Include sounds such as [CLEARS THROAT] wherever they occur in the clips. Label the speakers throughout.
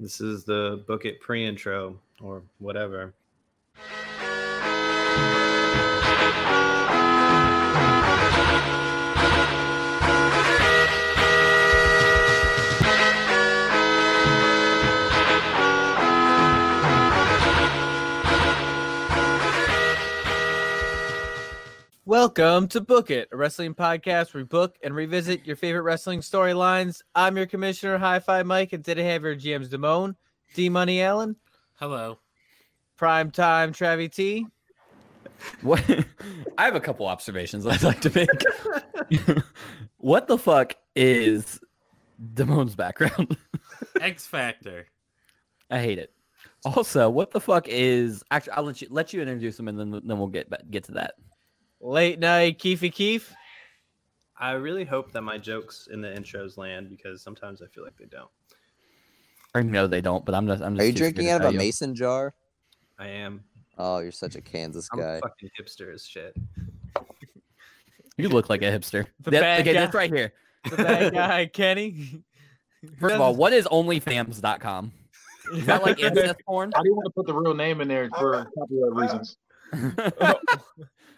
Speaker 1: This is the book it pre intro or whatever.
Speaker 2: Welcome to Book It, a wrestling podcast where we book and revisit your favorite wrestling storylines. I'm your commissioner, Hi Fi Mike, and today I have your GMs Damone, D Money Allen,
Speaker 3: Hello.
Speaker 2: Prime Time Travie T,
Speaker 4: [LAUGHS] What I have a couple observations I'd like to
Speaker 2: [LAUGHS]
Speaker 4: make. what the fuck is Damone's background? [LAUGHS]
Speaker 3: X Factor.
Speaker 4: I hate it. Also, what the fuck is actually I'll let you let you introduce him and then then we'll get back- get to that.
Speaker 2: Late Night Keefy Keef.
Speaker 1: I really hope that my jokes in the intros land because sometimes I feel like they don't.
Speaker 4: Or no, they don't, but I'm just I'm just
Speaker 5: Are you
Speaker 4: too scared
Speaker 5: drinking
Speaker 4: to
Speaker 5: out
Speaker 4: tell
Speaker 5: of a
Speaker 4: you.
Speaker 5: mason jar?
Speaker 1: I am.
Speaker 5: Oh, you're such a Kansas
Speaker 1: I'm
Speaker 5: guy.
Speaker 1: fucking hipster as shit.
Speaker 4: You look like a hipster.
Speaker 2: The
Speaker 4: That-
Speaker 2: bad
Speaker 4: okay,
Speaker 2: guy.
Speaker 4: that's right here.
Speaker 2: The bad guy, Kenny. [LAUGHS]
Speaker 4: First of all, what is onlyfams.com? Is that
Speaker 2: [LAUGHS]
Speaker 4: like incest porn?
Speaker 6: I didn't want to put the real name in there for copyright
Speaker 4: [LAUGHS]
Speaker 6: reasons.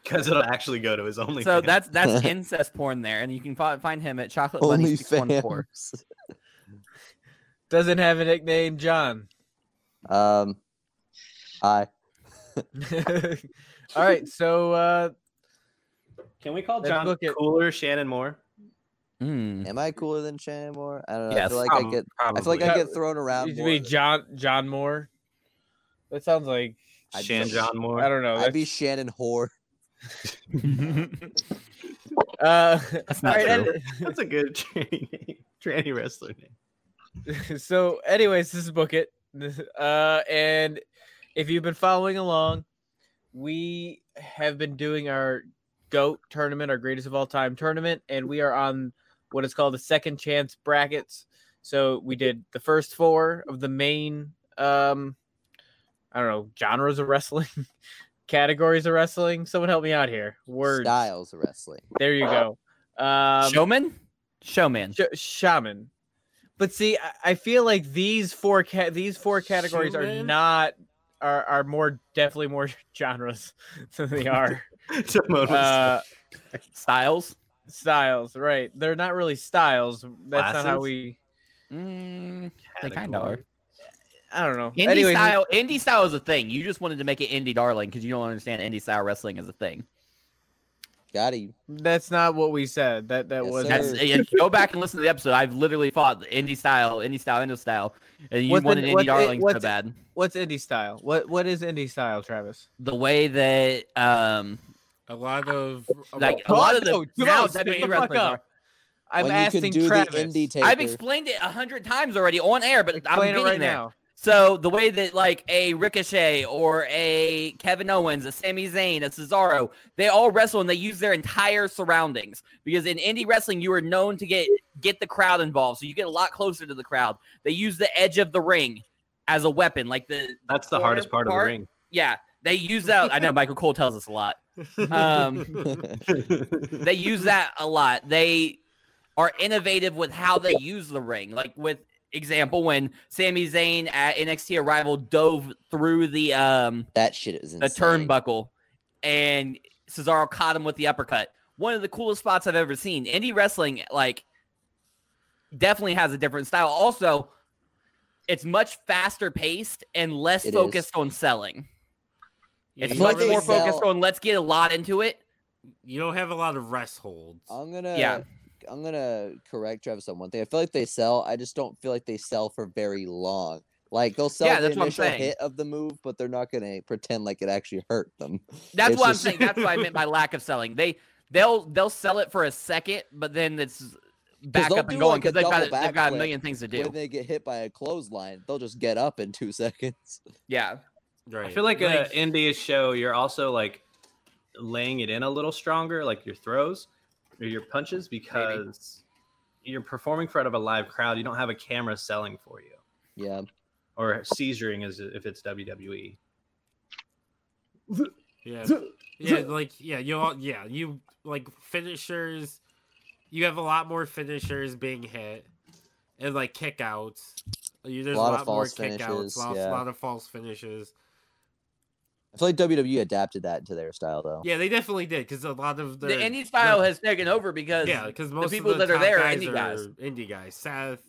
Speaker 1: Because it'll actually go to his only.
Speaker 2: [LAUGHS]
Speaker 4: so that's that's incest porn there, and you can fi- find him at chocolate
Speaker 5: Only
Speaker 4: bunny six one
Speaker 5: fans.
Speaker 4: four.
Speaker 2: doesn't have a nickname, John.
Speaker 5: [LAUGHS]
Speaker 2: [LAUGHS]
Speaker 5: Um, I
Speaker 2: all right, so uh,
Speaker 1: Can we call
Speaker 2: Let's
Speaker 1: John
Speaker 2: book it.
Speaker 1: Cooler Shannon Moore?
Speaker 4: Mm.
Speaker 5: am I cooler than Shannon Moore? I don't know. I
Speaker 4: Yes,
Speaker 5: feel like I
Speaker 3: prob-
Speaker 5: get. I feel
Speaker 3: probably.
Speaker 5: like I get thrown around.
Speaker 2: used to
Speaker 5: more
Speaker 2: be
Speaker 5: than-
Speaker 2: John John Moore. That sounds like
Speaker 1: [LAUGHS]
Speaker 5: I'd
Speaker 1: Shan
Speaker 5: just-
Speaker 1: John Moore.
Speaker 2: I don't know.
Speaker 5: I'd be Shannon whore.
Speaker 4: [LAUGHS]
Speaker 2: uh,
Speaker 4: That's
Speaker 2: [LAUGHS] all
Speaker 4: not
Speaker 2: right,
Speaker 4: true.
Speaker 2: and-
Speaker 1: [LAUGHS] That's a good tranny name. Tranny wrestler name. [LAUGHS]
Speaker 2: so anyways this is book it uh and if you've been following along we have been doing our goat tournament our greatest of all time tournament and we are on what is called the second chance brackets so we did the first four of the main um i don't know genres of wrestling [LAUGHS] categories of wrestling someone help me out here words
Speaker 5: Styles of wrestling.
Speaker 2: there you go um
Speaker 4: Showman? Showman.
Speaker 2: Sh- shaman. But see, I, I feel like these four ca- these four categories are
Speaker 3: Shaman?
Speaker 2: not are are more definitely more [LAUGHS] genres than they are
Speaker 1: Timon was-
Speaker 2: uh,
Speaker 4: Styles.
Speaker 2: styles. Right? They're not really styles. That's not how
Speaker 1: Classes?
Speaker 2: we.
Speaker 4: Mm, they
Speaker 1: Category.
Speaker 4: kind of are.
Speaker 2: I don't know.
Speaker 4: Indie
Speaker 2: Hmm. Anyways,
Speaker 4: style. Indie style is a thing. You just wanted to make it indie darling because you don't understand indie style wrestling is a thing.
Speaker 5: Got you.
Speaker 2: that's not what we said. That that
Speaker 5: Yes,
Speaker 2: was
Speaker 5: sir.
Speaker 4: That's yeah, go back and listen to the episode. I've literally fought the indie style, indie style, indie style, and you
Speaker 2: What's
Speaker 4: wanted
Speaker 2: in-
Speaker 4: indie
Speaker 2: what's in-
Speaker 4: darling so
Speaker 2: what's-
Speaker 4: bad.
Speaker 2: what's indie style. What what is indie style, Travis?
Speaker 4: The way that um
Speaker 3: A lot of
Speaker 4: like a
Speaker 2: Well,
Speaker 4: lot of the
Speaker 2: no, Jamal,
Speaker 4: now
Speaker 2: shut the
Speaker 4: WWE
Speaker 2: fuck
Speaker 4: wrestlers
Speaker 2: up.
Speaker 4: are-
Speaker 2: I'm
Speaker 5: when
Speaker 2: asking
Speaker 5: you can do
Speaker 2: Travis.
Speaker 5: the indie taker.
Speaker 4: I've explained it a hundred times already on air, but I'm
Speaker 2: Explain
Speaker 4: getting
Speaker 2: it right
Speaker 4: there.
Speaker 2: now.
Speaker 4: So the way that like a Ricochet or a Kevin Owens, a Sami Zayn, a Cesaro, they all wrestle and they use their entire surroundings because in indie wrestling you are known to get get the crowd involved, so you get a lot closer to the crowd. They use the edge of the ring as a weapon, like the
Speaker 1: that's the
Speaker 4: corner
Speaker 1: hardest part,
Speaker 4: part?
Speaker 1: of
Speaker 4: yeah. They use that. I know Michael Cole tells us a lot. Um, [LAUGHS]
Speaker 1: the ring. [LAUGHS]
Speaker 4: they use that a lot. They are innovative with how they use the ring. Like with example, when Sami Zayn at NXT Arrival dove through the um
Speaker 5: [LAUGHS] that shit is insane.
Speaker 4: the turnbuckle, and Cesaro caught him with the uppercut. One of the coolest spots I've ever seen. Indie wrestling, like, definitely has a different style. Also, it's much faster paced and less
Speaker 5: It is.
Speaker 4: focused on selling. It's
Speaker 3: you,
Speaker 5: I feel
Speaker 4: much
Speaker 5: like they
Speaker 4: more
Speaker 3: really,
Speaker 5: sell-
Speaker 4: focused on let's get a lot into it.
Speaker 3: you don't have a lot of rest holds.
Speaker 5: I'm gonna.
Speaker 4: Yeah.
Speaker 5: I'm gonna correct Travis on one thing. I feel like they sell. I just don't feel like they sell for very long. Like they'll sell
Speaker 4: Yeah,
Speaker 5: the
Speaker 4: that's what I'm
Speaker 5: initial
Speaker 4: saying.
Speaker 5: hit of the move, but they're not gonna pretend like it actually hurt them. [LAUGHS]
Speaker 4: That's
Speaker 5: It's
Speaker 4: what
Speaker 5: just-
Speaker 4: I'm saying. That's what I meant by lack of selling. They they'll they'll sell it for a second, but then it's back
Speaker 5: they'll
Speaker 4: up
Speaker 5: do,
Speaker 4: and going
Speaker 5: like,
Speaker 4: because
Speaker 5: a
Speaker 4: they've got
Speaker 5: double
Speaker 4: they've got a
Speaker 5: backflip
Speaker 4: million things to do.
Speaker 5: When they get hit by a clothesline, they'll just get up in two [LAUGHS] seconds.
Speaker 4: Yeah,
Speaker 3: right.
Speaker 1: I feel like, uh in the show, you're also like laying it in a little stronger, like your throws or your punches, because you're performing in front of a live crowd. You don't have a camera selling for you
Speaker 5: Yeah.
Speaker 1: or seizuring as if it's E. WWE.
Speaker 4: [LAUGHS]
Speaker 3: yeah, yeah, like yeah, you all, yeah, you like finishers. You have a lot more finishers being hit, and like kickouts, You- There's a
Speaker 5: Lot
Speaker 3: lot,
Speaker 5: of
Speaker 3: more
Speaker 5: false
Speaker 3: kickouts,
Speaker 5: finishes,
Speaker 3: lot,
Speaker 5: yeah.
Speaker 3: lot of false finishes.
Speaker 5: I feel like WWE adapted that into their style though.
Speaker 3: Yeah, they definitely did because a lot of
Speaker 4: The
Speaker 3: their-
Speaker 4: indie style has taken over because
Speaker 3: yeah, because most
Speaker 4: people
Speaker 3: of the
Speaker 4: that are
Speaker 3: top
Speaker 4: there are
Speaker 3: guys
Speaker 4: indie
Speaker 3: are
Speaker 4: guys.
Speaker 3: indie guys. Seth,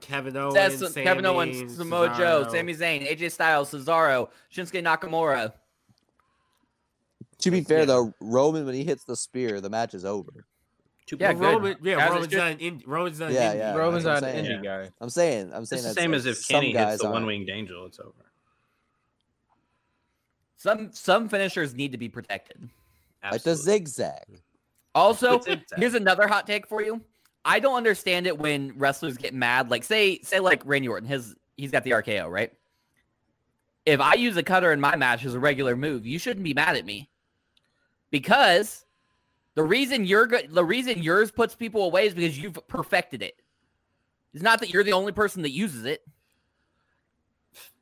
Speaker 3: Kevin Owens,
Speaker 4: Seth,
Speaker 3: Sammy,
Speaker 4: Kevin Owens, Samoa Joe,
Speaker 3: oh, Cesaro.
Speaker 4: Sami Zayn, AJ Styles, Cesaro, Shinsuke Nakamura.
Speaker 5: To be fair
Speaker 3: Yeah.
Speaker 5: though, Roman when he hits the spear, the match is over.
Speaker 1: Two
Speaker 4: Yeah,
Speaker 1: people.
Speaker 4: good.
Speaker 3: Roman, yeah,
Speaker 4: As it
Speaker 3: Roman's
Speaker 4: should.
Speaker 3: not an indie. Uh, Roman's not an
Speaker 5: Yeah,
Speaker 3: indie.
Speaker 5: yeah.
Speaker 2: Roman's
Speaker 5: that's
Speaker 2: not
Speaker 5: what I'm
Speaker 2: an
Speaker 1: saying.
Speaker 2: indie guy.
Speaker 5: I'm saying, I'm saying
Speaker 1: It's the
Speaker 5: that's
Speaker 1: same
Speaker 5: like
Speaker 1: as if
Speaker 5: some
Speaker 1: Kenny hits
Speaker 5: guys
Speaker 1: the
Speaker 5: aren't.
Speaker 1: one winged angel. It's over.
Speaker 4: Some some finishers need to be protected.
Speaker 5: like the zigzag.
Speaker 4: Also,
Speaker 1: It's exact.
Speaker 4: here's another hot take for you. I don't understand it when wrestlers get mad. Like say say like Randy Orton, his he's got the RKO, right? If I use a cutter in my match as a regular move, you shouldn't be mad at me. Because the reason you're good the reason yours puts people away is because you've perfected it. It's not that you're the only person that uses it.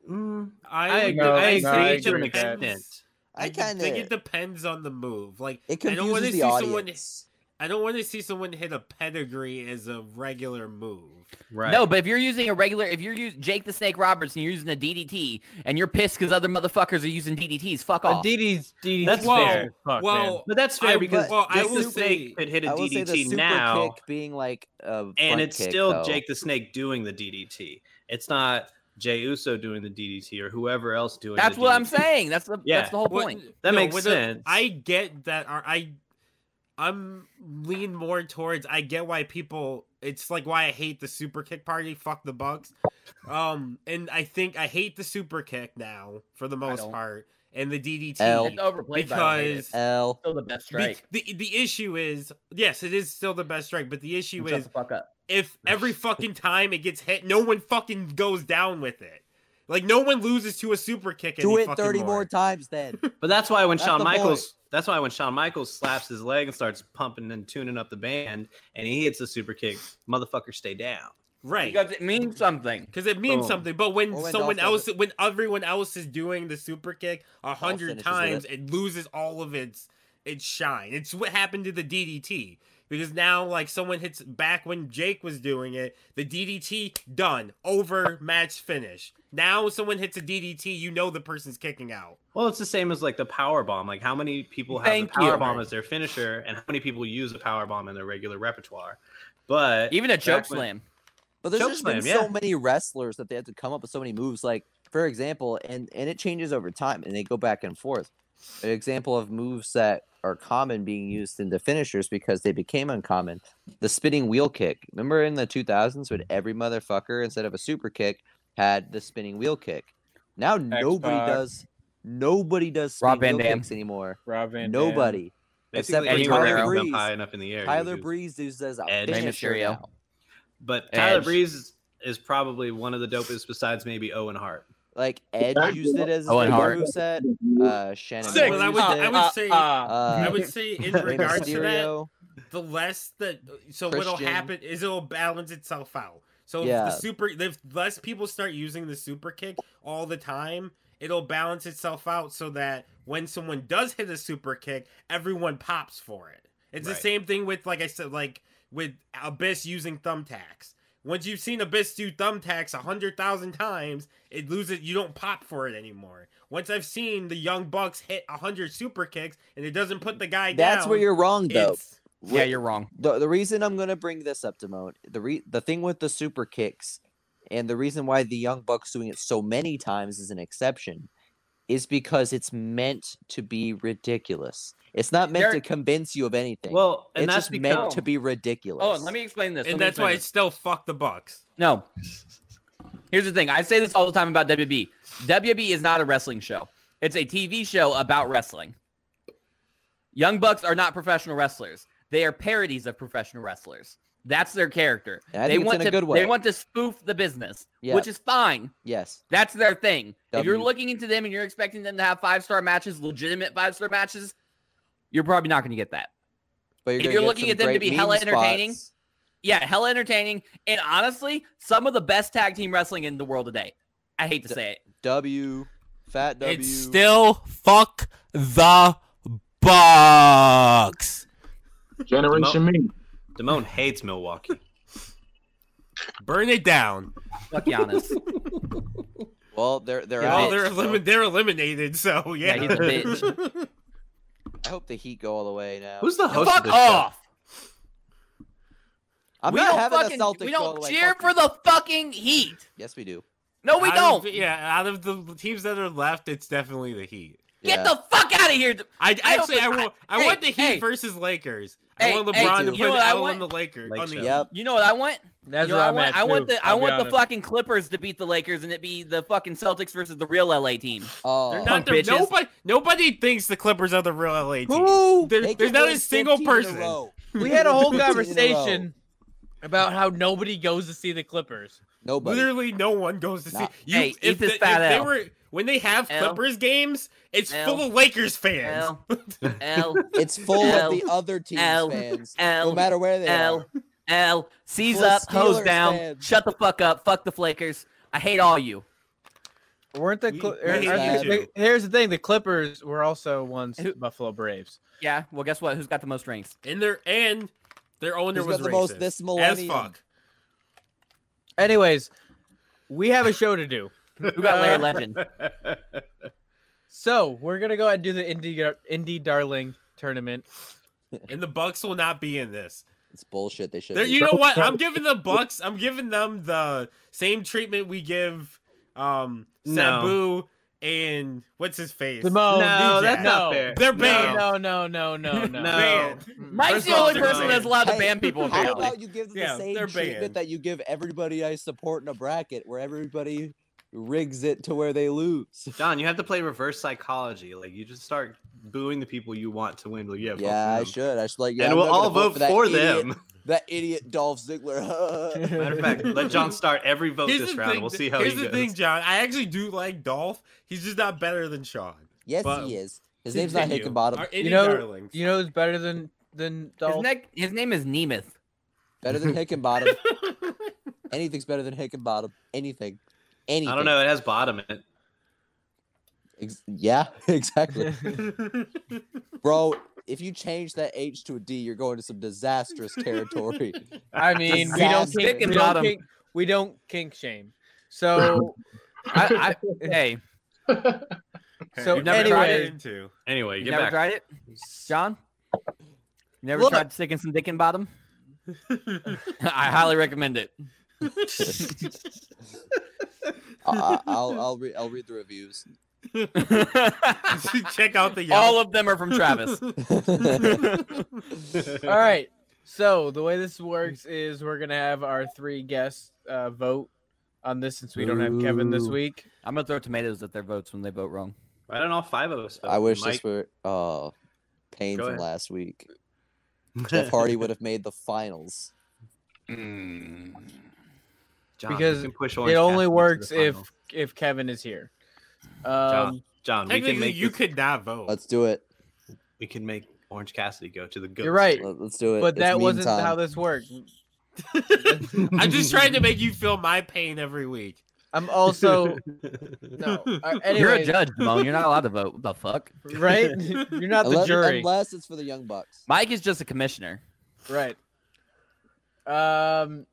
Speaker 1: Mm,
Speaker 3: I,
Speaker 1: I,
Speaker 3: would-
Speaker 1: agree.
Speaker 2: no,
Speaker 1: I
Speaker 2: no, I
Speaker 1: agree to
Speaker 2: agree
Speaker 1: an
Speaker 2: with that.
Speaker 1: extent.
Speaker 5: I
Speaker 3: d-
Speaker 5: kind
Speaker 3: think it
Speaker 5: of
Speaker 3: depends on the move. Like
Speaker 5: it
Speaker 3: I don't
Speaker 5: confuses
Speaker 3: want to
Speaker 5: the
Speaker 3: see someone.
Speaker 5: audience.
Speaker 3: I don't want to see someone hit a pedigree as a regular move.
Speaker 1: Right.
Speaker 4: No, but if you're using a regular, if you're using Jake the Snake Roberts and you're using a DDT and you're pissed because other motherfuckers are using DDTs, fuck off.
Speaker 2: DDT's DDT.
Speaker 1: That's fair.
Speaker 2: Fuck, man.
Speaker 3: well,
Speaker 1: But that's fair
Speaker 3: I-
Speaker 1: because
Speaker 3: well, I
Speaker 1: Jake
Speaker 3: will
Speaker 1: the Snake
Speaker 3: say-
Speaker 1: could hit a
Speaker 5: I will say the
Speaker 1: DDT
Speaker 5: super
Speaker 1: now,
Speaker 5: kick being like a
Speaker 1: and
Speaker 5: front
Speaker 1: it's
Speaker 5: kick,
Speaker 1: still
Speaker 5: though.
Speaker 1: Jake the Snake doing the DDT. It's not Jay Uso doing the DDT or whoever else doing.
Speaker 4: That's
Speaker 1: the
Speaker 4: what I'm
Speaker 1: DDT.
Speaker 4: saying. That's the
Speaker 1: Yeah.
Speaker 4: that's the whole
Speaker 3: What-
Speaker 4: point.
Speaker 1: That
Speaker 3: no,
Speaker 1: makes
Speaker 3: with the-
Speaker 1: sense.
Speaker 3: I get that. Are I? I'm lean more towards. I get why people. It's like why I hate the super kick party. Fuck the Bucks. Um, and I think I hate the super kick now for the most
Speaker 4: don't.
Speaker 3: part, and the DDT
Speaker 5: L.
Speaker 4: It's overplayed by the way.
Speaker 3: because
Speaker 4: It's
Speaker 5: L.
Speaker 4: still the
Speaker 3: be-
Speaker 4: best strike.
Speaker 3: the the issue is yes, it is still the best strike, but the issue
Speaker 4: Shut
Speaker 3: is
Speaker 4: the fuck up.
Speaker 3: if every fucking time it gets hit, no one fucking goes down with it. Like no one loses to a super kick.
Speaker 5: Do
Speaker 3: any
Speaker 5: it
Speaker 3: fucking
Speaker 5: thirty
Speaker 3: more.
Speaker 5: more times
Speaker 1: [LAUGHS]
Speaker 5: then.
Speaker 1: But that's why when
Speaker 5: That's
Speaker 1: Shawn
Speaker 5: the
Speaker 1: Michaels, that's why when Shawn Michaels slaps his leg and starts pumping and tuning up the band, and he hits a super kick, motherfucker, stay down.
Speaker 3: right?
Speaker 4: Because it means something.
Speaker 3: Because it means
Speaker 1: Boom.
Speaker 3: something. But when
Speaker 5: Or when
Speaker 3: someone
Speaker 5: Dolph
Speaker 3: else,
Speaker 5: does
Speaker 3: when everyone else is doing the super kick a hundred
Speaker 5: finishes with it.
Speaker 3: times, it loses all of its its shine. It's what happened to the DDT. Because now, like someone hits back when Jake was doing it, the DDT done over match finish. Now someone hits a DDT, you know the person's kicking out.
Speaker 1: Well, it's the same as like the power bomb. Like how many people have
Speaker 4: Thank
Speaker 1: the power
Speaker 4: you.
Speaker 1: bomb as their finisher, and how many people use the power bomb in their regular repertoire. But
Speaker 4: Even a choke
Speaker 1: when-
Speaker 4: slam.
Speaker 5: But there's
Speaker 1: Choke
Speaker 5: just been
Speaker 1: slam,
Speaker 5: so
Speaker 1: yeah.
Speaker 5: many wrestlers that they have to come up with so many moves. Like for example, and and it changes over time, and they go back and forth. An example of moves that are common being used in the finishers because they became uncommon. The spinning wheel kick. Remember in the 2000s when every motherfucker instead of a super kick had the spinning wheel kick. Now nobody
Speaker 2: Pac.
Speaker 5: does. Nobody does
Speaker 4: Rob Van
Speaker 5: spinning wheel
Speaker 4: Dam.
Speaker 5: kicks anymore.
Speaker 2: Rob Van Dam.
Speaker 5: Nobody.
Speaker 1: basically
Speaker 5: Except
Speaker 4: for
Speaker 1: Eddie
Speaker 4: Tyler
Speaker 1: Guerrero
Speaker 5: Breeze.
Speaker 1: up high and up in the air.
Speaker 5: Tyler
Speaker 1: you-
Speaker 5: Breeze does a
Speaker 1: Edge.
Speaker 4: Rey
Speaker 5: finisher
Speaker 4: Mysterio.
Speaker 5: now.
Speaker 1: But Tyler
Speaker 4: Edge.
Speaker 1: Breeze is, is probably one of the dopest besides maybe Owen Hart.
Speaker 5: Like Edge
Speaker 6: Back
Speaker 5: used
Speaker 6: to-
Speaker 5: it as a
Speaker 4: Owen Hart.
Speaker 5: moveset. Uh, Shannon.
Speaker 3: Six.
Speaker 5: Moore
Speaker 3: Well, I would-
Speaker 5: used
Speaker 3: I
Speaker 5: it.
Speaker 3: would say-
Speaker 2: uh,
Speaker 5: Uh,
Speaker 3: I would say in
Speaker 1: Rey
Speaker 5: Rey
Speaker 3: regards to that,
Speaker 5: Mysterio.
Speaker 3: the less that so what'll
Speaker 5: Christian.
Speaker 3: happen is it'll balance itself out. So
Speaker 5: Yeah.
Speaker 3: if the super if less people start using the super kick all the time, it'll balance itself out so that when someone does hit a super kick, everyone pops for it. It's the
Speaker 1: Right.
Speaker 3: same thing with like I said, like with Abyss using thumbtacks. Once you've seen Abyss do thumbtacks a hundred thousand times, it loses. You don't pop for it anymore. Once I've seen the Young Bucks hit a hundred super kicks and it doesn't put the guy down,
Speaker 5: That's where you're wrong, though.
Speaker 3: it's-
Speaker 4: Yeah, you're wrong.
Speaker 5: The, the reason I'm gonna bring this up, Damone, the re- the thing with the super kicks, and the reason why the Young Bucks doing it so many times is an exception, is because it's meant to be ridiculous. It's not meant
Speaker 4: There-
Speaker 5: to convince you of anything.
Speaker 1: Well, and
Speaker 5: it's
Speaker 1: that's
Speaker 5: just
Speaker 1: because
Speaker 5: meant to be ridiculous.
Speaker 4: Oh, and let me explain this.
Speaker 3: and
Speaker 4: Let me
Speaker 3: that's
Speaker 4: explain
Speaker 3: why
Speaker 4: this.
Speaker 3: it's still fuck the Bucks.
Speaker 4: No. Here's the thing. I say this all the time about WB. WB is not a wrestling show. It's a TV show about wrestling. Young Bucks are not professional wrestlers. They are parodies of professional wrestlers. That's their character.
Speaker 5: And I
Speaker 4: they
Speaker 5: think it's
Speaker 4: want
Speaker 5: in
Speaker 4: to
Speaker 5: a good way.
Speaker 4: they want to spoof the business,
Speaker 5: Yeah.
Speaker 4: which is fine.
Speaker 5: yes,
Speaker 4: That's their thing. If you're
Speaker 5: W.
Speaker 4: looking into them and you're expecting them to have five star matches, legitimate five star matches, you're probably not going to get that.
Speaker 5: but you're,
Speaker 4: if
Speaker 5: gonna
Speaker 4: you're
Speaker 5: get
Speaker 4: looking
Speaker 5: some
Speaker 4: at them to
Speaker 5: great
Speaker 4: be
Speaker 5: meme
Speaker 4: hella entertaining,
Speaker 5: spots.
Speaker 4: Yeah, hella entertaining. And honestly, some of the best tag team wrestling in the world today. I hate to
Speaker 5: The-
Speaker 4: say it.
Speaker 5: W, Fat W.
Speaker 7: It's still fuck the box.
Speaker 6: Generation Me.
Speaker 1: Damone hates Milwaukee.
Speaker 3: Burn it down.
Speaker 4: Fuck Giannis.
Speaker 5: [LAUGHS] Well, they're they're
Speaker 4: Yeah,
Speaker 5: out.
Speaker 3: well, they're
Speaker 5: so
Speaker 3: elimin- they're eliminated, so yeah.
Speaker 4: Yeah, he's a bitch.
Speaker 5: I hope the Heat go all the way now.
Speaker 1: Who's the host of
Speaker 4: Fuck
Speaker 1: this
Speaker 4: off.
Speaker 5: I'm
Speaker 4: we
Speaker 5: not
Speaker 4: don't
Speaker 5: having
Speaker 4: fucking.
Speaker 5: the Celtics
Speaker 4: we
Speaker 5: go all
Speaker 4: don't
Speaker 5: the way.
Speaker 4: cheer
Speaker 5: Fuck
Speaker 4: for
Speaker 5: you.
Speaker 4: the fucking Heat.
Speaker 5: Yes, we do.
Speaker 4: No, we
Speaker 3: [LAUGHS] Out of-
Speaker 4: don't.
Speaker 3: yeah, out of the teams that are left, it's definitely the Heat.
Speaker 5: yeah.
Speaker 4: Get the fuck out of here.
Speaker 3: I
Speaker 4: I don't
Speaker 3: actually, I,
Speaker 4: think-
Speaker 3: want, I
Speaker 4: hey,
Speaker 3: want the Heat
Speaker 4: hey.
Speaker 3: versus Lakers.
Speaker 4: Hey,
Speaker 3: I want
Speaker 4: hey,
Speaker 3: LeBron to
Speaker 4: dude,
Speaker 3: put
Speaker 4: you
Speaker 3: it
Speaker 4: know what I
Speaker 3: out on
Speaker 4: want?
Speaker 3: the Lakers.
Speaker 1: Lake
Speaker 3: on the
Speaker 1: show.
Speaker 5: Yep.
Speaker 4: You know what I want?
Speaker 2: That's
Speaker 4: You know
Speaker 2: what I'm
Speaker 4: what I want?
Speaker 2: at.
Speaker 4: I want
Speaker 2: too,
Speaker 4: the I
Speaker 2: I'll be
Speaker 4: want the
Speaker 2: honest.
Speaker 4: fucking Clippers to beat the Lakers and it be the fucking Celtics versus the real LA team.
Speaker 5: Oh,
Speaker 3: They're not
Speaker 4: Punk
Speaker 3: the,
Speaker 4: bitches.
Speaker 3: nobody. Nobody thinks the Clippers are the real LA team.
Speaker 5: Who?
Speaker 3: There-
Speaker 5: They
Speaker 3: there's
Speaker 5: can
Speaker 3: not
Speaker 5: win
Speaker 3: a single
Speaker 5: 15 in
Speaker 3: person.
Speaker 5: row.
Speaker 2: [LAUGHS] We had a
Speaker 5: [LAUGHS]
Speaker 2: whole
Speaker 5: 15 in row.
Speaker 2: conversation about how nobody goes to see the Clippers.
Speaker 5: Nobody.
Speaker 3: Literally, no one goes to see.
Speaker 5: Nah.
Speaker 3: You,
Speaker 4: Hey, eat
Speaker 3: if,
Speaker 4: this
Speaker 3: the-
Speaker 4: fat
Speaker 3: if they
Speaker 4: L.
Speaker 3: were when they have
Speaker 4: L.
Speaker 3: Clippers games, it's
Speaker 4: L.
Speaker 3: full of Lakers fans.
Speaker 4: L L
Speaker 5: It's full
Speaker 4: L,
Speaker 5: of the other team's
Speaker 4: L,
Speaker 5: fans,
Speaker 4: L,
Speaker 5: no matter where they
Speaker 4: L
Speaker 5: are.
Speaker 4: L C's
Speaker 5: Full of
Speaker 4: up, hose
Speaker 5: Steelers
Speaker 4: down.
Speaker 5: fans.
Speaker 4: Shut the fuck up. Fuck the Flakers. I hate all you.
Speaker 2: Weren't the
Speaker 3: We-
Speaker 2: Cl-
Speaker 3: we
Speaker 2: aren't
Speaker 5: hate
Speaker 2: the-
Speaker 5: you
Speaker 2: the-
Speaker 3: too.
Speaker 2: here's the thing: the Clippers were also once
Speaker 4: Who-
Speaker 2: Buffalo Braves.
Speaker 4: Yeah. Well, guess what? Who's got the most rings?
Speaker 3: And their and their owner was
Speaker 5: Who's got the
Speaker 3: racist
Speaker 5: most this
Speaker 3: as
Speaker 5: millennium?
Speaker 3: fuck.
Speaker 2: Anyways, we have a show to do,
Speaker 4: Who got
Speaker 2: [LAUGHS]
Speaker 4: Larry Legend?
Speaker 2: so we're gonna go ahead and do the indie Gar- indie darling tournament.
Speaker 3: And the Bucks will not be in this.
Speaker 5: It's bullshit. They should.
Speaker 3: They're-
Speaker 5: be.
Speaker 3: you know what? I'm giving the Bucks. I'm giving them the same treatment we give um Sabu
Speaker 1: No.
Speaker 3: and what's his face.
Speaker 2: Simone,
Speaker 1: no,
Speaker 3: New
Speaker 1: that's
Speaker 3: Jack.
Speaker 1: not
Speaker 2: No.
Speaker 1: fair.
Speaker 3: They're banned.
Speaker 2: no, no, no, no, no,
Speaker 1: No.
Speaker 3: [LAUGHS] Man.
Speaker 4: Mike's
Speaker 3: First
Speaker 4: the
Speaker 3: off,
Speaker 4: only
Speaker 3: they're
Speaker 4: person
Speaker 3: banned.
Speaker 4: that's allowed to
Speaker 5: Hey,
Speaker 4: ban people.
Speaker 5: How
Speaker 4: Apparently.
Speaker 5: about you give them
Speaker 3: Yeah,
Speaker 5: the same
Speaker 3: they're
Speaker 5: treatment
Speaker 3: banned.
Speaker 5: that you give everybody I support in a bracket, where everybody rigs it to where they lose?
Speaker 1: Don, you have to play reverse psychology. Like you just start booing the people you want to win. Like, yeah, vote for
Speaker 5: Yeah, I
Speaker 1: them.
Speaker 5: should. I should like. Yeah,
Speaker 1: and
Speaker 5: I'm
Speaker 1: we'll
Speaker 5: not gonna
Speaker 1: all vote,
Speaker 5: that
Speaker 1: for
Speaker 5: idiot-
Speaker 1: them.
Speaker 5: That idiot Dolph Ziggler.
Speaker 1: [LAUGHS]
Speaker 5: [LAUGHS]
Speaker 1: Matter of fact, let John start every vote
Speaker 3: Here's
Speaker 1: this
Speaker 3: the
Speaker 1: round.
Speaker 3: thing-
Speaker 1: we'll see how
Speaker 3: Here's
Speaker 1: he
Speaker 3: the
Speaker 1: goes.
Speaker 3: thing, John. I actually do like Dolph. He's just not better than Sean.
Speaker 5: yes,
Speaker 3: But-
Speaker 5: he is. His name's not
Speaker 3: Continue.
Speaker 5: Hickenbottom.
Speaker 3: Our
Speaker 2: You
Speaker 3: indie
Speaker 2: know-
Speaker 3: darlings.
Speaker 2: You know who's better than than
Speaker 4: His,
Speaker 2: Dolph?
Speaker 4: neck, his name is
Speaker 5: [LAUGHS]
Speaker 4: Nemeth.
Speaker 5: Better than Hickenbottom. Anything's better than Hickenbottom. Anything. Anything.
Speaker 1: I don't know. It has bottom in it.
Speaker 5: Ex- yeah, [LAUGHS] exactly. Bro, if you change that H to a D, you're going to some disastrous territory.
Speaker 2: I mean, we don't
Speaker 5: Disaster.
Speaker 2: kink,
Speaker 5: Dick and
Speaker 2: we don't
Speaker 4: bottom.
Speaker 2: kink, we don't kink shame.
Speaker 5: [LAUGHS]
Speaker 2: So, I,
Speaker 4: Hey,
Speaker 2: I so
Speaker 4: You've never tried
Speaker 2: anyway,
Speaker 3: [LAUGHS] into.
Speaker 1: Anyway,
Speaker 4: you
Speaker 1: get
Speaker 4: never
Speaker 1: back.
Speaker 4: tried it, John? You never
Speaker 2: Look.
Speaker 4: tried sticking some dick
Speaker 2: [LAUGHS]
Speaker 4: in bottom? [LAUGHS] I highly recommend it.
Speaker 2: [LAUGHS]
Speaker 5: I, will I'll, re- I'll read the reviews.
Speaker 3: Check out the
Speaker 4: All
Speaker 3: Yelp.
Speaker 4: of them are from
Speaker 3: [LAUGHS]
Speaker 4: Travis.
Speaker 1: [LAUGHS]
Speaker 2: all right. So the way this works is we're gonna have our three guests uh, vote on this since we don't have Kevin this
Speaker 5: Ooh.
Speaker 2: week.
Speaker 4: I'm gonna throw tomatoes at their votes when they vote wrong.
Speaker 1: Why don't all five of us? vote?
Speaker 5: I wish
Speaker 1: Mike,
Speaker 5: this were oh pain
Speaker 1: Go
Speaker 5: from
Speaker 1: ahead.
Speaker 5: last week.
Speaker 1: [LAUGHS]
Speaker 5: Jeff Hardy would have made the finals.
Speaker 2: Mm.
Speaker 1: John, you
Speaker 2: because
Speaker 1: can push
Speaker 2: it
Speaker 1: Orange
Speaker 2: only
Speaker 1: Cassidy to the
Speaker 2: works if
Speaker 1: final.
Speaker 2: if Kevin is here.
Speaker 1: John,
Speaker 2: Um,
Speaker 1: John, we can
Speaker 3: Technically,
Speaker 1: make
Speaker 3: you
Speaker 1: this-
Speaker 3: could not vote.
Speaker 5: Let's do it.
Speaker 1: we can make Orange Cassidy go to the good.
Speaker 2: you're right,
Speaker 5: Let- Let's do it.
Speaker 2: but
Speaker 5: It's
Speaker 2: that
Speaker 5: meme
Speaker 2: wasn't
Speaker 5: time.
Speaker 2: how this
Speaker 4: [LAUGHS]
Speaker 2: worked.
Speaker 1: [LAUGHS]
Speaker 3: I'm just trying to make you feel my pain every week.
Speaker 2: I'm
Speaker 4: [LAUGHS]
Speaker 2: also no. Uh,
Speaker 4: You're a
Speaker 2: anyways,
Speaker 4: judge, Damone. You're not allowed to vote. What the fuck?
Speaker 2: right? You're not the
Speaker 5: unless,
Speaker 2: jury.
Speaker 5: unless it's for the Young Bucks.
Speaker 4: [LAUGHS] Mike is just a commissioner.
Speaker 2: Right. Um,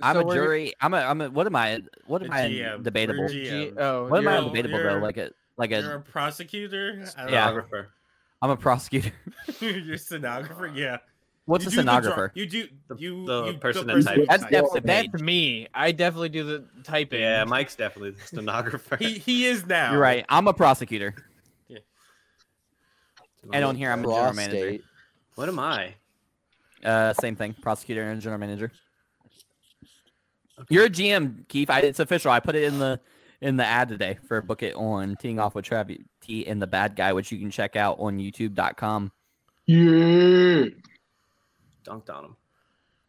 Speaker 4: I'm
Speaker 2: so
Speaker 4: a
Speaker 2: we're-
Speaker 4: jury. I'm a. I'm a. What am I? What am
Speaker 3: A
Speaker 4: I? in
Speaker 3: GM.
Speaker 4: Debatable.
Speaker 3: We're
Speaker 2: G-
Speaker 3: GM.
Speaker 2: oh,
Speaker 4: What am I?
Speaker 2: you're-
Speaker 3: You're-
Speaker 4: Debatable though.
Speaker 3: you're-
Speaker 4: Like a. Like
Speaker 3: You're a
Speaker 4: a.
Speaker 3: prosecutor. I don't
Speaker 4: Yeah.
Speaker 1: Photographer.
Speaker 4: I'm a prosecutor.
Speaker 3: know. [LAUGHS] You're a
Speaker 5: [LAUGHS]
Speaker 3: stenographer. Yeah.
Speaker 4: What's
Speaker 3: You
Speaker 4: a
Speaker 3: do the dra-
Speaker 4: stenographer?
Speaker 3: You do
Speaker 1: The-
Speaker 3: you
Speaker 1: the
Speaker 3: you,
Speaker 1: person that
Speaker 3: person who
Speaker 1: types.
Speaker 4: That's
Speaker 3: types.
Speaker 4: definitely paid.
Speaker 2: That's me. I definitely do the typing.
Speaker 1: Yeah, Mike's definitely [LAUGHS] the stenographer.
Speaker 3: He he is now.
Speaker 4: You're right. I'm a prosecutor. And on here, I'm a general manager.
Speaker 5: Prostate.
Speaker 1: What am I?
Speaker 4: Uh, same thing. Prosecutor and general manager. You're a GM, Keith. I, it's official. I put it in the in the ad today for Book It On Teeing Off with Travis T and the Bad Guy, which you can check out on YouTube.com.
Speaker 6: Yeah.
Speaker 1: Dunked on him.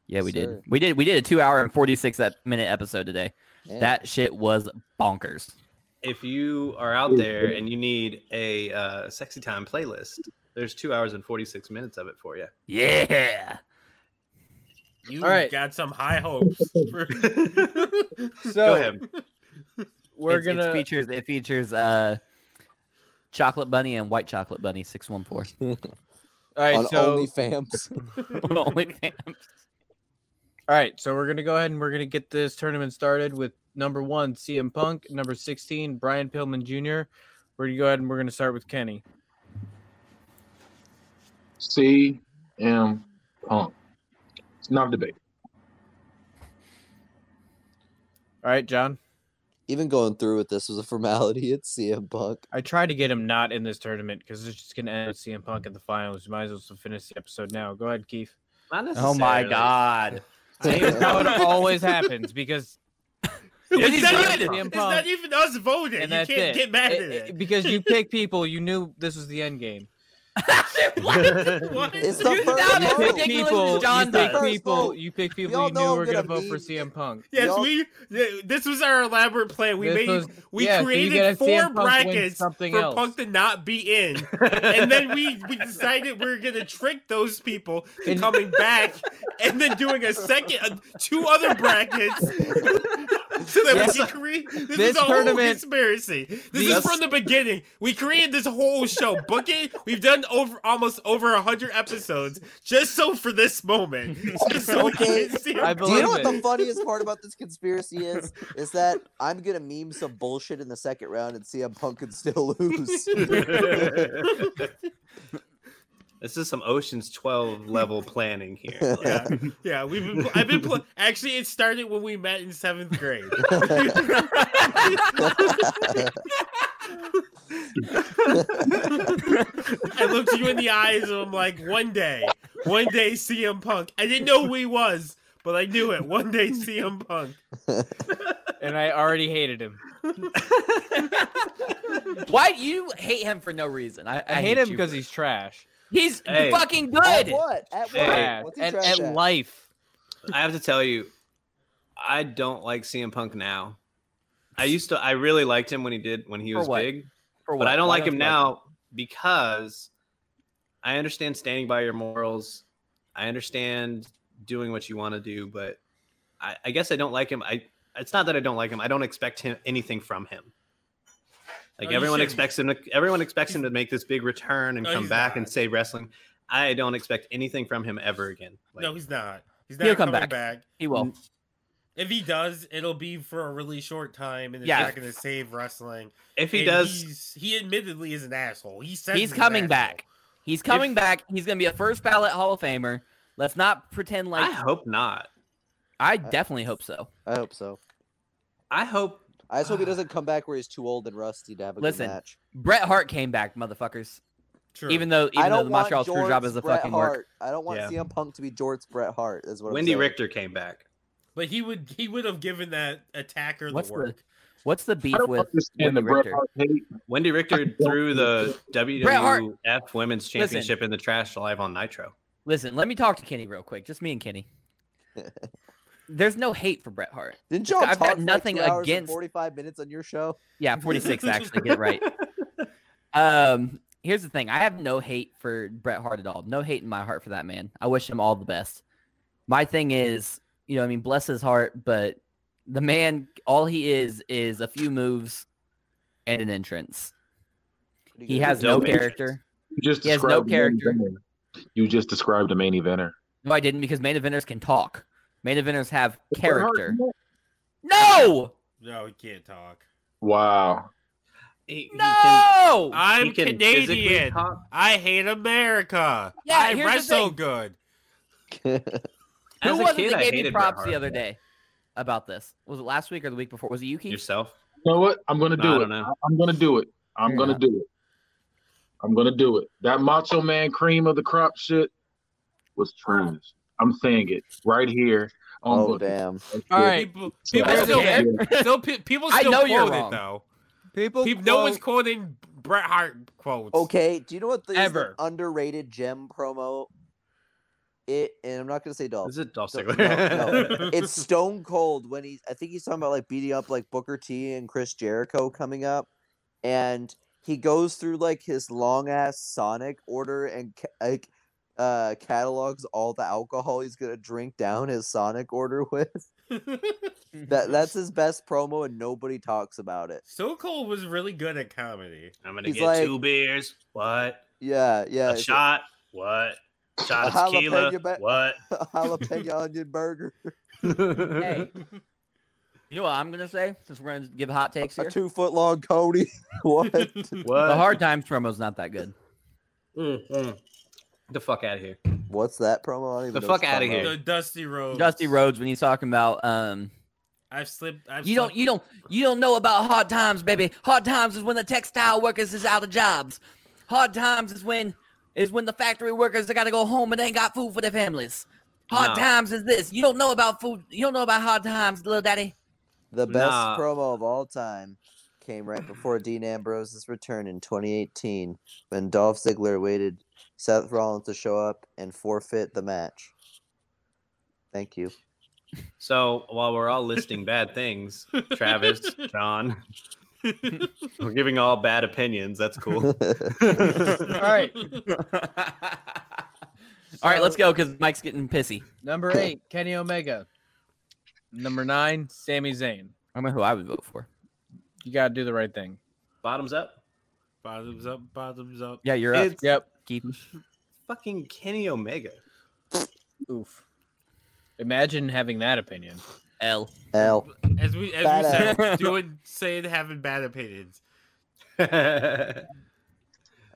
Speaker 4: Yeah, we
Speaker 5: Sir.
Speaker 4: did. We did. We did a two hour and forty six minute episode today.
Speaker 5: Man,
Speaker 4: That shit was bonkers.
Speaker 1: If you are out there and you need a uh, sexy time playlist, there's two hours and 46 minutes of it for you.
Speaker 4: Yeah.
Speaker 3: You
Speaker 2: All right.
Speaker 3: got some high
Speaker 5: [LAUGHS]
Speaker 3: hopes. For... [LAUGHS]
Speaker 1: Go
Speaker 2: So
Speaker 1: ahead.
Speaker 2: we're
Speaker 4: It's- it's
Speaker 2: gonna.
Speaker 4: features. It features uh, chocolate bunny and white chocolate bunny six
Speaker 2: [LAUGHS]
Speaker 4: one four. [LAUGHS]
Speaker 2: all right.
Speaker 5: on
Speaker 2: So
Speaker 5: OnlyFans.
Speaker 4: OnlyFans.
Speaker 2: All right, so we're gonna go ahead and we're gonna get this tournament started with number one, CM Punk, number sixteen, Brian Pillman Jr. We're gonna go ahead and we're gonna start with Kenny.
Speaker 6: CM Punk. It's not a debate.
Speaker 2: All right, John.
Speaker 5: [LAUGHS] Even going through with this was a formality. It's CM Punk.
Speaker 2: I tried to get him not in this tournament because it's just gonna end with CM Punk in the finals. You might as well finish the episode now. Go ahead, Keith. [LAUGHS]
Speaker 1: Not
Speaker 4: Oh my
Speaker 1: necessarily. [LAUGHS]
Speaker 4: god.
Speaker 2: See,
Speaker 5: [LAUGHS]
Speaker 2: it's how it always happens because
Speaker 3: It's not,
Speaker 2: Punk.
Speaker 3: even,
Speaker 2: CM
Speaker 3: it's not
Speaker 2: Punk.
Speaker 3: even us voting.
Speaker 2: and
Speaker 3: you
Speaker 2: that's
Speaker 3: can't
Speaker 2: it.
Speaker 3: get mad
Speaker 2: It-
Speaker 3: at
Speaker 2: it-
Speaker 3: it.
Speaker 2: because [LAUGHS] you pick people you knew this was the end game. [LAUGHS]
Speaker 4: [LAUGHS]
Speaker 3: [LAUGHS] What?
Speaker 5: It's the
Speaker 4: You
Speaker 5: first
Speaker 4: sound as
Speaker 5: vote.
Speaker 2: You pick
Speaker 4: ridiculous as
Speaker 2: people, you
Speaker 4: John
Speaker 2: pick
Speaker 5: [LAUGHS]
Speaker 4: does.
Speaker 5: first
Speaker 2: people,
Speaker 5: vote.
Speaker 2: you pick people
Speaker 5: all
Speaker 2: you
Speaker 5: know
Speaker 2: knew
Speaker 5: I'm
Speaker 2: were gonna
Speaker 5: gonna
Speaker 2: vote for
Speaker 5: be-
Speaker 2: CM Punk.
Speaker 3: Yes,
Speaker 5: Y'all-
Speaker 3: we. th- This was our elaborate plan. We
Speaker 2: This
Speaker 3: made.
Speaker 2: was-
Speaker 3: we
Speaker 2: yeah, so you
Speaker 3: created
Speaker 2: gotta
Speaker 3: four
Speaker 2: CM Punk win
Speaker 3: brackets
Speaker 2: something
Speaker 3: for
Speaker 2: else.
Speaker 3: Punk to not be in, and then we we decided we are gonna trick those people to
Speaker 2: And-
Speaker 3: coming back, and then doing a second, uh, two other brackets, [LAUGHS] so that we can create. This,
Speaker 2: This
Speaker 3: is a whole
Speaker 2: tournament-
Speaker 3: conspiracy. This is
Speaker 2: These-
Speaker 3: from the beginning. We created this whole show. Book it. We've done over almost over a hundred episodes just so for this moment. Just so we
Speaker 5: Okay.
Speaker 3: can see.
Speaker 2: I
Speaker 4: [LAUGHS]
Speaker 5: Do you
Speaker 2: Believe
Speaker 5: know what the
Speaker 2: it.
Speaker 5: funniest part about this conspiracy is? Is that I'm gonna meme some bullshit in the second round and CM Punk
Speaker 4: [LAUGHS]
Speaker 5: could still lose.
Speaker 1: This is some Ocean's 12 level planning here. Like,
Speaker 4: [LAUGHS]
Speaker 3: yeah, yeah. We've been, I've been pl- actually. It started when we met in seventh grade. I looked you in the eyes and I'm like, one day, one day, CM Punk. I didn't know who he was, but I knew it. One day, CM Punk.
Speaker 2: And I already hated him.
Speaker 4: Why do you hate him for no reason? I, I,
Speaker 2: I, hate him
Speaker 4: you
Speaker 2: because
Speaker 4: for it.
Speaker 2: he's trash.
Speaker 4: he's
Speaker 1: Hey.
Speaker 4: fucking
Speaker 5: At
Speaker 4: good.
Speaker 5: what? At what?
Speaker 1: Hey.
Speaker 2: Trash.
Speaker 5: What's he
Speaker 2: And
Speaker 5: trash
Speaker 2: at
Speaker 5: at?
Speaker 2: life.
Speaker 1: I have to tell you, I don't like CM Punk now. I used to, I really liked him when he did, when he
Speaker 4: For
Speaker 1: was
Speaker 4: what?
Speaker 1: big,
Speaker 4: For
Speaker 1: but
Speaker 4: what?
Speaker 1: I don't
Speaker 4: Why
Speaker 1: like him
Speaker 4: you
Speaker 1: now because I understand standing by your morals. I understand doing what you want to do, but I, I guess I don't like him. I, it's not that I don't like him. I don't expect him anything from him. Like
Speaker 3: Oh, you
Speaker 1: everyone
Speaker 3: shouldn't.
Speaker 1: expects him to, everyone expects him to make this big return and
Speaker 3: No,
Speaker 1: come
Speaker 3: he's
Speaker 1: back and
Speaker 3: not.
Speaker 1: save wrestling. I don't expect anything from him ever again. Like,
Speaker 3: No, he's not. He's not
Speaker 4: He'll come
Speaker 3: coming
Speaker 4: back.
Speaker 3: back.
Speaker 4: He will.
Speaker 3: If he does, it'll be for a really short time, and it's
Speaker 4: Yeah.
Speaker 3: not going to save wrestling.
Speaker 1: if he
Speaker 3: And
Speaker 1: does,
Speaker 3: he's- he admittedly is an asshole. He says
Speaker 4: He's
Speaker 3: an
Speaker 4: coming
Speaker 3: asshole.
Speaker 4: back. He's coming
Speaker 3: If-
Speaker 4: back. He's gonna be a first ballot Hall of Famer. Let's not pretend like
Speaker 1: I hope not.
Speaker 4: I definitely hope so.
Speaker 5: I hope so.
Speaker 1: I hope
Speaker 5: I just
Speaker 4: [SIGHS]
Speaker 5: hope he doesn't come back where he's too old and rusty to have a
Speaker 4: Listen,
Speaker 5: good match.
Speaker 4: Bret Hart came back, motherfuckers.
Speaker 3: True.
Speaker 4: Even though
Speaker 5: I
Speaker 4: even though
Speaker 5: don't
Speaker 4: the
Speaker 5: want
Speaker 4: Montreal
Speaker 5: Jorts
Speaker 4: Screwjob is a
Speaker 5: Bret
Speaker 4: fucking work.
Speaker 5: Hart. I don't want
Speaker 1: Yeah.
Speaker 5: CM Punk to be Jorts Bret Hart. Is what I'm
Speaker 1: Wendy
Speaker 5: saying.
Speaker 1: Richter came back.
Speaker 3: But he would he would have given that attacker
Speaker 4: What's
Speaker 3: the
Speaker 4: the-
Speaker 3: work.
Speaker 4: What's the beef
Speaker 6: I don't
Speaker 4: with
Speaker 6: understand
Speaker 4: Wendy
Speaker 6: the Bret
Speaker 4: Richter.
Speaker 6: Hart hate.
Speaker 1: Wendy Richter threw the
Speaker 4: Hart-
Speaker 1: WWF Women's Championship in the trash live on Nitro.
Speaker 4: Listen, let me talk to Kenny real quick. Just me and
Speaker 5: [LAUGHS]
Speaker 4: Kenny. There's no hate for Bret Hart.
Speaker 5: Didn't y'all
Speaker 4: I've got
Speaker 5: talk for, like,
Speaker 4: nothing
Speaker 5: two hours and
Speaker 4: against-
Speaker 5: 45 minutes on your show?
Speaker 4: Yeah, 46 actually. Get it right. Um, here's the thing. I have no hate for Bret Hart at all. No hate in my heart for that man. I wish him all the best. My thing is, you know, I mean, bless his heart, but the man, all he is is a few moves and an entrance.
Speaker 5: Pretty
Speaker 4: He
Speaker 5: good.
Speaker 4: has no
Speaker 1: Dope entrance.
Speaker 4: character.
Speaker 6: You just
Speaker 4: He has no
Speaker 6: described the main
Speaker 4: character.
Speaker 6: eventer. You just described a main eventer.
Speaker 4: No, I didn't because main eventers can talk. Main eventers have
Speaker 6: Bret Hart,
Speaker 4: character.
Speaker 6: no.
Speaker 4: No,
Speaker 3: No, he can't talk.
Speaker 6: Wow.
Speaker 1: He, he can-
Speaker 4: no.
Speaker 1: he
Speaker 3: I'm
Speaker 1: can physically
Speaker 3: Canadian.
Speaker 1: talk.
Speaker 3: I hate America.
Speaker 4: Yeah,
Speaker 3: I
Speaker 4: here's the
Speaker 3: wrestle
Speaker 4: thing.
Speaker 3: good.
Speaker 1: As
Speaker 4: Who
Speaker 1: a
Speaker 4: was
Speaker 1: kid,
Speaker 4: it
Speaker 1: I
Speaker 4: that gave me
Speaker 1: hated Bret
Speaker 4: props the
Speaker 1: Hart.
Speaker 4: other day about this? Was it last week or the week before? Was it Yuki?
Speaker 1: Yourself?
Speaker 6: You know what? I'm gonna
Speaker 1: No,
Speaker 6: do
Speaker 1: I
Speaker 6: it.
Speaker 1: don't know.
Speaker 6: I- I'm gonna do it. I'm
Speaker 4: Fair
Speaker 6: gonna do it. I'm gonna do it. That Macho Man cream of the crop shit was trash. I'm saying it right here.
Speaker 5: [LAUGHS]
Speaker 6: On
Speaker 5: Oh
Speaker 6: Booker.
Speaker 5: damn!
Speaker 6: That's
Speaker 2: All
Speaker 6: it.
Speaker 2: right.
Speaker 3: People,
Speaker 6: I
Speaker 3: people
Speaker 6: don't
Speaker 3: still, [LAUGHS]
Speaker 6: care.
Speaker 3: still pe- people
Speaker 4: I
Speaker 3: still
Speaker 4: know
Speaker 3: quote
Speaker 4: you're
Speaker 3: it
Speaker 4: wrong.
Speaker 3: though.
Speaker 2: People,
Speaker 3: People, no one's
Speaker 2: quote-
Speaker 3: quoting Bret Hart quotes.
Speaker 5: Okay, do you know what the is the
Speaker 2: Ever.
Speaker 5: underrated gem promo? It and I'm not gonna say Dolph.
Speaker 1: Is it Dolph
Speaker 5: No,
Speaker 1: Ziggler?
Speaker 5: no,
Speaker 1: [LAUGHS]
Speaker 4: [LAUGHS]
Speaker 5: it's Stone Cold when he's I think he's talking about like beating up like Booker T and Chris Jericho coming up, and he goes through like his long ass Sonic order and ca- like uh catalogs all the alcohol he's gonna drink down his Sonic order [LAUGHS] with.
Speaker 1: [LAUGHS]
Speaker 5: that that's his best promo and nobody talks about it.
Speaker 3: Stone Cold was really good at comedy.
Speaker 1: I'm gonna
Speaker 5: He's
Speaker 1: get
Speaker 5: like-
Speaker 1: two beers. What?
Speaker 5: [LAUGHS] Yeah, yeah.
Speaker 1: a
Speaker 5: it's-
Speaker 1: shot. What? Shot of tequila.
Speaker 5: Jalapeno ba-
Speaker 1: what?
Speaker 5: jalapeno onion burger,
Speaker 4: Hey. [LAUGHS] You know what I'm gonna say? Since we're gonna give hot takes
Speaker 5: a
Speaker 4: here,
Speaker 5: two foot long Cody. [LAUGHS] what?
Speaker 1: [LAUGHS] What?
Speaker 4: the hard times promo's not that good.
Speaker 3: Mm, mm.
Speaker 1: the fuck out of here.
Speaker 5: What's that promo? I don't even
Speaker 1: The
Speaker 5: know
Speaker 1: fuck
Speaker 5: what it's
Speaker 1: outta
Speaker 5: talking
Speaker 1: here.
Speaker 5: about.
Speaker 3: The Dusty Road.
Speaker 4: Dusty Rhodes, when he's talking about, um,
Speaker 3: I've slipped. I've
Speaker 4: you don't,
Speaker 3: slipped-
Speaker 4: you don't, you don't know about hard times, baby. Hard times is when the textile workers is out of jobs. Hard times is when is when the factory workers they gotta go home and they ain't got food for their families. Hard
Speaker 1: Nah.
Speaker 4: times is this. You don't know about food. You don't know about hard times, little daddy.
Speaker 5: The best
Speaker 1: Nah.
Speaker 5: promo of all time came right before Dean Ambrose's return in 2018 when Dolph Ziggler waited Seth Rollins to show up and forfeit the match. Thank you.
Speaker 1: So while we're all listing bad things, Travis, John, we're giving all bad opinions. That's cool.
Speaker 5: [LAUGHS]
Speaker 2: All right,
Speaker 4: All right, let's go because Mike's getting pissy.
Speaker 2: number eight, Kenny Omega. Number nine, Sami Zayn.
Speaker 4: I don't know who I would vote for.
Speaker 2: You gotta do the right thing.
Speaker 1: Bottoms up.
Speaker 5: e-
Speaker 3: Bottoms up. Bottoms up.
Speaker 4: Yeah, you're up.
Speaker 1: It's
Speaker 2: Yep.
Speaker 4: Keith.
Speaker 1: fucking Kenny
Speaker 4: [LAUGHS]
Speaker 1: Omega.
Speaker 2: Oof. Imagine having that opinion.
Speaker 4: L.
Speaker 1: [LAUGHS]
Speaker 5: Al,
Speaker 3: As we as we
Speaker 5: Badass. [LAUGHS]
Speaker 3: said, doing saying having bad opinions.
Speaker 1: I'm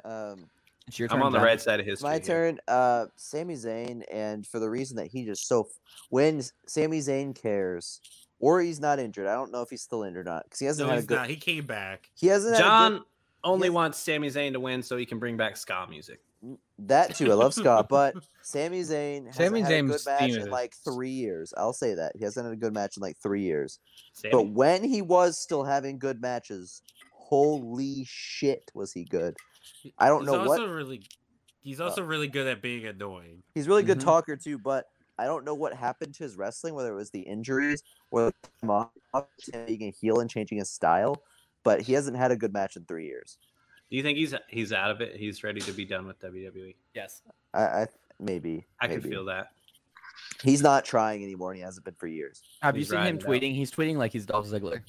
Speaker 5: um,
Speaker 4: It's your turn.
Speaker 1: on the
Speaker 4: John.
Speaker 1: right side of
Speaker 5: It's
Speaker 1: history.
Speaker 5: my
Speaker 1: here.
Speaker 5: turn. Uh, Sami Zayn, and for the reason that he just so f- when S- Sami Zayn cares, or he's not injured. I don't know if he's still injured or not because he hasn't
Speaker 3: No,
Speaker 5: had a
Speaker 3: he's
Speaker 5: good.
Speaker 3: not. He came back.
Speaker 5: He hasn't had a
Speaker 1: John only
Speaker 5: Yes.
Speaker 1: wants Sami Zayn to win so he can bring back ska music.
Speaker 5: good, that too. I love Scott, but Sami Zayn hasn't
Speaker 2: Sami
Speaker 5: had a good
Speaker 2: Zayn's
Speaker 5: match
Speaker 2: theme
Speaker 5: in
Speaker 2: is-
Speaker 5: like three years. I'll say that he hasn't had a good match in like three years. But
Speaker 1: Sammy.
Speaker 5: when he was still having good matches, holy shit, was he good! I don't
Speaker 3: he's
Speaker 5: know what Uh.
Speaker 3: also really. He's also really good at being annoying.
Speaker 5: He's a really good
Speaker 4: Mhm.
Speaker 5: talker too, but I don't know what happened to his wrestling, whether it was the injuries or the time off, him being a heel and changing his style. But he hasn't had a good match in three years.
Speaker 1: Do you think he's he's out of it? He's ready to be done with WWE.
Speaker 4: Yes.
Speaker 5: I, I maybe
Speaker 1: I
Speaker 5: maybe.
Speaker 1: can feel that.
Speaker 5: he's not trying anymore, and he hasn't been for years.
Speaker 4: Have
Speaker 1: He's
Speaker 4: you seen him
Speaker 1: riding it out.
Speaker 4: tweeting? He's tweeting like he's Dolph Ziggler.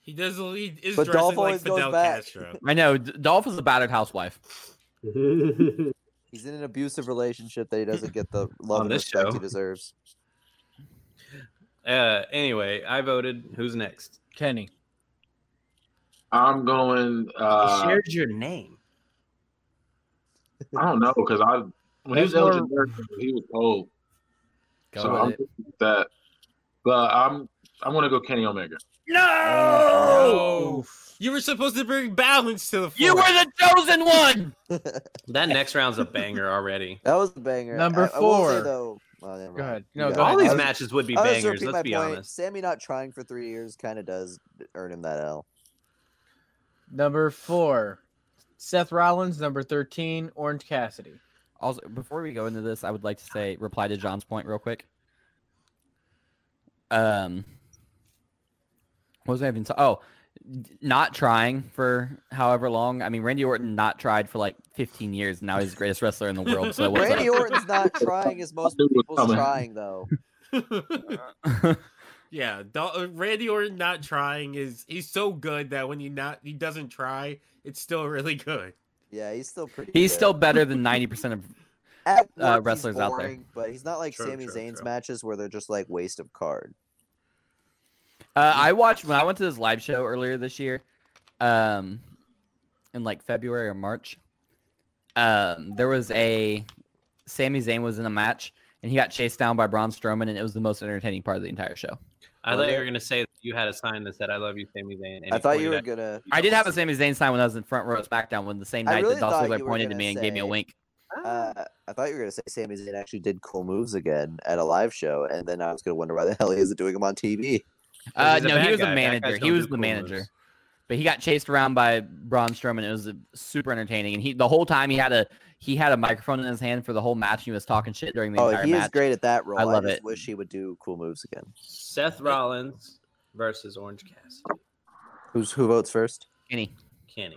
Speaker 3: He does. He is
Speaker 5: But
Speaker 3: dressing
Speaker 5: Dolph
Speaker 3: like
Speaker 5: always goes
Speaker 3: Fidel
Speaker 5: back.
Speaker 3: Castro.
Speaker 5: [LAUGHS]
Speaker 4: I know. D- Dolph is a battered housewife.
Speaker 5: He's in an abusive relationship
Speaker 1: [LAUGHS]
Speaker 5: that he doesn't get the
Speaker 1: On
Speaker 5: love and
Speaker 1: this
Speaker 5: respect
Speaker 1: show.
Speaker 5: he deserves. [LAUGHS]
Speaker 1: Uh, anyway, I voted. Who's next?
Speaker 2: Kenny.
Speaker 6: I'm going. Uh,
Speaker 1: your name.
Speaker 6: I don't know because I when he
Speaker 2: There's
Speaker 6: was
Speaker 2: more-
Speaker 6: eligible, he was old.
Speaker 4: Go
Speaker 6: so I'm
Speaker 4: with it.
Speaker 6: thinking that. But I'm I'm gonna go Kenny Omega.
Speaker 3: Oh, No! You were supposed to bring balance to the. Floor.
Speaker 4: You were the chosen one.
Speaker 1: That next round's a
Speaker 4: [LAUGHS]
Speaker 1: banger already.
Speaker 5: That was a banger.
Speaker 2: Number
Speaker 5: I- I will say,
Speaker 2: four.
Speaker 5: though. well, never
Speaker 2: Go
Speaker 5: mind.
Speaker 2: ahead.
Speaker 5: You
Speaker 2: No,
Speaker 5: got
Speaker 2: go
Speaker 5: it.
Speaker 1: All
Speaker 2: ahead.
Speaker 1: these
Speaker 5: I'll-
Speaker 1: matches would be
Speaker 5: I'll just
Speaker 1: bangers.
Speaker 5: repeat
Speaker 1: Let's
Speaker 5: my
Speaker 1: be
Speaker 5: point.
Speaker 1: honest.
Speaker 5: Sammy not trying for three years kind of does earn him that L.
Speaker 2: Number four, Seth Rollins. Number thirteen, Orange Cassidy.
Speaker 4: Also, before we go into this, I would like to say reply to John's point real quick. Um, what was I even? Ta- oh, d- not trying for however long. I mean, Randy Orton not tried for like 15 years. And now he's the greatest wrestler in the world. So what's
Speaker 1: [LAUGHS]
Speaker 5: Randy Orton's not trying as most
Speaker 6: knew it was
Speaker 5: people's
Speaker 6: coming.
Speaker 5: trying though.
Speaker 3: [LAUGHS]
Speaker 4: up?
Speaker 3: Yeah, Dol- Randy Orton not trying is he's so good that when he not he doesn't try, it's still really good.
Speaker 5: Yeah, he's still pretty.
Speaker 4: [LAUGHS] he's
Speaker 5: good.
Speaker 4: still better than 90% of.
Speaker 5: At
Speaker 4: uh,
Speaker 5: work, he's
Speaker 4: wrestlers out there.
Speaker 5: but he's not like
Speaker 1: True,
Speaker 5: Sami
Speaker 1: true,
Speaker 5: Zayn's
Speaker 1: true.
Speaker 5: matches where they're just like waste of card.
Speaker 4: Uh, I watched when I went to this live show earlier this year, um, in like February or March. Um, there was a Sami Zayn was in a match and he got chased down by Braun Strowman, and it was the most entertaining part of the entire show.
Speaker 1: I thought you were gonna say that you had a sign that said "I love you, Sami Zayn." and
Speaker 5: I
Speaker 1: he
Speaker 5: thought
Speaker 1: pointed
Speaker 5: you were
Speaker 1: at-
Speaker 5: gonna.
Speaker 4: I did have
Speaker 5: [LAUGHS]
Speaker 4: a Sami Zayn sign when I was in front row at SmackDown when the same
Speaker 5: I
Speaker 4: night
Speaker 5: really
Speaker 4: that Dolph
Speaker 5: thought
Speaker 4: Ziggler
Speaker 5: you were
Speaker 4: pointed to
Speaker 5: gonna
Speaker 4: me and gave me a
Speaker 5: say-
Speaker 4: wink.
Speaker 5: Uh, I thought you were gonna say Sami Zayn actually did cool moves again at a live show, and then I was gonna wonder why the [LAUGHS] hell he isn't doing them on
Speaker 1: Well,
Speaker 5: TV.
Speaker 4: Uh,
Speaker 1: he's a
Speaker 4: no, he
Speaker 1: bad
Speaker 4: was
Speaker 1: guy. Bad
Speaker 4: a manager.
Speaker 1: guys
Speaker 4: He
Speaker 1: don't
Speaker 4: was
Speaker 1: do
Speaker 4: the
Speaker 1: cool
Speaker 4: manager.
Speaker 1: moves.
Speaker 4: But he got chased around by Braun Strowman. It was uh, super entertaining, and he the whole time he had a he had a microphone in his hand for the whole match. And he was talking shit during the
Speaker 5: Oh,
Speaker 4: entire
Speaker 5: he
Speaker 4: match.
Speaker 5: is great at that role. I,
Speaker 4: love
Speaker 5: just
Speaker 4: it.
Speaker 5: Wish he would do cool moves again.
Speaker 1: Seth Rollins versus Orange Cassidy.
Speaker 5: Who's who votes first?
Speaker 4: Kenny,
Speaker 1: Kenny,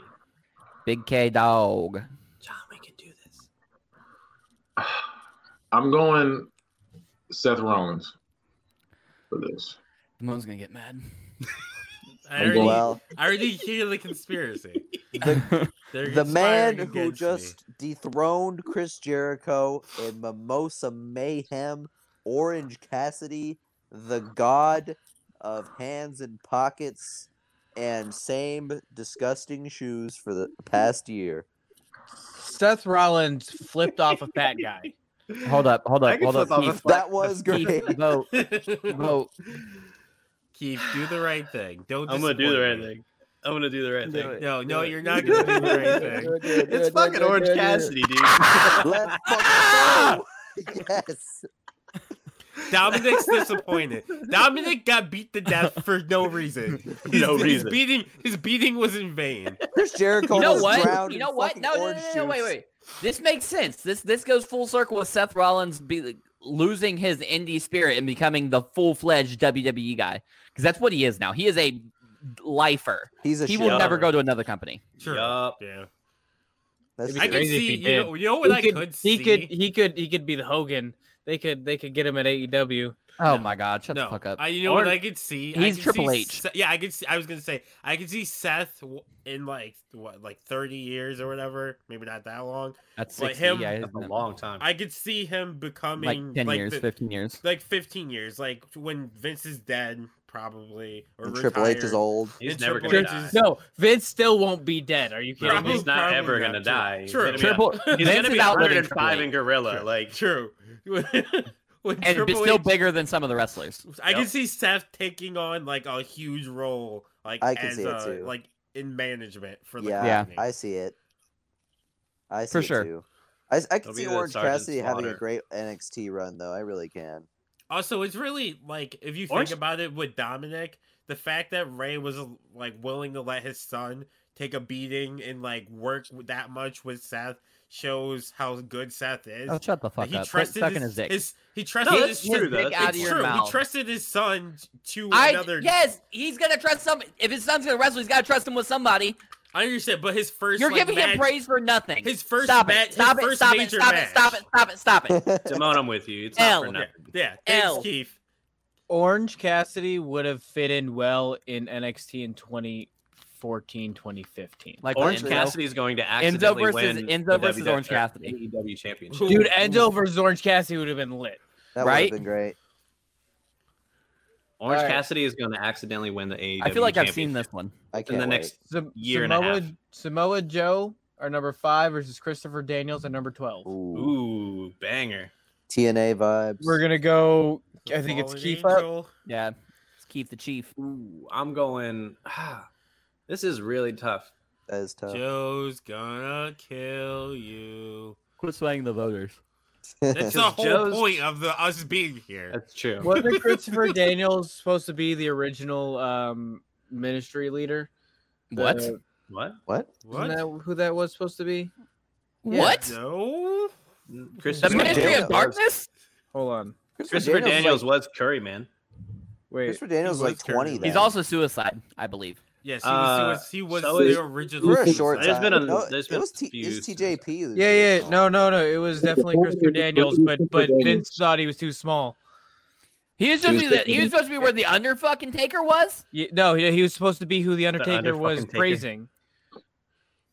Speaker 4: Big K dog.
Speaker 1: John, we can do this.
Speaker 6: [SIGHS] I'm going Seth Rollins for this.
Speaker 4: [LAUGHS] Simone's gonna get mad.
Speaker 3: I already,
Speaker 5: Well,
Speaker 3: I already hear the conspiracy. They're
Speaker 5: the
Speaker 3: conspiring
Speaker 5: man who
Speaker 3: against
Speaker 5: just dethroned Chris Jericho in Mimosa Mayhem, Orange Cassidy, the god of hands and pockets, and same disgusting shoes for the past year.
Speaker 2: Seth Rollins flipped off a fat
Speaker 1: [LAUGHS]
Speaker 2: guy.
Speaker 1: Hold
Speaker 8: Hold up, hold
Speaker 1: I
Speaker 8: up,
Speaker 1: could
Speaker 8: hold up.
Speaker 1: flip off a
Speaker 8: Keith,
Speaker 1: fat-
Speaker 5: That was
Speaker 8: Keith,
Speaker 5: great.
Speaker 8: vote,
Speaker 3: [LAUGHS] me.
Speaker 8: vote.
Speaker 3: Keith, do the right thing. Don't.
Speaker 1: I'm gonna do the
Speaker 3: disappoint
Speaker 1: right
Speaker 3: me.
Speaker 1: thing. I'm gonna do the right
Speaker 8: Do
Speaker 1: thing.
Speaker 8: it.
Speaker 3: No, no,
Speaker 8: Do it.
Speaker 3: you're not gonna do
Speaker 5: [LAUGHS]
Speaker 3: the right thing.
Speaker 1: It's fucking Orange Cassidy,
Speaker 5: [LAUGHS]
Speaker 1: dude.
Speaker 4: [LAUGHS]
Speaker 5: Let's fucking go. [LAUGHS] Yes.
Speaker 3: Dominic's disappointed. Dominic got beat to death for no
Speaker 5: [LAUGHS]
Speaker 3: reason. His,
Speaker 1: No
Speaker 3: his
Speaker 1: reason.
Speaker 3: beating, his beating was in vain.
Speaker 5: Chris Jericho
Speaker 4: You know
Speaker 5: was
Speaker 4: what?
Speaker 5: drowned
Speaker 4: You
Speaker 5: in
Speaker 4: know what?
Speaker 5: fucking
Speaker 4: No, no, no,
Speaker 5: orange
Speaker 4: no, no, wait,
Speaker 5: juice.
Speaker 4: wait. This makes sense. This this goes full circle with Seth Rollins be, losing his indie spirit and becoming the full fledged WWE E guy because that's what he is now. He is a lifer.
Speaker 5: He's a
Speaker 4: He
Speaker 5: shit.
Speaker 4: will
Speaker 1: Yeah.
Speaker 4: never go to another company.
Speaker 3: Sure.
Speaker 1: Yup.
Speaker 3: Yeah.
Speaker 5: That's
Speaker 3: I
Speaker 5: true.
Speaker 3: can
Speaker 2: crazy if
Speaker 3: see.
Speaker 2: he
Speaker 3: You know, you know what
Speaker 2: he
Speaker 3: I could,
Speaker 2: could,
Speaker 3: see.
Speaker 2: he could, he could, he could be the Hogan. They could, they could get him at E AEW.
Speaker 4: Oh my God! Shut
Speaker 3: no,
Speaker 4: the fuck up.
Speaker 3: I, you know
Speaker 2: Or-
Speaker 3: what I could see. I
Speaker 4: He's
Speaker 3: could
Speaker 4: Triple
Speaker 3: see
Speaker 4: H.
Speaker 3: Se- yeah, I could. See, I was gonna say I could see Seth w- in like what, like thirty years or whatever. Maybe not that long.
Speaker 4: That's
Speaker 3: like
Speaker 4: 60,
Speaker 3: him-
Speaker 4: yeah,
Speaker 1: That's
Speaker 4: he's
Speaker 1: a long time.
Speaker 3: I could see him becoming
Speaker 4: like ten years,
Speaker 3: the-
Speaker 4: fifteen years.
Speaker 3: like fifteen years, like when Vince is dead, probably. Or
Speaker 5: And Triple H is
Speaker 3: retired.
Speaker 5: old.
Speaker 1: He's
Speaker 3: And
Speaker 1: never
Speaker 3: Triple
Speaker 1: gonna
Speaker 3: H
Speaker 1: die.
Speaker 3: is-
Speaker 2: No, Vince still won't be dead. Are you
Speaker 1: No,
Speaker 2: kidding me?
Speaker 1: he's not
Speaker 3: Probably
Speaker 1: ever
Speaker 3: not.
Speaker 1: gonna
Speaker 3: True.
Speaker 1: die. He's
Speaker 3: True.
Speaker 1: gonna be- [LAUGHS]
Speaker 3: [LAUGHS]
Speaker 4: Triple
Speaker 1: He's
Speaker 4: Vince
Speaker 1: gonna be
Speaker 4: is outliving
Speaker 1: 105
Speaker 4: Triple
Speaker 1: in
Speaker 4: H.
Speaker 1: Gorilla. Like
Speaker 3: True. [LAUGHS] when when
Speaker 4: and be
Speaker 3: Triple
Speaker 4: still
Speaker 3: H-
Speaker 4: bigger than some of the wrestlers.
Speaker 3: I can
Speaker 1: Yep.
Speaker 3: see Seth taking on like a huge role, like
Speaker 5: I can
Speaker 3: as
Speaker 5: see it
Speaker 3: a,
Speaker 5: too.
Speaker 3: like in management for the
Speaker 5: Yeah,
Speaker 3: company.
Speaker 5: I see it. I see
Speaker 4: For
Speaker 5: it
Speaker 4: sure.
Speaker 5: too. I, s- I
Speaker 1: He'll
Speaker 5: can
Speaker 1: be
Speaker 5: see
Speaker 1: the
Speaker 5: Orange
Speaker 1: Sergeant
Speaker 5: Cassidy having a
Speaker 1: Slaughter.
Speaker 5: great NXT run though. I really can. [LAUGHS]
Speaker 3: Also, it's really like if you think
Speaker 1: Orange-
Speaker 3: about it with Dominic, the fact that Ray was like willing to let his son take a beating and like work with- that much with Seth shows how good Seth is.
Speaker 4: Oh, shut the
Speaker 3: Like,
Speaker 4: fuck up! Quit sucking his, dick.
Speaker 3: he trusted
Speaker 1: that's
Speaker 3: his
Speaker 1: true,
Speaker 3: son-
Speaker 1: though.
Speaker 4: dick
Speaker 1: That's
Speaker 4: out of
Speaker 3: it's
Speaker 4: your
Speaker 3: true.
Speaker 4: mouth.
Speaker 3: He trusted his son to
Speaker 4: I,
Speaker 3: another.
Speaker 4: yes, he's gonna trust some. If his son's gonna wrestle, he's gotta trust him with somebody.
Speaker 3: I understand, but his 1st
Speaker 4: You're
Speaker 3: like,
Speaker 4: giving
Speaker 3: match-
Speaker 4: him praise for nothing.
Speaker 3: His first
Speaker 4: stop
Speaker 3: match-
Speaker 4: it!
Speaker 3: his
Speaker 4: Stop it!
Speaker 3: first
Speaker 4: Stop it!
Speaker 3: major
Speaker 4: Stop it!
Speaker 3: match.
Speaker 4: Stop it! Stop it! Stop
Speaker 5: [LAUGHS]
Speaker 4: it!
Speaker 1: Simone, I'm with you. It's not
Speaker 4: Hell.
Speaker 1: for
Speaker 3: Yeah,
Speaker 1: nothing.
Speaker 3: yeah. Thanks,
Speaker 4: L.
Speaker 3: Keith.
Speaker 2: Orange Cassidy would have fit in well in NXT in 2014, 2015.
Speaker 4: Like
Speaker 1: Orange
Speaker 4: Enzo.
Speaker 1: Cassidy is going to accidentally
Speaker 4: versus-
Speaker 1: win
Speaker 4: Enzo
Speaker 1: the E
Speaker 4: versus
Speaker 1: WWF
Speaker 4: Orange Cassidy.
Speaker 1: AEW championship.
Speaker 3: Who-
Speaker 2: Dude, Enzo versus Orange Cassidy would have been lit.
Speaker 5: That would
Speaker 4: Right?
Speaker 5: have been great.
Speaker 1: Orange
Speaker 2: All right.
Speaker 1: Cassidy is going to accidentally win the AEW.
Speaker 4: I feel like I've seen
Speaker 1: championship.
Speaker 4: this one.
Speaker 5: I
Speaker 1: In
Speaker 5: can't.
Speaker 1: the next,
Speaker 2: Sam-
Speaker 1: Year and a
Speaker 2: Samoa,
Speaker 1: half.
Speaker 2: Samoa Joe, our number five, versus Christopher Daniels, at number 12.
Speaker 5: wait. Ooh,
Speaker 1: ooh, banger.
Speaker 5: TNA vibes.
Speaker 2: We're going to go, I think it's
Speaker 3: Fallen
Speaker 2: Keith up.
Speaker 3: Angel.
Speaker 4: Yeah, it's Keith the Chief.
Speaker 1: Ooh, I'm going. [SIGHS] this is really tough.
Speaker 5: That is tough.
Speaker 3: Joe's gonna kill you.
Speaker 4: Quit swaying the voters.
Speaker 5: [LAUGHS]
Speaker 3: That's the
Speaker 1: Just
Speaker 3: whole
Speaker 1: Joe's-
Speaker 3: point of the us being here.
Speaker 1: That's true.
Speaker 2: Wasn't Christopher Daniels supposed to be the original um, ministry leader?
Speaker 4: What?
Speaker 2: The-
Speaker 1: What?
Speaker 5: what?
Speaker 2: Isn't
Speaker 3: What?
Speaker 2: that who that was supposed to be?
Speaker 4: What?
Speaker 3: No.
Speaker 4: The
Speaker 1: Christopher,
Speaker 4: Ministry
Speaker 1: Daniels,
Speaker 4: of Darkness?
Speaker 2: Hold on.
Speaker 1: Christopher Daniels,
Speaker 5: like,
Speaker 1: was Curry, man.
Speaker 2: Wait.
Speaker 5: Christopher Daniels was like
Speaker 3: was Kirby.
Speaker 5: twenty.
Speaker 4: He's
Speaker 5: then.
Speaker 4: also suicide, I believe.
Speaker 3: Yes, he was.
Speaker 1: Uh,
Speaker 3: he was, he was
Speaker 1: so
Speaker 3: the
Speaker 1: is-
Speaker 3: original.
Speaker 5: for a
Speaker 3: suicide.
Speaker 5: short
Speaker 1: There's
Speaker 5: time.
Speaker 1: been a-
Speaker 5: no,
Speaker 1: there's
Speaker 5: it
Speaker 1: been
Speaker 5: was
Speaker 1: a
Speaker 5: T-
Speaker 1: few
Speaker 5: it's TJP. who
Speaker 2: Yeah,
Speaker 5: did
Speaker 2: yeah.
Speaker 5: it.
Speaker 2: No, no, no. It was definitely Christopher Daniels, but but Vince thought he was too small.
Speaker 4: He was supposed to be. The, he was supposed to be where the under fucking Taker was.
Speaker 2: Ye- no, he, he was supposed to be who the Undertaker
Speaker 1: Under
Speaker 2: was
Speaker 1: fucking Taker.
Speaker 2: praising.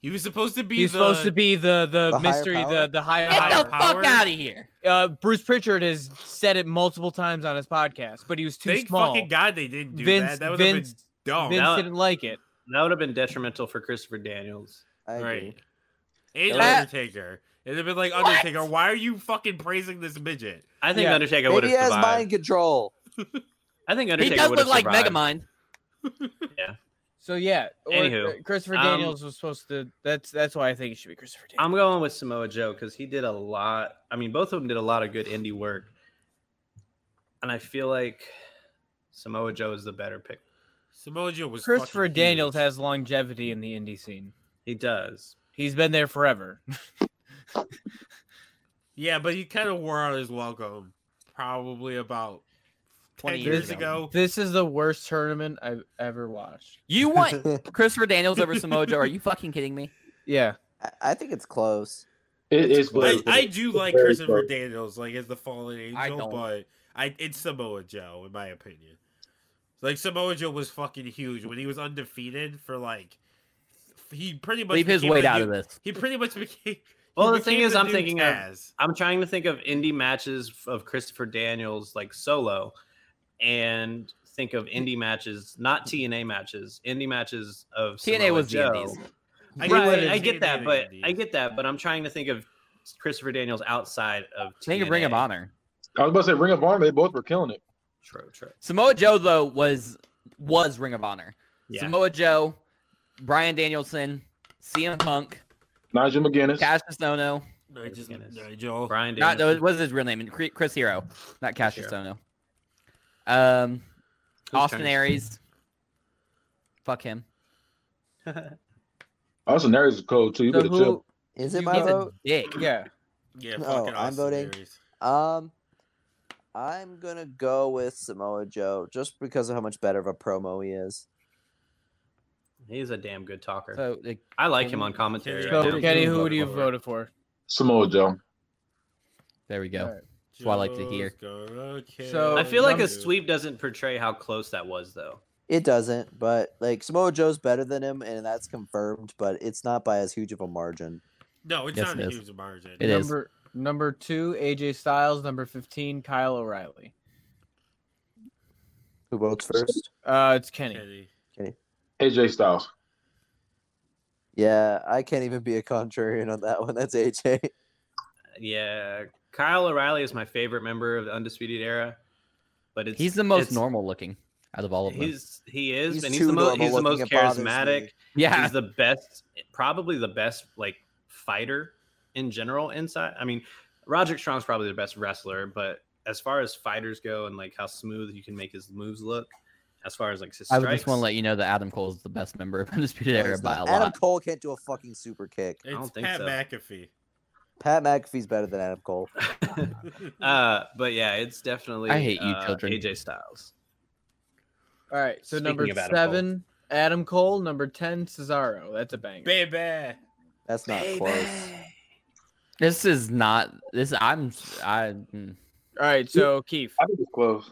Speaker 3: He was supposed to be.
Speaker 2: He's
Speaker 3: the,
Speaker 2: supposed to be the the,
Speaker 5: The higher
Speaker 2: mystery,
Speaker 5: power?
Speaker 2: the the higher.
Speaker 4: Get
Speaker 3: higher
Speaker 4: the
Speaker 3: power.
Speaker 4: fuck out of here!
Speaker 2: Uh, Bruce Pritchard has said it multiple times on his podcast, but he was too
Speaker 3: Thank
Speaker 2: small.
Speaker 3: fucking God they didn't do
Speaker 2: Vince-
Speaker 3: that. That would have been
Speaker 2: Vince-
Speaker 3: dumb.
Speaker 2: Vince
Speaker 1: now-
Speaker 2: didn't like it.
Speaker 1: That would have been detrimental for Christopher Daniels.
Speaker 5: I agree.
Speaker 3: right. And
Speaker 1: That-
Speaker 3: Undertaker. It'd have been like Undertaker. Why are you fucking praising this midget?
Speaker 1: I think
Speaker 2: Yeah.
Speaker 1: Undertaker would
Speaker 5: Maybe
Speaker 1: have
Speaker 5: he has
Speaker 1: survived.
Speaker 5: mind control.
Speaker 1: I think
Speaker 4: he
Speaker 1: Undertaker
Speaker 4: does
Speaker 1: would
Speaker 4: look
Speaker 1: have
Speaker 4: like
Speaker 1: survived.
Speaker 4: Megamind.
Speaker 2: So yeah, or- uh,
Speaker 1: Anywho,
Speaker 2: Christopher
Speaker 1: um,
Speaker 2: Daniels was supposed to. That's that's why I think it should be Christopher Daniels.
Speaker 1: I'm going with Samoa Joe because he did a lot. I mean, both of them did a lot of good indie work, and I feel like Samoa Joe is the better pick.
Speaker 3: Samoa Joe was.
Speaker 2: Christopher
Speaker 3: fucking
Speaker 2: Daniels
Speaker 3: huge.
Speaker 2: has longevity in the indie scene.
Speaker 1: He does.
Speaker 2: He's been there forever.
Speaker 3: Yeah, but he kind of wore out his welcome. Probably about
Speaker 4: 20
Speaker 3: ten
Speaker 4: years
Speaker 3: years ago.
Speaker 2: This is the worst tournament I've ever watched.
Speaker 4: You want Christopher Daniels over Samoa Joe? Are you fucking kidding
Speaker 1: [LAUGHS]
Speaker 4: me?
Speaker 2: Yeah.
Speaker 5: I, I think it's close.
Speaker 6: It is
Speaker 3: I,
Speaker 6: close.
Speaker 3: I do like
Speaker 6: very
Speaker 3: Christopher
Speaker 6: close.
Speaker 3: Daniels, like as the fallen angel,
Speaker 4: I don't.
Speaker 3: but I it's Samoa Joe in my opinion. Like Samoa Joe was fucking huge when he was undefeated for like he pretty much
Speaker 4: Leave his
Speaker 3: became
Speaker 4: weight
Speaker 3: the
Speaker 4: out
Speaker 3: new-
Speaker 4: of this.
Speaker 3: He pretty much became. he
Speaker 1: Well, the thing
Speaker 3: became
Speaker 1: is, I'm
Speaker 3: new
Speaker 1: thinking of-
Speaker 3: Taz.
Speaker 1: I'm trying to think of indie matches of Christopher Daniels like solo, and think of indie matches, not TNA matches, indie matches of
Speaker 4: TNA was the
Speaker 1: Samoa Joe.
Speaker 4: indies.
Speaker 3: I get what
Speaker 1: right,
Speaker 3: it
Speaker 1: I
Speaker 3: is.
Speaker 1: get that,
Speaker 3: TNA
Speaker 1: but
Speaker 3: indeed.
Speaker 1: I get that, but I'm trying to think of Christopher Daniels outside of TNA.
Speaker 4: Think of Ring of Honor.
Speaker 6: I was about to say Ring of Honor. They both were killing it.
Speaker 1: True, true.
Speaker 4: Samoa Joe though was was Ring of Honor.
Speaker 1: Yeah.
Speaker 4: Samoa Joe, Brian Danielson, CM Punk,
Speaker 6: Nigel McGuinness.
Speaker 4: Cassius Nono.
Speaker 3: I just,
Speaker 1: Goodness.
Speaker 3: Nigel.
Speaker 1: Brian
Speaker 4: Not
Speaker 1: Danielson.
Speaker 4: what's his real name? Cre- Chris Hero, not Cassius
Speaker 1: Hero.
Speaker 4: Nono. Um,
Speaker 1: Who's
Speaker 4: Austin
Speaker 1: turning?
Speaker 4: Aries. Fuck him.
Speaker 1: [LAUGHS]
Speaker 6: Austin Aries is cold too. You
Speaker 4: So
Speaker 6: better chill.
Speaker 4: who,
Speaker 5: Is it
Speaker 4: who
Speaker 5: my
Speaker 4: gives a
Speaker 5: vote?
Speaker 4: dick?
Speaker 2: Yeah.
Speaker 3: Yeah,
Speaker 5: No,
Speaker 3: fucking
Speaker 5: I'm
Speaker 3: Austin
Speaker 5: voting-
Speaker 3: Aries.
Speaker 5: Um, I'm gonna go with Samoa Joe just because of how much better of a promo he is.
Speaker 1: He's a damn good talker.
Speaker 4: So Oh, like,
Speaker 1: I like him on commentary.
Speaker 3: Yeah,
Speaker 1: Right
Speaker 2: So
Speaker 1: now.
Speaker 2: Kenny,
Speaker 1: Voted
Speaker 2: who would you
Speaker 1: for.
Speaker 2: voted for?
Speaker 6: Samoa Joe.
Speaker 4: there we go.
Speaker 2: All right.
Speaker 4: That's what I like to hear.
Speaker 3: Joe's gonna kill
Speaker 2: So-
Speaker 1: I feel like
Speaker 2: Number-
Speaker 1: a
Speaker 3: you.
Speaker 1: sweep doesn't portray how close that was, though.
Speaker 5: It doesn't, but like Samoa Joe's better than him, and that's confirmed. But it's not by as huge of a margin.
Speaker 3: No, it's
Speaker 4: Yes,
Speaker 3: not
Speaker 4: it
Speaker 3: a
Speaker 4: is.
Speaker 3: huge margin.
Speaker 4: It is.
Speaker 2: number number two, AJ Styles. Number fifteen, Kyle O'Reilly.
Speaker 5: Who votes first?
Speaker 2: Uh, it's Kenny.
Speaker 3: Kenny.
Speaker 6: AJ Styles.
Speaker 5: Yeah, I can't even be a contrarian on that one. That's AJ.
Speaker 1: Yeah, Kyle O'Reilly is my favorite member of the Undisputed Era, but it's
Speaker 4: He's the most
Speaker 1: it's-
Speaker 4: normal looking out of all of them.
Speaker 1: He's he is,
Speaker 5: He's
Speaker 1: and he's
Speaker 5: too
Speaker 1: the most
Speaker 5: normal
Speaker 1: he's the most
Speaker 5: looking, it bothers me.
Speaker 1: charismatic.
Speaker 4: Yeah,
Speaker 1: He's the best, probably the best like fighter in general. Inside, I mean, Roderick Strong's probably the best wrestler, but as far as fighters go and like how smooth you can make his moves look, as far as like his
Speaker 4: I
Speaker 1: strikes,
Speaker 4: would just want to let you know that Adam Cole is the best member of [LAUGHS] Undisputed
Speaker 5: No,
Speaker 4: Era
Speaker 5: it's
Speaker 4: by a
Speaker 5: not. Adam
Speaker 4: lot.
Speaker 5: Cole can't do a fucking super kick.
Speaker 3: It's
Speaker 1: don't think
Speaker 3: Pat
Speaker 1: so.
Speaker 3: McAfee.
Speaker 5: Pat McAfee's better than Adam Cole.
Speaker 1: [LAUGHS] uh, but yeah, it's definitely
Speaker 4: I hate you,
Speaker 1: uh,
Speaker 4: children.
Speaker 1: AJ Styles.
Speaker 2: All right. So
Speaker 1: Speaking
Speaker 2: number
Speaker 1: of Adam Cole.
Speaker 2: seven, Adam Cole. Number ten, Cesaro. That's a banger.
Speaker 3: [LAUGHS] Baby.
Speaker 5: That's not close.
Speaker 4: This is not this. I'm. I mm.
Speaker 2: All right. So Keith.
Speaker 6: I think it's close.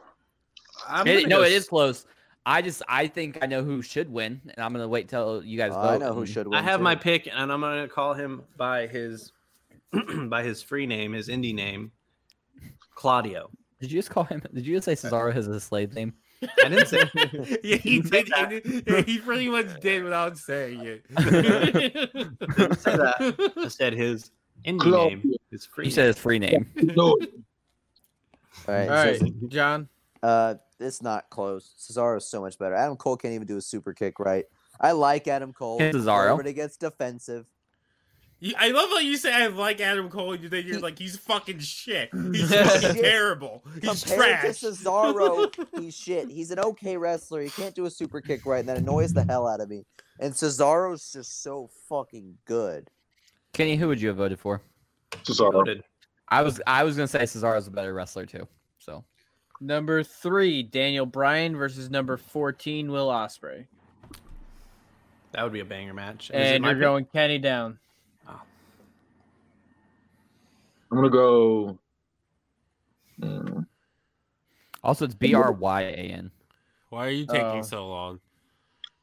Speaker 1: I'm
Speaker 4: It-
Speaker 1: gonna
Speaker 4: no,
Speaker 1: go
Speaker 4: it is
Speaker 1: s-
Speaker 4: close. I just I think I know who should win, and I'm gonna wait till you guys
Speaker 5: Oh,
Speaker 4: vote. Mm.
Speaker 5: I know who
Speaker 4: and-
Speaker 5: should win.
Speaker 1: I have
Speaker 5: too.
Speaker 1: my pick, and I'm gonna call him by his [CLEARS THROAT] by his free name, his indie name, Claudio.
Speaker 4: Did you just call him? Did you just say Cesaro has a slave name?
Speaker 1: I didn't say
Speaker 3: [LAUGHS] yeah, he
Speaker 1: did
Speaker 3: did.
Speaker 1: that.
Speaker 3: He, did- yeah, he pretty much did without saying it. [LAUGHS]
Speaker 1: didn't say that. I said his indie
Speaker 6: Claudio.
Speaker 1: name, his free.
Speaker 4: You
Speaker 1: name.
Speaker 4: said his free name.
Speaker 6: No,
Speaker 5: All
Speaker 2: All
Speaker 5: right.
Speaker 2: right,
Speaker 5: so-
Speaker 2: John.
Speaker 5: Uh, it's not close. Cesaro's so much better. Adam Cole can't even do a super kick right. I like Adam Cole.
Speaker 4: Hey, Cesaro.
Speaker 5: But it gets defensive.
Speaker 3: You- I love how you say I like Adam Cole, and then you're like, he's fucking shit. He's
Speaker 5: Shit.
Speaker 3: fucking terrible. He's
Speaker 5: Compared
Speaker 3: trash.
Speaker 5: to Cesaro, he's shit. He's an okay wrestler. He can't do a super kick right, and that annoys the hell out of me. And Cesaro's just so fucking good.
Speaker 4: Kenny, who would you have voted for?
Speaker 6: Cesaro.
Speaker 1: Voted.
Speaker 4: I was I was gonna say Cesaro's a better wrestler too. So
Speaker 2: Number three, Daniel Bryan versus number fourteen, Will Osprey.
Speaker 1: That would be a banger match. Is it
Speaker 2: And
Speaker 1: my
Speaker 2: you're
Speaker 1: pick?
Speaker 2: going Kenny down.
Speaker 6: I'm gonna go. Mm,
Speaker 4: also it's B R Y A N.
Speaker 3: Why are you
Speaker 2: taking Oh.
Speaker 3: so long?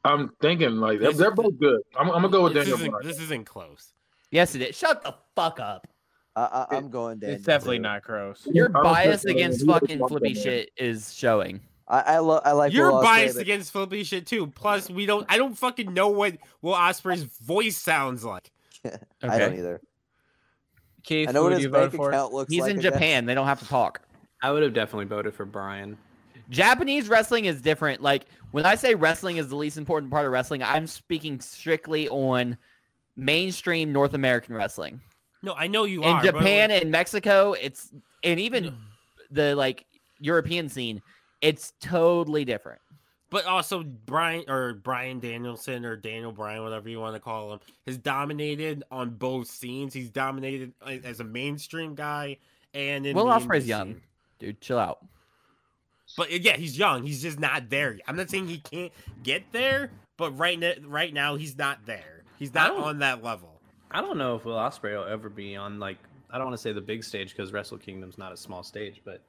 Speaker 6: I'm thinking like they're,
Speaker 3: This
Speaker 6: they're
Speaker 3: is-
Speaker 6: both good. I'm, I'm gonna
Speaker 5: Oh,
Speaker 6: go with
Speaker 3: This
Speaker 6: Daniel.
Speaker 3: isn't,
Speaker 6: Bryan.
Speaker 3: this isn't close.
Speaker 4: Yes, it is. Shut the fuck up.
Speaker 5: I, I, I'm going Daniel.
Speaker 2: It's definitely
Speaker 5: too.
Speaker 2: not gross.
Speaker 4: Your
Speaker 6: I don't
Speaker 4: bias
Speaker 6: think so.
Speaker 4: against
Speaker 6: You don't
Speaker 4: fucking
Speaker 6: fuck
Speaker 4: flippy
Speaker 6: that man.
Speaker 4: shit is showing.
Speaker 5: I I, lo- I like.
Speaker 3: You're
Speaker 5: Will Ospreay,
Speaker 3: biased
Speaker 5: but
Speaker 3: against Philippi shit too. Plus, we don't. I don't fucking know what Will Osprey's voice sounds like.
Speaker 5: I don't either.
Speaker 2: Keith,
Speaker 5: I know
Speaker 2: who
Speaker 5: what
Speaker 2: would
Speaker 5: his
Speaker 2: you
Speaker 5: bank
Speaker 2: vote for?
Speaker 5: account looks
Speaker 4: He's
Speaker 5: like.
Speaker 4: in
Speaker 5: again.
Speaker 4: Japan. They don't have to talk.
Speaker 1: I would have definitely voted for Brian.
Speaker 4: Japanese wrestling is different. Like when I say wrestling is the least important part of wrestling, I'm speaking strictly on mainstream North American wrestling.
Speaker 3: No, I know you
Speaker 4: In
Speaker 3: are. but-
Speaker 4: Japan and Mexico, it's and even the like European scene, it's totally different.
Speaker 3: but also Brian or Brian Danielson or Daniel Bryan, whatever you want to call him, has dominated on both scenes. He's dominated a- as a mainstream guy and in
Speaker 4: Will
Speaker 3: the
Speaker 4: Ospreay's
Speaker 3: indie
Speaker 4: young.
Speaker 3: scene.
Speaker 4: Dude, chill out.
Speaker 3: But yeah, he's young. He's just not there. yet. I'm not saying he can't get there, but right now, right now, he's not there. He's
Speaker 1: I
Speaker 3: not
Speaker 1: don't-
Speaker 3: on that level.
Speaker 1: I don't know if Will Ospreay will ever be on like I don't want to say the big stage because Wrestle Kingdom's not a small stage, but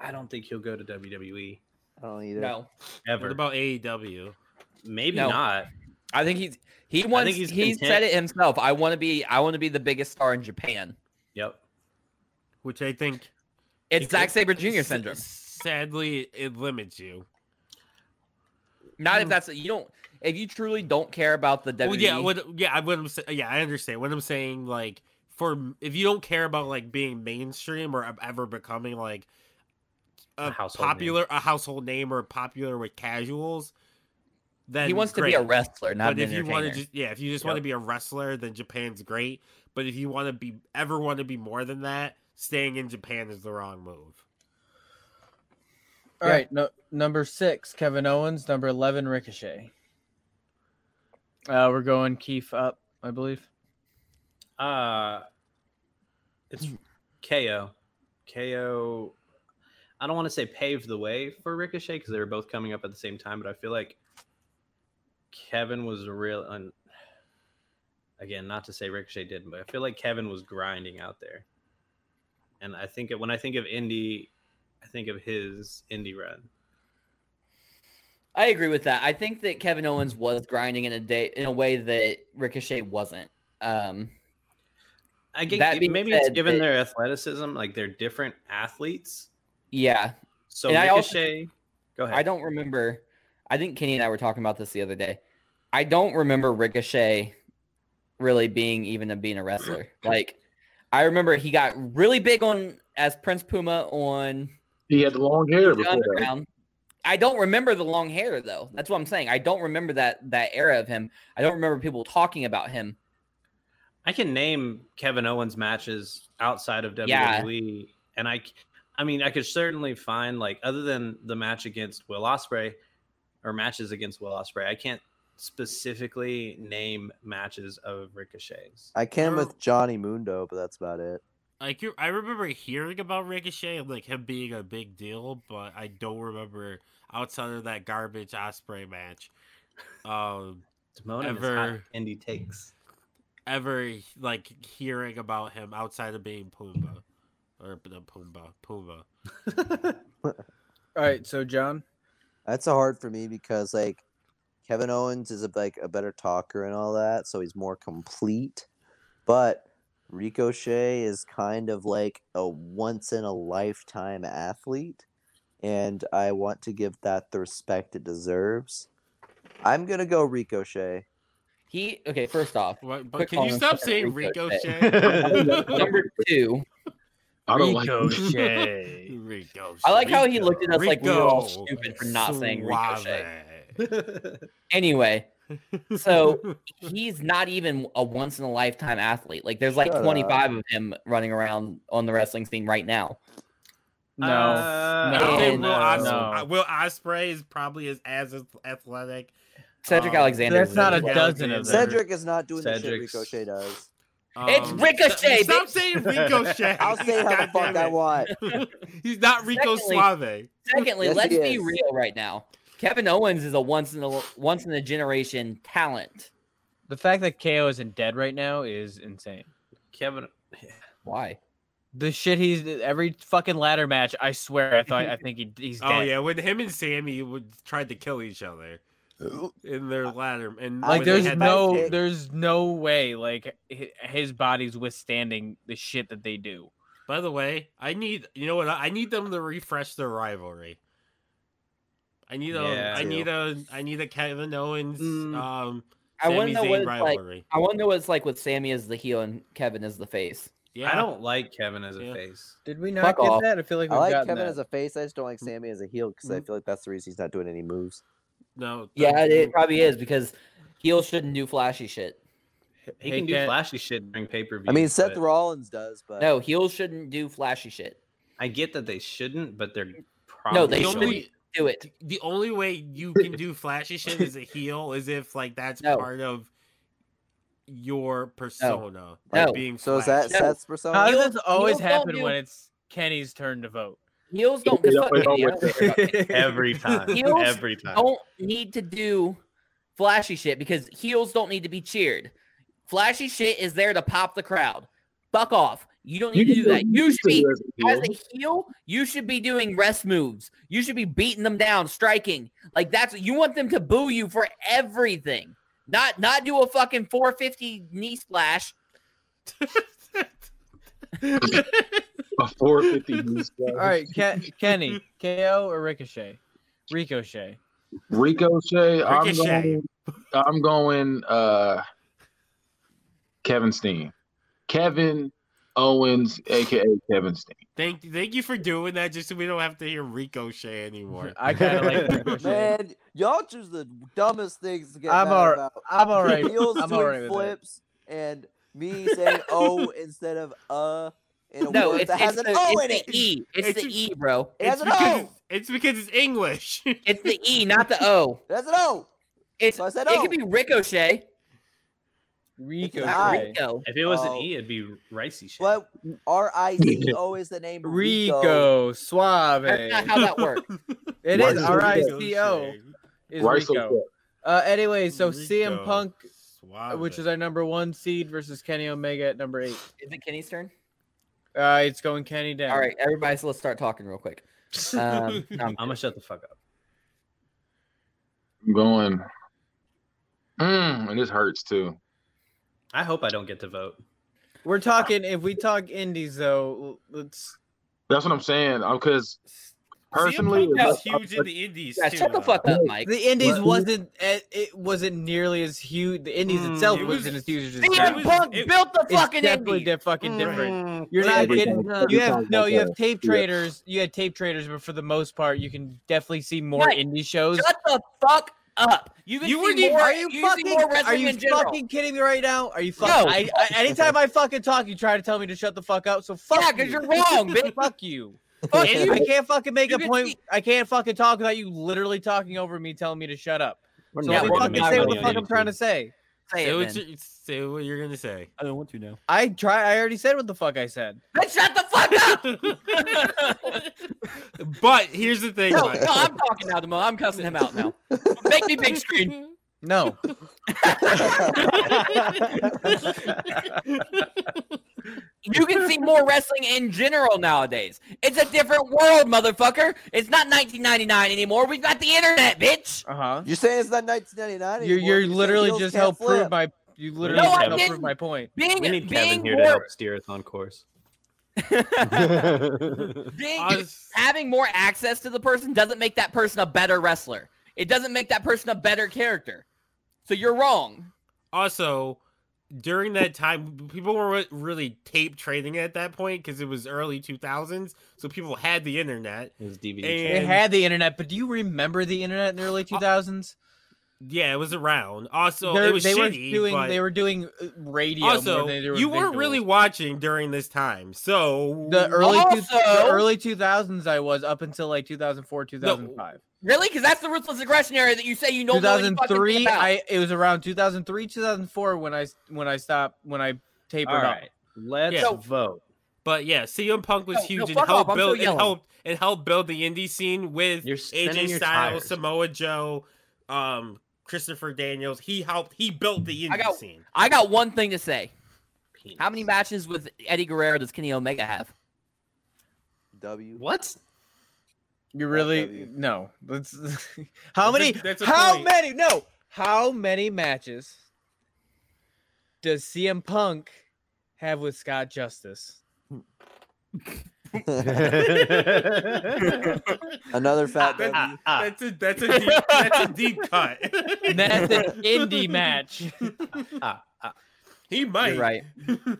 Speaker 1: I don't think he'll go to WWE.
Speaker 5: I don't either.
Speaker 4: No,
Speaker 3: What
Speaker 1: E ever.
Speaker 3: about E AEW?
Speaker 1: Maybe
Speaker 4: No.
Speaker 1: not.
Speaker 4: I think he's he wants.
Speaker 1: he's
Speaker 4: he
Speaker 1: content.
Speaker 4: said it himself. I want to be. I want to be the biggest star in Japan.
Speaker 1: Yep.
Speaker 3: Which I think
Speaker 4: It's Zack Saber Jr.
Speaker 3: s-
Speaker 4: syndrome.
Speaker 3: Sadly, it limits you.
Speaker 4: Not if that's you don't. If you truly don't care about the E WWE,
Speaker 3: Well, yeah, what, yeah, I what I'm sa- yeah, I understand what I'm saying. Like, for if you don't care about like being mainstream or um, ever becoming like a,
Speaker 1: A household name.
Speaker 3: popular, a household name or popular with casuals, then
Speaker 4: he wants to be
Speaker 3: great.
Speaker 4: a wrestler, not
Speaker 3: but
Speaker 4: an
Speaker 3: if you want
Speaker 4: entertainer.
Speaker 3: to just yeah, if you just want to
Speaker 1: Yep.
Speaker 3: be a wrestler, then Japan's great. But if you want to be ever want to be more than that, staying in Japan is the wrong move.
Speaker 2: All right, no, number six, Kevin Owens. Number eleven, Ricochet. Uh, we're going Keith up, I believe.
Speaker 1: Uh it's KO. KO I don't want to say paved the way for Ricochet because they were both coming up at the same time, but I feel like Kevin was a real and again, not to say Ricochet didn't, but I feel like Kevin was grinding out there. And I think when I think of indie, I think of his indie run.
Speaker 4: I agree with that. I think that Kevin Owens was grinding in a day in a way that Ricochet wasn't. Um,
Speaker 1: I get
Speaker 4: That being
Speaker 1: maybe it's
Speaker 4: said,
Speaker 1: given
Speaker 4: it-
Speaker 1: their athleticism, like they're different athletes.
Speaker 4: yeah,
Speaker 1: So
Speaker 4: And I also-
Speaker 1: Ricochet, go ahead.
Speaker 4: I don't remember. I think Kenny and I were talking about this the other day. I don't remember Ricochet really being even a, being a
Speaker 3: [CLEARS THROAT]
Speaker 4: wrestler. Like I remember he got really big on as Prince Puma on
Speaker 6: He had the long hair
Speaker 4: the
Speaker 6: before that.
Speaker 4: Underground. I don't remember the long hair though. That's what I'm saying. I don't remember that that era of him. I don't remember people talking about him.
Speaker 1: I can name Kevin Owens matches outside of WWE,
Speaker 4: Yeah.
Speaker 1: and I, c- I mean, I could certainly find like other than the match against Will Osprey, or matches against Will Osprey. I can't specifically name matches of Ricochet's.
Speaker 5: I can
Speaker 3: Or-
Speaker 5: with Johnny Mundo, but that's about it.
Speaker 3: Like you, I remember hearing about Ricochet and like him being a big deal, but I don't remember outside of that garbage Osprey match. Um,
Speaker 1: Demona and his
Speaker 3: Ever-
Speaker 1: hot indie takes.
Speaker 3: ever like hearing about him outside of being Pumbaa or the Pumbaa, Pumbaa.
Speaker 2: All right, so John.
Speaker 5: That's a hard for me because like Kevin Owens is a, like a better talker and all that, so he's more complete. But Ricochet is kind of like a once in a lifetime athlete, and I want to give that the respect it deserves. I'm gonna go Ricochet.
Speaker 4: He okay, first off,
Speaker 3: What, but
Speaker 4: Quick
Speaker 3: can you
Speaker 4: call
Speaker 3: stop
Speaker 4: instead of
Speaker 3: saying
Speaker 4: Ricochet. [LAUGHS]
Speaker 3: Ricochet?
Speaker 4: number 2.
Speaker 6: I don't like
Speaker 3: Ricochet. Ricochet.
Speaker 4: I like how he
Speaker 3: Rico.
Speaker 4: looked at us like we were all
Speaker 3: Rico.
Speaker 4: stupid for not saying Ricochet.
Speaker 3: Suave. [LAUGHS]
Speaker 4: Anyway, So- he's not even a once in a lifetime athlete. Like there's like
Speaker 5: Shut up.
Speaker 4: 25 of him running around on the wrestling scene right now.
Speaker 1: Uh,
Speaker 2: No,
Speaker 3: I
Speaker 2: no,
Speaker 3: don't think
Speaker 4: And,
Speaker 3: Will,
Speaker 2: no,
Speaker 3: Os-
Speaker 2: no.
Speaker 3: Will Ospreay is probably as, as athletic.
Speaker 4: Cedric
Speaker 3: Um,
Speaker 4: Alexander.
Speaker 2: that's
Speaker 4: is
Speaker 2: not
Speaker 4: in
Speaker 2: a
Speaker 4: it.
Speaker 2: dozen of them.
Speaker 5: Cedric is not doing the shit
Speaker 1: Cedric's-
Speaker 5: Ricochet does.
Speaker 4: It's
Speaker 3: Um,
Speaker 4: Ricochet,
Speaker 3: Stop, stop
Speaker 4: bitch.
Speaker 3: saying Ricochet.
Speaker 5: I'll say how the fuck I want.
Speaker 3: want. [LAUGHS] He's not Rico
Speaker 4: Secondly-
Speaker 3: Suave.
Speaker 4: Secondly,
Speaker 5: Yes,
Speaker 4: let's
Speaker 5: he
Speaker 4: be
Speaker 5: is.
Speaker 4: real right now. Kevin Owens is a once in a once in a generation talent.
Speaker 2: The fact that KO isn't dead right now is insane.
Speaker 1: [LAUGHS] Kevin,
Speaker 4: Why?
Speaker 2: The shit he's every fucking ladder match. I swear, I thought [LAUGHS] I think he, he's dead.
Speaker 3: Oh yeah, when him and Sammy would tried to kill each other in their ladder, and when
Speaker 5: Like,
Speaker 2: Like
Speaker 3: they
Speaker 2: there's
Speaker 3: had that
Speaker 2: no,
Speaker 3: kick.
Speaker 2: there's no way like hi- his body's withstanding the shit that they do.
Speaker 3: By the way, I need you know what? I need them to refresh their rivalry. I need a, I
Speaker 1: Yeah.
Speaker 3: need a, I need a Kevin Owens,
Speaker 1: Mm.
Speaker 3: um,
Speaker 4: I want
Speaker 3: Sami
Speaker 4: to know
Speaker 3: Zayn
Speaker 4: what it's like.
Speaker 3: rivalry.
Speaker 4: I want to know what it's like with Sammy as the heel and Kevin as the face.
Speaker 3: Yeah,
Speaker 1: I don't like Kevin as a
Speaker 3: Yeah.
Speaker 1: face.
Speaker 2: Did we
Speaker 4: Fuck off.
Speaker 2: that? I feel like
Speaker 5: I like Kevin as a face. I just don't like Sammy as a heel because I
Speaker 3: Mhm.
Speaker 5: feel like that's the reason he's not doing any moves.
Speaker 3: no.
Speaker 4: Yeah,
Speaker 3: don't-
Speaker 4: it, it probably is because heels shouldn't do flashy shit.
Speaker 1: He
Speaker 2: Hey,
Speaker 1: can do
Speaker 2: Kat-
Speaker 1: flashy shit during pay per view.
Speaker 5: I mean, Seth Rollins does, but
Speaker 4: No, heels shouldn't do flashy shit.
Speaker 1: I get that they shouldn't, but they're probably
Speaker 4: No, they
Speaker 3: The
Speaker 1: going
Speaker 4: shouldn't.
Speaker 3: only,
Speaker 4: Do it.
Speaker 3: the only way you can do flashy shit as a heel is if like that's
Speaker 4: No.
Speaker 3: part of your persona, like
Speaker 4: No.
Speaker 3: being
Speaker 5: So is
Speaker 3: flashy.
Speaker 5: that Seth's
Speaker 2: How
Speaker 5: persona?
Speaker 2: does this
Speaker 4: Heels-
Speaker 2: always
Speaker 4: heels don't
Speaker 2: happen when
Speaker 4: do-
Speaker 2: it's Kenny's turn to [LAUGHS] vote?
Speaker 4: Heels don't.
Speaker 6: They
Speaker 4: give
Speaker 6: don't-
Speaker 4: fuck
Speaker 6: they
Speaker 4: with
Speaker 6: don't
Speaker 4: me. I
Speaker 6: with
Speaker 4: don't care about
Speaker 1: [LAUGHS] [LAUGHS]
Speaker 2: [LAUGHS]
Speaker 4: that.
Speaker 1: every time.
Speaker 4: Heels
Speaker 1: every time.
Speaker 4: don't need to do flashy shit because heels don't need to be cheered. Flashy shit is there to pop the crowd. Fuck off. You don't need to
Speaker 6: can
Speaker 4: do that. You should be
Speaker 6: as a
Speaker 4: as
Speaker 6: heel.
Speaker 4: a heel, you should be doing rest moves. You should be beating them down, striking. Like that's you want them to boo you for everything. Not not do a fucking 450 knee splash.
Speaker 6: a
Speaker 4: [LAUGHS]
Speaker 6: 450 use guy.
Speaker 2: All right, Ke- [LAUGHS] Kenny, KO or Ricochet? Ricochet.
Speaker 6: Ricochet. I'm
Speaker 3: Ricochet.
Speaker 6: going. I'm going. Uh, Kevin Steen. Kevin Owens, aka Kevin Steen.
Speaker 3: Thank, thank you for doing that. Just so we don't have to hear
Speaker 2: [LAUGHS]
Speaker 3: ricochet anymore.
Speaker 2: I kind of
Speaker 5: [LAUGHS]
Speaker 2: like Ricochet.
Speaker 5: Man, y'all choose the dumbest things to get
Speaker 2: I'm
Speaker 5: mad
Speaker 2: all-
Speaker 5: about.
Speaker 2: I'm all right.
Speaker 5: Heels
Speaker 2: I'm
Speaker 5: doing
Speaker 2: all right with it.
Speaker 5: flips and me
Speaker 2: [LAUGHS]
Speaker 5: saying "oh" instead of "uh" in a
Speaker 4: No,
Speaker 5: word
Speaker 4: it's,
Speaker 5: that
Speaker 4: it's,
Speaker 5: has
Speaker 4: the,
Speaker 5: an "o" in
Speaker 4: it's
Speaker 5: it.
Speaker 4: the E. It's,
Speaker 3: It's
Speaker 4: the
Speaker 3: a-
Speaker 4: E, bro.
Speaker 5: It has
Speaker 3: it's
Speaker 5: an
Speaker 3: because
Speaker 5: "o."
Speaker 3: it's, it's because it's English. [LAUGHS]
Speaker 4: It's the E, not the O.
Speaker 5: It has an "o."
Speaker 4: It's
Speaker 5: So I said
Speaker 4: it
Speaker 5: "o."
Speaker 4: could be Ricochet.
Speaker 5: Aye.
Speaker 2: Ricochet.
Speaker 4: Rico.
Speaker 1: If it was an
Speaker 5: Oh.
Speaker 1: E, it'd be ricey shit.
Speaker 5: But R I C E O is the name Rico.
Speaker 2: Rico Suave.
Speaker 4: That's not how that works.
Speaker 2: It is
Speaker 6: Rico.
Speaker 2: R I C O. Is
Speaker 6: Rice
Speaker 2: Rico.
Speaker 6: O'Keefe.
Speaker 2: Uh, anyway, so CM
Speaker 3: Rico
Speaker 2: Punk, uh, which
Speaker 3: Suave.
Speaker 2: is our number one seed, versus Kenny Omega at number eight.
Speaker 4: Is it Kenny's turn?
Speaker 2: Uh, it's going Kenny down.
Speaker 4: All right, everybody, so let's start talking real [LAUGHS] quick. Um, no, I'm-
Speaker 1: I'm gonna shut the fuck up.
Speaker 6: I'm going. Mm, and this hurts too.
Speaker 1: I hope I don't get to vote.
Speaker 2: We're talking. If we talk indies, though, l- let's.
Speaker 6: That's what I'm saying. I'm because personally,
Speaker 3: CM Punk
Speaker 6: unless
Speaker 3: was
Speaker 6: I-
Speaker 3: huge in the Indies.
Speaker 4: yeah,
Speaker 3: too,
Speaker 4: shut the
Speaker 3: though.
Speaker 4: fuck up, Mike.
Speaker 2: The indies
Speaker 6: What?
Speaker 2: wasn't. a- It wasn't nearly as huge. The indies
Speaker 3: Mm,
Speaker 2: itself
Speaker 3: it was-
Speaker 2: wasn't as huge as.
Speaker 3: it
Speaker 2: that.
Speaker 4: CM
Speaker 3: was-
Speaker 4: Punk
Speaker 3: it-
Speaker 4: built the
Speaker 2: It's
Speaker 4: fucking
Speaker 2: definitely
Speaker 4: indie.
Speaker 2: di- fucking different.
Speaker 3: Mm.
Speaker 2: You're not
Speaker 6: Every
Speaker 2: getting.
Speaker 6: time-
Speaker 2: You
Speaker 6: every
Speaker 2: have
Speaker 6: time
Speaker 2: no.
Speaker 6: I
Speaker 2: You
Speaker 6: go.
Speaker 2: have tape
Speaker 6: Yeah.
Speaker 2: traders. You had tape traders, but for the most part, you can definitely see more
Speaker 4: Right.
Speaker 2: indie shows.
Speaker 4: Shut the fuck up. You can
Speaker 3: You
Speaker 4: see
Speaker 3: weren't even-
Speaker 4: more.
Speaker 2: Are you,
Speaker 4: can see
Speaker 2: fucking?
Speaker 4: more
Speaker 2: Are
Speaker 4: wrestling
Speaker 2: you
Speaker 4: in general.
Speaker 2: fucking kidding me right now? Are you
Speaker 4: No.
Speaker 2: fucking? I, I, anytime I fucking talk, you try to tell me to shut the fuck up. So fuck.
Speaker 4: Yeah, 'cause
Speaker 2: you.
Speaker 4: you're wrong,
Speaker 2: [LAUGHS]
Speaker 4: bitch.
Speaker 2: fuck you.
Speaker 4: Fuck
Speaker 2: And
Speaker 4: you.
Speaker 2: I can't fucking make
Speaker 4: You
Speaker 2: a
Speaker 4: can
Speaker 2: point.
Speaker 4: see-
Speaker 2: I can't fucking talk without you literally talking over me, telling me to shut up.
Speaker 1: We're
Speaker 2: So
Speaker 4: Yeah,
Speaker 2: let me
Speaker 4: we're
Speaker 2: fucking
Speaker 4: not
Speaker 2: say what
Speaker 4: really
Speaker 2: the fuck I'm trying to say.
Speaker 4: Say
Speaker 3: Say
Speaker 4: it,
Speaker 3: what,
Speaker 4: then.
Speaker 3: you, say what you're gonna
Speaker 4: [LAUGHS]
Speaker 3: say.
Speaker 7: I don't want to now.
Speaker 2: I try. I already said what the fuck I said.
Speaker 4: Then shut the fuck up. [LAUGHS]
Speaker 3: but here's the thing.
Speaker 4: no,
Speaker 3: Mike.
Speaker 4: no, I'm talking now, Demo. I'm cussing him [LAUGHS] out now. Make me big screen.
Speaker 2: No.
Speaker 5: [LAUGHS]
Speaker 4: You can see more wrestling in general nowadays. It's a different world, motherfucker. It's not 1999 anymore. We've got the internet, bitch.
Speaker 2: Uh huh.
Speaker 5: You're saying it's not 1999.
Speaker 2: You're
Speaker 5: anymore.
Speaker 2: you're
Speaker 5: You said
Speaker 2: literally
Speaker 5: heels
Speaker 2: just
Speaker 5: can't
Speaker 2: helped prove
Speaker 5: flip.
Speaker 2: my. You
Speaker 1: No,
Speaker 2: literally just
Speaker 1: I
Speaker 2: helped prove
Speaker 4: didn't.
Speaker 2: my point.
Speaker 4: Being,
Speaker 1: We need
Speaker 4: being
Speaker 1: Kevin here to
Speaker 4: more,
Speaker 1: help steer us on
Speaker 4: [LAUGHS]
Speaker 1: course.
Speaker 4: being,
Speaker 3: Honest-
Speaker 4: having more access to the person doesn't make that person a better wrestler. It doesn't make that person a better character. So you're wrong.
Speaker 3: also during that time people weren't really tape trading at that point because it was early 2000s so people had the internet
Speaker 1: His DVD.
Speaker 3: And-
Speaker 2: They had the internet, but do you remember the internet in the early 2000s?
Speaker 3: yeah it was around also
Speaker 2: They're-
Speaker 3: it was
Speaker 2: they were
Speaker 3: shitty
Speaker 2: doing.
Speaker 3: but
Speaker 2: They were doing uh, radio. more
Speaker 3: also
Speaker 2: than they were
Speaker 3: you weren't
Speaker 2: visuals.
Speaker 3: really watching during this time so
Speaker 2: the early two, the
Speaker 4: Also-
Speaker 2: early 2000s. I was up until like 2004, 2005.
Speaker 4: Really? Because that's the ruthless aggression area that you say you don't know any fucking thing
Speaker 2: 2003
Speaker 4: about.
Speaker 2: i it was around 2003 2004 when i when i stopped when i tapered
Speaker 1: All
Speaker 2: up
Speaker 1: right, let's
Speaker 3: Yeah.
Speaker 1: vote.
Speaker 3: but yeah CM Punk was
Speaker 4: No, no,
Speaker 3: huge and
Speaker 4: fuck off,
Speaker 3: helped
Speaker 4: I'm still
Speaker 3: build and
Speaker 4: yelling.
Speaker 3: helped and helped build the indie scene with
Speaker 1: You're spinning
Speaker 3: AJ
Speaker 1: your
Speaker 3: Styles
Speaker 1: tires.
Speaker 3: Samoa Joe um Christopher Daniels he helped he built the
Speaker 4: I
Speaker 3: indie
Speaker 4: got- [LAUGHS]
Speaker 2: [LAUGHS]
Speaker 3: scene
Speaker 4: I got one thing to say. How many matches with Eddie Guerrero does Kenny Omega have?
Speaker 5: W.
Speaker 1: What?
Speaker 2: you really
Speaker 5: W.
Speaker 2: no that's [LAUGHS] how many
Speaker 3: That's a- that's a
Speaker 2: how
Speaker 3: point.
Speaker 2: many no how many matches does cm punk have with scott justice
Speaker 5: [LAUGHS] Another
Speaker 1: Ah,
Speaker 4: [LAUGHS]
Speaker 5: fat
Speaker 3: That-
Speaker 5: W.
Speaker 3: that's a that's a deep, that's a
Speaker 1: [LAUGHS]
Speaker 3: deep cut
Speaker 2: and that's
Speaker 3: [LAUGHS]
Speaker 2: an indie match
Speaker 3: he might
Speaker 4: You're right.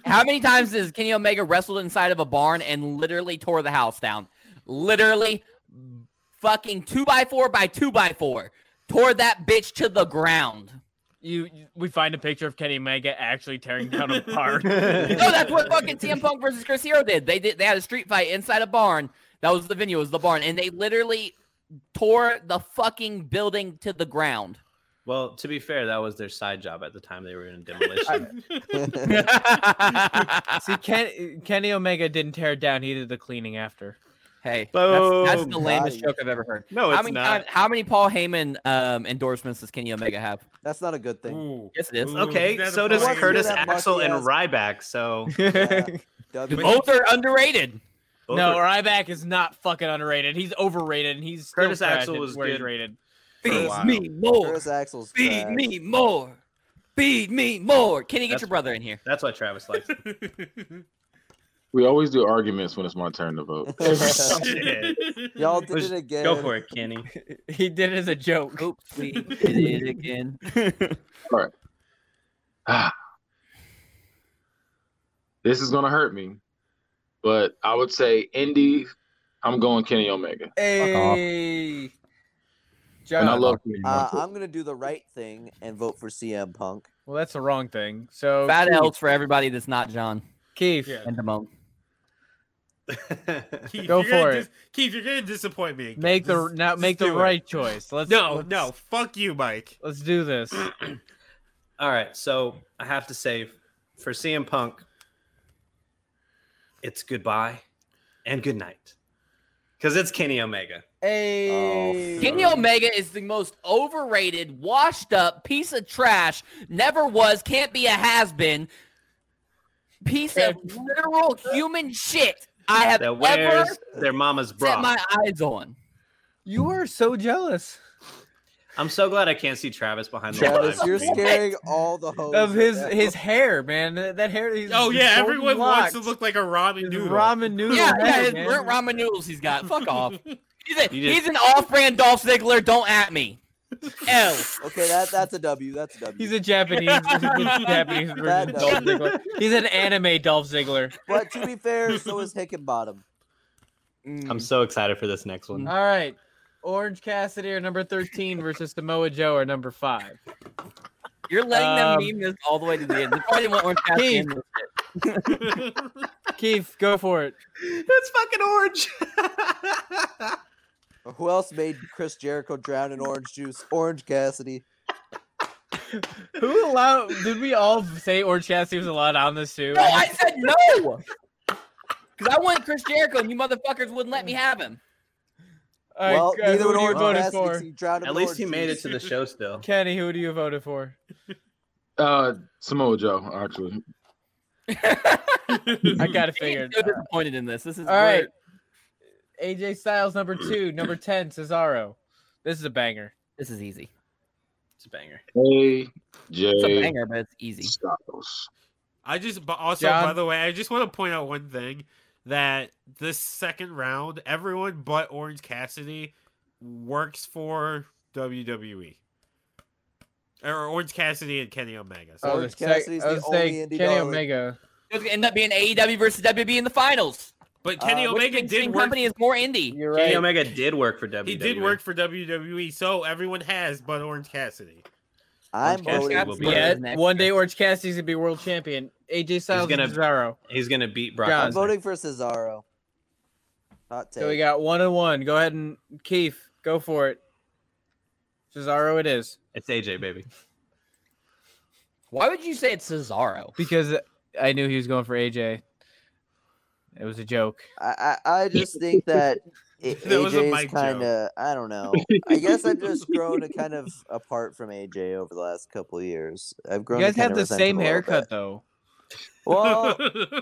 Speaker 4: How many times has Kenny Omega wrestled inside of a barn and literally tore the house down? Literally fucking two by four by two by four. Tore that bitch to the ground.
Speaker 2: you you- we find a picture of kenny omega actually tearing down a [LAUGHS] bar
Speaker 4: No, that's what fucking CM Punk versus Chris Hero did. They did they had a street fight inside a barn. That was the venue, it was the barn, and they literally tore the fucking building to the ground.
Speaker 1: Well, to be fair, that was their side job at the time they were in
Speaker 4: [LAUGHS]
Speaker 1: demolition.
Speaker 2: [LAUGHS] see Ken, kenny omega didn't tear it down he did the cleaning after
Speaker 4: Hey, that's, that's the
Speaker 1: Boom.
Speaker 4: lamest
Speaker 5: Got it.
Speaker 4: joke I've ever heard.
Speaker 1: No,
Speaker 4: how
Speaker 1: it's
Speaker 4: many
Speaker 1: not.
Speaker 4: time- how many Paul Heyman um, endorsements does Kenny Omega have?
Speaker 5: That's not a
Speaker 2: [LAUGHS]
Speaker 5: good thing.
Speaker 3: Ooh.
Speaker 4: Yes, it is.
Speaker 3: Ooh, he's
Speaker 1: Okay,
Speaker 3: not
Speaker 1: so
Speaker 3: a
Speaker 1: does
Speaker 5: Why do
Speaker 3: player.
Speaker 1: Curtis
Speaker 5: that
Speaker 1: Axel and
Speaker 5: monkey
Speaker 1: Ryback. So
Speaker 5: Yeah.
Speaker 3: But-
Speaker 5: Uh, W-
Speaker 4: Both are underrated.
Speaker 1: both
Speaker 2: no,
Speaker 1: are-
Speaker 2: Ryback is not fucking underrated. He's overrated, and he's still
Speaker 1: Curtis
Speaker 2: trash
Speaker 1: Axel
Speaker 2: at
Speaker 1: was
Speaker 2: where he's
Speaker 1: good.
Speaker 2: rated.
Speaker 1: For a
Speaker 4: Feed
Speaker 1: while.
Speaker 4: me more.
Speaker 5: Curtis Axel's
Speaker 4: Feed
Speaker 5: trash.
Speaker 4: Oh, me more. Feed me more. Kenny, get
Speaker 1: That's-
Speaker 4: your brother
Speaker 1: [LAUGHS]
Speaker 4: in here.
Speaker 1: that's why Travis likes. him.
Speaker 3: [LAUGHS]
Speaker 6: We always do arguments when it's my turn to vote.
Speaker 1: Shit.
Speaker 5: Y'all did
Speaker 1: Let's
Speaker 5: it again.
Speaker 1: Go for it, Kenny.
Speaker 2: He did it as a joke.
Speaker 1: [LAUGHS]
Speaker 4: Oops, we did it again.
Speaker 6: this is gonna hurt me, but I would say Indy. I'm going Kenny Omega,
Speaker 2: Hey,
Speaker 6: and I
Speaker 2: John.
Speaker 6: love Kenny.
Speaker 5: Uh, I'm gonna do the right thing and vote for CM Punk.
Speaker 2: well, that's the wrong thing. So
Speaker 4: Bad
Speaker 2: Keith,
Speaker 4: L's for everybody that's not John
Speaker 2: Keith.
Speaker 3: Yeah.
Speaker 4: and Damone.
Speaker 3: Keith,
Speaker 2: Go
Speaker 3: you're gonna
Speaker 2: for
Speaker 3: dis-
Speaker 2: it.
Speaker 3: Keith, you're gonna disappoint me. Again.
Speaker 2: Make the
Speaker 3: Just-
Speaker 2: now
Speaker 3: just
Speaker 2: make the
Speaker 3: do it.
Speaker 2: right choice. Let's
Speaker 3: No,
Speaker 2: let's-
Speaker 3: no, fuck you, Mike.
Speaker 2: Let's do this.
Speaker 3: [CLEARS THROAT]
Speaker 1: All right, so I have to say, for CM Punk, it's goodbye and good night, because it's Kenny Omega.
Speaker 2: Hey,
Speaker 3: Oh,
Speaker 4: Kenny Omega is the most overrated, washed up piece of trash. Never was, can't be a has been. Piece of literal human shit I have
Speaker 1: that
Speaker 4: ever
Speaker 1: wears their mama's
Speaker 4: set
Speaker 1: bra.
Speaker 4: my eyes on.
Speaker 2: you are so jealous
Speaker 1: I'm so glad I can't see Travis behind the
Speaker 5: Travis,
Speaker 1: live
Speaker 5: you're
Speaker 1: stream.
Speaker 5: scaring all the hoes.
Speaker 2: of
Speaker 5: right
Speaker 2: his
Speaker 5: now.
Speaker 2: his hair, man. That that hair. He's
Speaker 3: Oh yeah,
Speaker 2: golden
Speaker 3: everyone wants to
Speaker 2: locks.
Speaker 3: look like a ramen
Speaker 2: His
Speaker 3: noodle.
Speaker 2: ramen noodle.
Speaker 4: Yeah, yeah,
Speaker 2: hair,
Speaker 4: his
Speaker 2: man.
Speaker 4: burnt ramen noodles he's got. Fuck
Speaker 1: [LAUGHS]
Speaker 4: off. He's, a,
Speaker 1: You just-
Speaker 4: he's an off-brand Dolph Ziggler. Don't at me. L.
Speaker 5: [LAUGHS] Okay, that that's a W. That's a W.
Speaker 2: He's a Japanese,
Speaker 3: [LAUGHS]
Speaker 2: Japanese version of Dolph Ziggler. He's an anime Dolph Ziggler.
Speaker 5: but to be fair,
Speaker 2: [LAUGHS]
Speaker 5: so is Hickenbottom.
Speaker 1: I'm so excited for this next one.
Speaker 2: All right. Orange Cassidy or number 13 versus Samoa Joe or number 5.
Speaker 4: You're letting
Speaker 2: Um,
Speaker 4: them meme this all the way to the end. They probably didn't want Orange Cassidy in
Speaker 2: Keith.
Speaker 4: this.
Speaker 2: Keith, go for it.
Speaker 1: That's fucking orange.
Speaker 5: Who else made Chris Jericho drown in orange juice? Orange Cassidy.
Speaker 2: Who allowed did we all say Orange Cassidy was allowed on this too?
Speaker 4: No, I said no. Because I wanted Chris Jericho, and you motherfuckers wouldn't let me have him.
Speaker 2: All right,
Speaker 5: well,
Speaker 2: uh,
Speaker 5: neither
Speaker 2: who
Speaker 5: would
Speaker 2: do you
Speaker 5: Orange
Speaker 2: voted
Speaker 5: Cassidy. 'cause
Speaker 2: for?
Speaker 5: He drowned him
Speaker 1: At
Speaker 5: in
Speaker 1: least
Speaker 5: orange
Speaker 1: he made it
Speaker 5: juice.
Speaker 1: to the show still.
Speaker 2: Kenny, who do you voted
Speaker 1: [LAUGHS]
Speaker 2: for?
Speaker 6: Uh, Samoa Joe, actually.
Speaker 2: I got it
Speaker 1: [LAUGHS]
Speaker 4: I'm
Speaker 2: figured.
Speaker 4: so disappointed in this. This is
Speaker 2: All right.
Speaker 4: weird.
Speaker 2: AJ Styles number 2, number 10 Cesaro. This is a banger.
Speaker 4: This is easy.
Speaker 1: It's a banger.
Speaker 4: It's a
Speaker 6: AJ
Speaker 4: banger, but it's easy.
Speaker 6: Styles.
Speaker 3: I just, but also,
Speaker 2: John?
Speaker 3: by the way, I just want to point out one thing that this second round, everyone but Orange Cassidy works for WWE. Or Orange Cassidy and Kenny Omega. So
Speaker 5: Oh,
Speaker 2: the
Speaker 5: Orange
Speaker 2: sec-
Speaker 5: Cassidy's
Speaker 2: I
Speaker 5: the
Speaker 2: was
Speaker 5: only
Speaker 2: saying
Speaker 5: indie
Speaker 2: Kenny
Speaker 5: darling.
Speaker 2: Omega.
Speaker 4: It's going to end up being AEW versus WB in the finals.
Speaker 3: But Kenny
Speaker 5: Uh,
Speaker 4: Which
Speaker 3: Omega
Speaker 4: makes
Speaker 3: did
Speaker 4: Sting
Speaker 3: work.
Speaker 4: company is more indie.
Speaker 2: You're
Speaker 1: Kenny
Speaker 2: right.
Speaker 1: Omega did work for E. WWE.
Speaker 3: He
Speaker 5: E.
Speaker 3: did work for WWE, so everyone has but Orange Cassidy.
Speaker 5: I'm
Speaker 1: Orange Cassidy
Speaker 5: voting.
Speaker 1: will be-
Speaker 5: for-
Speaker 2: Yeah,
Speaker 4: Next.
Speaker 2: one day Orange Cassidy's gonna be world champion. AJ Styles
Speaker 1: gonna-
Speaker 2: and Cesaro.
Speaker 1: He's gonna beat Brock.
Speaker 2: John.
Speaker 5: I'm
Speaker 1: Lesnar.
Speaker 5: voting for Cesaro. Hot take.
Speaker 2: So we got one and one. Go ahead and Keith, go for it. Cesaro, it is
Speaker 1: It's AJ, baby.
Speaker 4: Why would you say it's Cesaro?
Speaker 2: because I knew he was going for AJ. It was a joke.
Speaker 5: I, I I just think that A-
Speaker 3: That was a
Speaker 5: AJ's
Speaker 3: mic
Speaker 5: kind of I don't know. I guess I've just grown to kind of apart from AJ over the last couple of years. I've
Speaker 2: You
Speaker 5: grown. to
Speaker 2: guys have
Speaker 5: kinda
Speaker 2: the
Speaker 5: resent
Speaker 2: same
Speaker 5: him a little
Speaker 2: haircut
Speaker 5: bit.
Speaker 2: though.
Speaker 5: Well,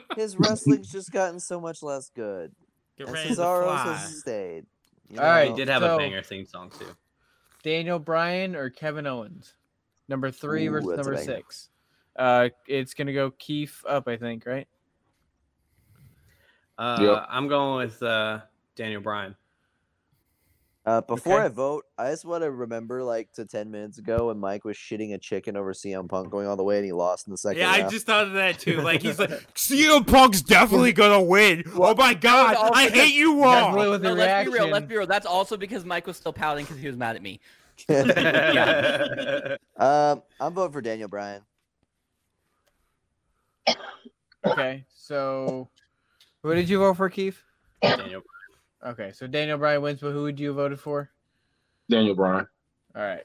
Speaker 5: [LAUGHS] his wrestling's just gotten so much less good,
Speaker 3: [LAUGHS] Get
Speaker 5: and
Speaker 3: ready to
Speaker 5: Cesaro's
Speaker 3: fly.
Speaker 5: has stayed. you
Speaker 2: All right,
Speaker 1: He
Speaker 5: know?
Speaker 1: did have
Speaker 2: So-
Speaker 1: a banger theme song too.
Speaker 2: Daniel Bryan or Kevin Owens, number three
Speaker 5: Ooh,
Speaker 2: versus
Speaker 5: that's a
Speaker 2: number
Speaker 5: banger.
Speaker 2: six. Uh, it's gonna go Keith up, I think, right?
Speaker 1: Uh,
Speaker 6: Yep.
Speaker 1: I'm going with uh, Daniel
Speaker 2: [LAUGHS]
Speaker 1: Bryan.
Speaker 5: Uh, before
Speaker 2: Okay.
Speaker 5: I vote, I just want to remember like to ten minutes ago when Mike was shitting a chicken over CM Punk going all the way and he lost in the second.
Speaker 3: Yeah, I
Speaker 5: round.
Speaker 3: just thought of that too. Like he's like,
Speaker 5: [LAUGHS]
Speaker 3: CM Punk's definitely gonna win. oh my god,
Speaker 4: also-
Speaker 5: [LAUGHS]
Speaker 3: I hate you
Speaker 2: That's
Speaker 3: all.
Speaker 2: really what the
Speaker 4: No, let's be real. Let's
Speaker 2: reaction-
Speaker 4: be real. That's also because Mike was still pouting because he was mad at me.
Speaker 5: [LAUGHS]
Speaker 1: [LAUGHS]
Speaker 5: um, I'm voting for Daniel Bryan.
Speaker 2: Okay, so who did you vote for, Keith?
Speaker 1: Daniel
Speaker 2: Okay, so Daniel Bryan wins, but who would you have voted for?
Speaker 6: Daniel Bryan.
Speaker 2: All right.